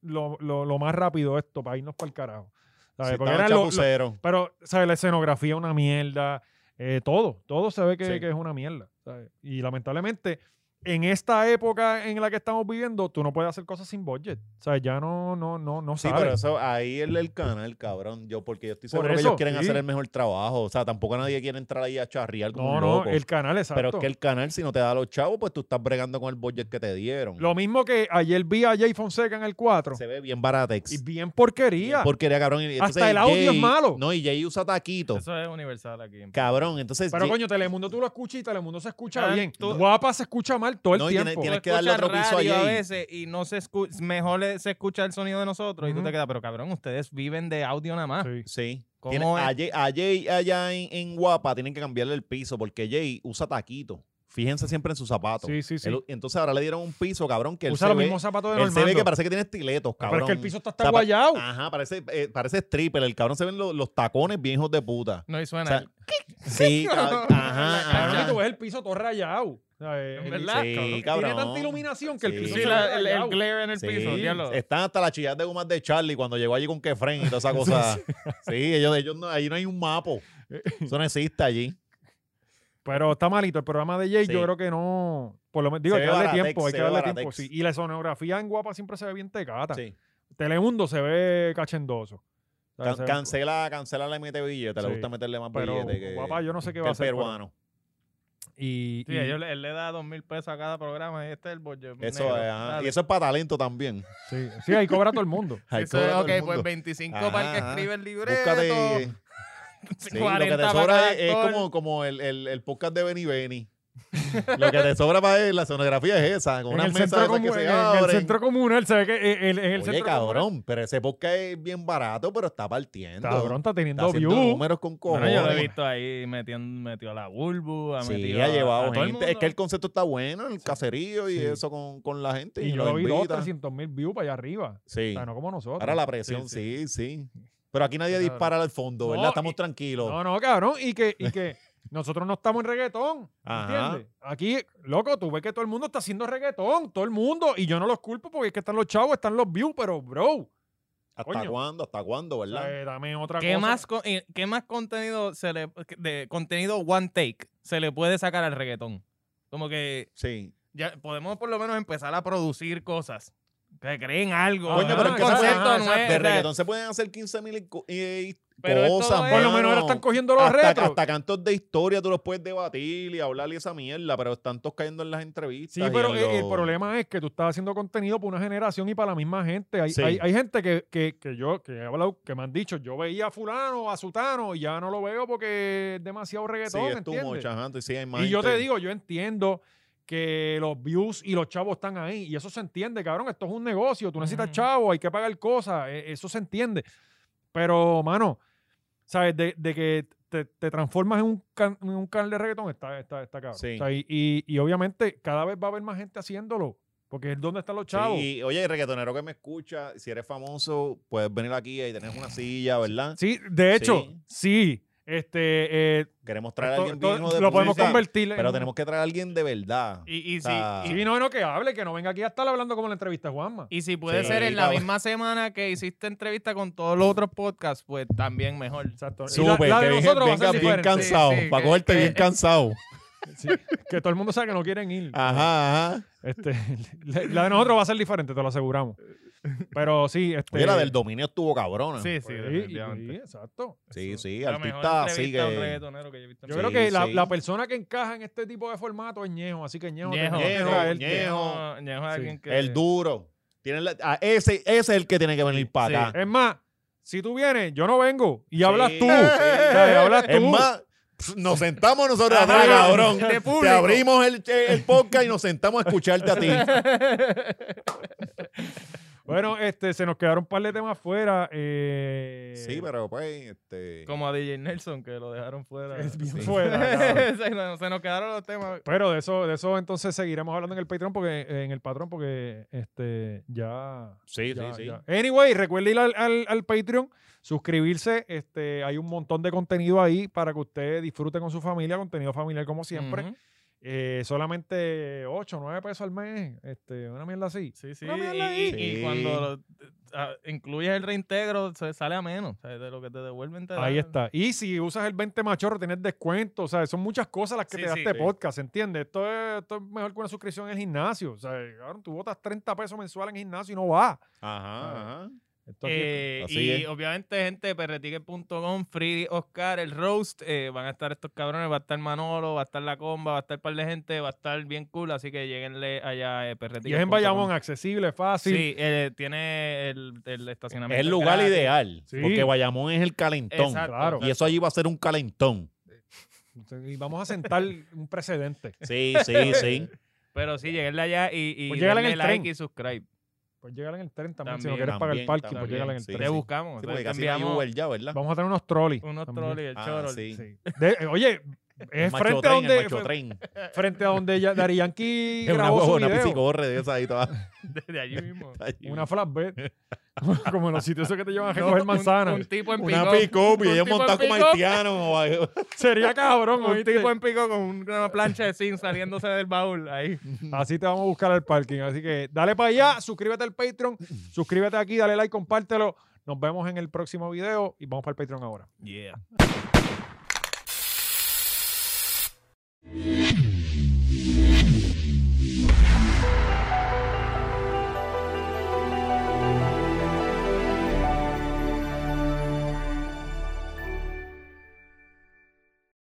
A: lo, lo- lo más rápido esto para irnos para el carajo. ¿Sabes?
B: Sí,
A: Porque
B: estaban
A: eran lo- lo-
B: chapuceros.
A: pero, ¿sabes? La escenografía es una mierda. eh, todo, todo se ve que,
B: Sí.
A: que es una mierda. ¿sabes? Y lamentablemente, en esta época en la que estamos viviendo, tú no puedes hacer cosas sin budget. O sea, ya no, no, no, no
B: Sí,
A: sabes.
B: pero eso, ahí el, el canal, cabrón. Yo, porque yo estoy
A: Por
B: seguro que
A: eso,
B: ellos quieren
A: sí.
B: hacer el mejor trabajo. O sea, tampoco nadie quiere entrar ahí a charrear como
A: no,
B: un
A: no,
B: loco.
A: el canal, exacto.
B: Pero es que el canal, si no te da los chavos, pues tú estás bregando con el budget que te dieron.
A: Lo mismo que ayer vi a Jay Fonseca en el 4.
B: Se ve bien baratex.
A: Y bien
B: Bien
A: porquería.
B: Porquería, cabrón. Y entonces
A: Hasta el audio es
B: Jay-
A: malo.
B: No, y Jay usa taquito.
C: Eso es universal aquí. en-
B: Cabrón, entonces.
A: Pero
B: Jay-
A: coño, Telemundo tú lo escuchas y Telemundo se escucha
C: Ah,
A: bien.
C: tú-
A: Guapa se escucha mal todo el
B: No, y
A: tiempo.
B: tiene- tiene- Tienes
C: Tú
B: que darle
C: escuchas
B: otro piso a
C: radio
B: Jay.
C: veces y no se escu- mejor le- se escucha el sonido de nosotros y tú
A: Ujú.
C: te quedas, pero cabrón, ustedes viven de audio nada más.
A: Sí.
B: Sí.
C: ¿Cómo
B: Tiene,
C: es?
B: a Jay- a Jay allá en, en Guapa tienen que cambiarle el piso porque Jay usa taquito. Fíjense siempre en sus zapatos.
A: Sí, sí, sí.
B: Él- entonces ahora le dieron un piso, cabrón, que él
A: Usa
B: se
A: los
B: ve-
A: mismos zapatos de
B: Él se ve
A: Normando. Ah,
B: que parece que tiene estiletos, cabrón.
A: Pero es que el piso está
B: O
A: hasta
B: sea, pa-
A: guayado.
B: Ajá, parece, eh, parece stripper. El cabrón se ven lo- los tacones bien hijos de puta.
C: No, y
B: O
C: suena.
B: sea, sí, cabrón. Ajá,
A: Cabrón,
B: ajá.
A: y tú ves el piso todo rayado. O sea, eh, el-
C: Ah, verdad,
B: Sí,
A: Tiene
B: cabrón.
A: tanta iluminación que el
B: Sí.
A: piso
B: Sí,
A: se ve
C: la- el, el
A: rayado.
C: glare en el
B: Sí,
C: piso, diablo.
B: están hasta las chillas de gomas de Charlie cuando llegó allí con Kefren y toda esa cosa. sí, ellos, ellos no, ahí no hay un mapo. Eso no existe allí.
A: Pero está malito. El programa de Jay,
B: Sí.
A: yo creo que no. Por lo menos, digo,
B: Se
A: hay que
B: ve
A: darle
B: baratex,
A: tiempo. Hay
B: se
A: que
B: ve
A: darle
B: baratex.
A: tiempo. sí. Y la sonografía en Guapa siempre se ve bien tecata.
B: Sí.
A: Telemundo se ve cachendoso. O sea,
B: Can-
A: se ve-
B: cancela, cancela la mete billete. Le
A: Sí.
B: gusta meterle más
A: Pero
B: billete que,
A: Guapa, yo no sé qué
B: que
A: va a
B: el
A: hacer. pero-
B: peruano.
A: Y,
C: Sí,
A: y-
C: ellos le- él le da dos mil pesos a cada programa y este es el budget
B: Eso
C: negro.
B: es, ajá.
C: Dale.
B: Y eso es para talento también.
A: sí, sí, ahí cobra todo el mundo.
B: Ahí
C: Eso
B: cobra
C: es,
B: todo
C: ok,
B: el
C: pues
B: mundo.
C: 25
B: Ajá,
C: para el que
B: ajá.
C: escribe el libreto.
B: Búscate. Sí, lo que
C: 40
B: te
C: para
B: sobra
C: cada
B: es, es
C: actor.
B: como, como el, el, el podcast de Benny Benny. lo que te sobra para él, la sonografía es esa, con
A: En
B: unas
A: el,
B: mesas
A: centro
B: esas que
A: comu-
B: se
A: en el- en el
B: abren.
A: centro comunal, se ve que el- el- en el
B: Oye,
A: centro comunal-
B: cabrón, pero ese podcast es bien barato, pero está partiendo.
A: Cabrón, está
B: está
A: teniendo
B: haciendo
A: views.
B: números con
C: Bueno,
B: cojones.
C: yo lo he visto ahí, metió, metió a la Bulbu, ha
B: Sí,
C: metido
B: ha
C: a-
B: llevado
C: a todo el
B: gente. Es que el
C: mundo.
B: concepto está bueno, el caserío y
A: Sí.
B: eso con, con la gente.
A: Y yo
B: los
A: lo vi dos,
B: invitan.
A: 300 mil views para allá arriba. O
B: Sí.
A: sea, no como nosotros.
B: Ahora la presión, sí, sí. Pero aquí nadie
C: Claro.
B: dispara al fondo, ¿verdad?
A: No,
B: Estamos
A: y-
B: tranquilos.
A: No, no, cabrón. Y que, y que nosotros no estamos en reggaetón.
B: Ajá.
A: ¿Entiendes? Aquí, loco, tú ves que todo el mundo está haciendo reggaetón. Todo el mundo. Y yo no los culpo porque es que están los chavos, están los views, pero, bro.
B: ¿Hasta
A: coño.
B: cuándo? ¿Hasta cuándo,
A: o
B: verdad?
A: sea, eh, dame otra
C: ¿Qué
A: cosa.
C: más, co- eh, ¿Qué más contenido se le, de contenido one take se le puede sacar al reggaetón? Como que
B: Sí.
C: ya podemos por lo menos empezar a producir cosas. Que creen algo.
B: Coño,
A: Ajá,
B: pero es que
C: un
A: exacto,
C: concepto
A: ajá, exacto.
C: nuevo, o
B: De
C: sea,
B: reggaetón se pueden hacer 15 mil
C: Pero es
B: cosas.
C: todo
A: Por lo
B: mano.
A: menos ahora están cogiendo los
B: hasta,
A: retros.
B: hasta cantos de historia tú los puedes debatir y hablar y esa mierda, pero están todos cayendo en las entrevistas.
A: Sí,
B: y
A: pero
B: en
A: el, el
B: los-
A: problema es que tú estás haciendo contenido para una generación y para la misma gente. Hay,
B: Sí.
A: hay, hay gente que, que, que yo, que he hablado, que me han dicho, yo veía a fulano, a sutano, y ya no lo veo porque es demasiado
B: Sí,
A: reggaetón,
B: es tu
A: ¿entiendes?
B: mocha, ajá, entonces sí, hay más
A: Y yo te
B: gente.
A: digo, yo entiendo que los views y los chavos están ahí. Y eso se entiende, cabrón. Esto es un negocio. Tú necesitas
C: Ujú.
A: chavos, hay que pagar cosas. e- Eso se entiende. Pero, mano, ¿sabes? De, de que te, te transformas en un, can- en un canal de reggaetón, está, está, está cabrón.
B: Sí.
A: O sea, y, y- y obviamente cada vez va a haber más gente haciéndolo. Porque es donde están los chavos. Sí,
B: Sí, oye, el reggaetonero que me escucha, si eres famoso, puedes venir aquí y tenés una silla, ¿verdad?
A: de hecho,
B: Sí.
A: sí. Este, eh,
B: Queremos traer a
A: to-
B: alguien
A: to-
B: viejo de
A: lo podemos
B: pública,
A: convertir en
B: Pero
A: un-
B: tenemos que traer a alguien de verdad.
C: Y, y
B: O sea,
C: si, y-
A: Sí, no, no, que hable, que no venga aquí a estar hablando como en la entrevista de Juanma.
C: y si puede
B: Sí,
C: ser en la
B: cabrón.
C: misma semana que hiciste entrevista con todos los otros podcasts, pues también mejor.
A: Exacto. Y la-
B: Súper,
A: la de
B: que venga-
A: nosotros va a ser
B: venga bien
A: diferente. eh,
B: cansado,
C: Sí, sí,
B: para
C: que-
B: cogerte
C: que-
B: bien cansado.
A: Sí, que todo el mundo sabe que no quieren ir.
B: Ah. Ajá, ajá.
A: Este, la, la de nosotros va a ser diferente, te lo aseguramos. Pero sí, este.
B: Oye, la del dominio estuvo cabrona. Sí,
C: Sí,
A: sí,
C: sí,
A: sí,
C: definitivamente.
A: exacto.
B: sí,
C: La mejor
B: artista así
C: entrevista a un
B: que...
C: reggaetonero que yo he visto en
A: Yo
B: Sí,
A: creo que la,
B: sí.
A: la persona que encaja en este tipo de formato es Ñejo, así que Ñejo.
C: Ñejo,
A: tenemos que
B: Ñejo,
A: traerte.
B: Ñejo.
C: Ñejo es alguien que...
B: El duro. Tienen la- a ese, ese es el que tiene que venir para
C: Sí.
B: acá.
A: Es más, si tú vienes, yo no vengo. Y
B: Sí,
A: hablas tú.
B: sí.
A: ¿Sabes? Hablas tú.
B: Es más, pf, nos sentamos nosotros
C: Ajá,
B: atrás, cabrón.
C: de
B: Te
C: público.
B: abrimos el, el podcast y nos sentamos a escucharte a ti.
A: Bueno, este, se nos quedaron un par de temas fuera. eh,
B: Sí, pero pues, este.
C: Como a DJ Nelson, que lo dejaron fuera.
A: Es bien
B: Sí.
A: fuera. cabrón.
C: se, nos, se nos quedaron los temas.
A: Pero de eso, de eso entonces seguiremos hablando en el Patreon porque en el patrón porque este ya
B: Sí,
A: Ya,
B: sí, sí.
A: ya. Anyway, recuerden ir al, al- al Patreon, suscribirse. Este, hay un montón de contenido ahí para que ustedes disfruten con su familia, contenido familiar como siempre.
C: Ujú.
A: Eh, solamente 8, 9 pesos al mes. Este, una mierda así.
C: Sí, sí.
A: Una mierda
C: Y,
A: ahí.
C: y
B: Sí.
C: cuando lo- ah, incluyes el reintegro, se sale a menos. O sea, de lo que te devuelven, te
A: Ahí
C: dan-
A: está. Y si usas el 20 machorro, tienes descuento. O sea, son muchas cosas las que
C: Sí,
A: te da
C: sí.
A: este
B: Sí.
A: podcast, ¿entiendes? Esto es, esto es mejor que una suscripción en el gimnasio. O sea, cabrón, tú botas 30 pesos mensual en el gimnasio y no va.
B: Ajá, ajá.
A: Esto aquí-
C: Eh,
B: Así
C: y
B: es.
C: obviamente, gente, perretique.com, Free Oscar, el roast. eh, van a estar estos cabrones, va a estar Manolo, va a estar La Comba, va a estar un par de gente, va a estar bien cool. Así que lleguenle allá,
A: y
C: eh,
A: es en
C: perretique.com.
A: Bayamón, accesible, fácil.
C: Sí, eh, tiene el, el estacionamiento.
B: Es el lugar
C: gratis.
B: ideal.
A: Sí.
B: Porque Bayamón es el calentón.
C: Exacto.
A: Claro.
B: Y eso allí va a ser un calentón.
A: Y vamos a sentar un precedente.
B: Sí, sí, sí.
C: Pero sí, lleguenle allá y, y
A: Pues lléguenle en
C: denle
A: el
C: like
A: tren.
C: y subscribe.
A: Pues llegar en el tren también, si no
C: También,
A: quieres pagar el
B: también,
A: parking, pues
B: también,
A: llegar en el
B: sí.
A: tren.
C: Te buscamos.
B: Sí,
C: te
B: porque casi no hay
C: enviamos
B: Uber ya, ¿verdad?
A: Vamos a tener unos trolley.
C: unos
A: también.
C: troles, el
B: Ah,
C: chorro.
B: sí.
A: Sí. De- eh, oye, es
B: El macho
A: frente a,
B: tren, el
A: donde,
B: macho
A: fue-
B: tren.
A: frente a donde ya- Daddy Yankee
B: Es una
A: grabó su
B: huevona,
A: video.
B: piscicorre de esa ahí toda.
C: Desde allí mismo.
B: allí.
A: Una flashback. Como en los sitios esos que te llevan a
C: No,
A: recoger
C: un-
A: manzanas.
C: Un, tipo en
B: Una
C: pick-up.
B: pick-up y
C: Un
B: ella
C: tipo en
B: montada como
C: pick-up.
B: haitiano. o-
A: Sería cabrón,
C: Un
A: ¿oíste?
C: tipo en pico con una plancha de zinc saliéndose del baúl ahí.
A: Así te vamos a buscar al parking. Así que dale para allá, suscríbete al Patreon, suscríbete aquí, dale like, compártelo. Nos vemos en el próximo video y vamos para el Patreon ahora.
C: Yeah.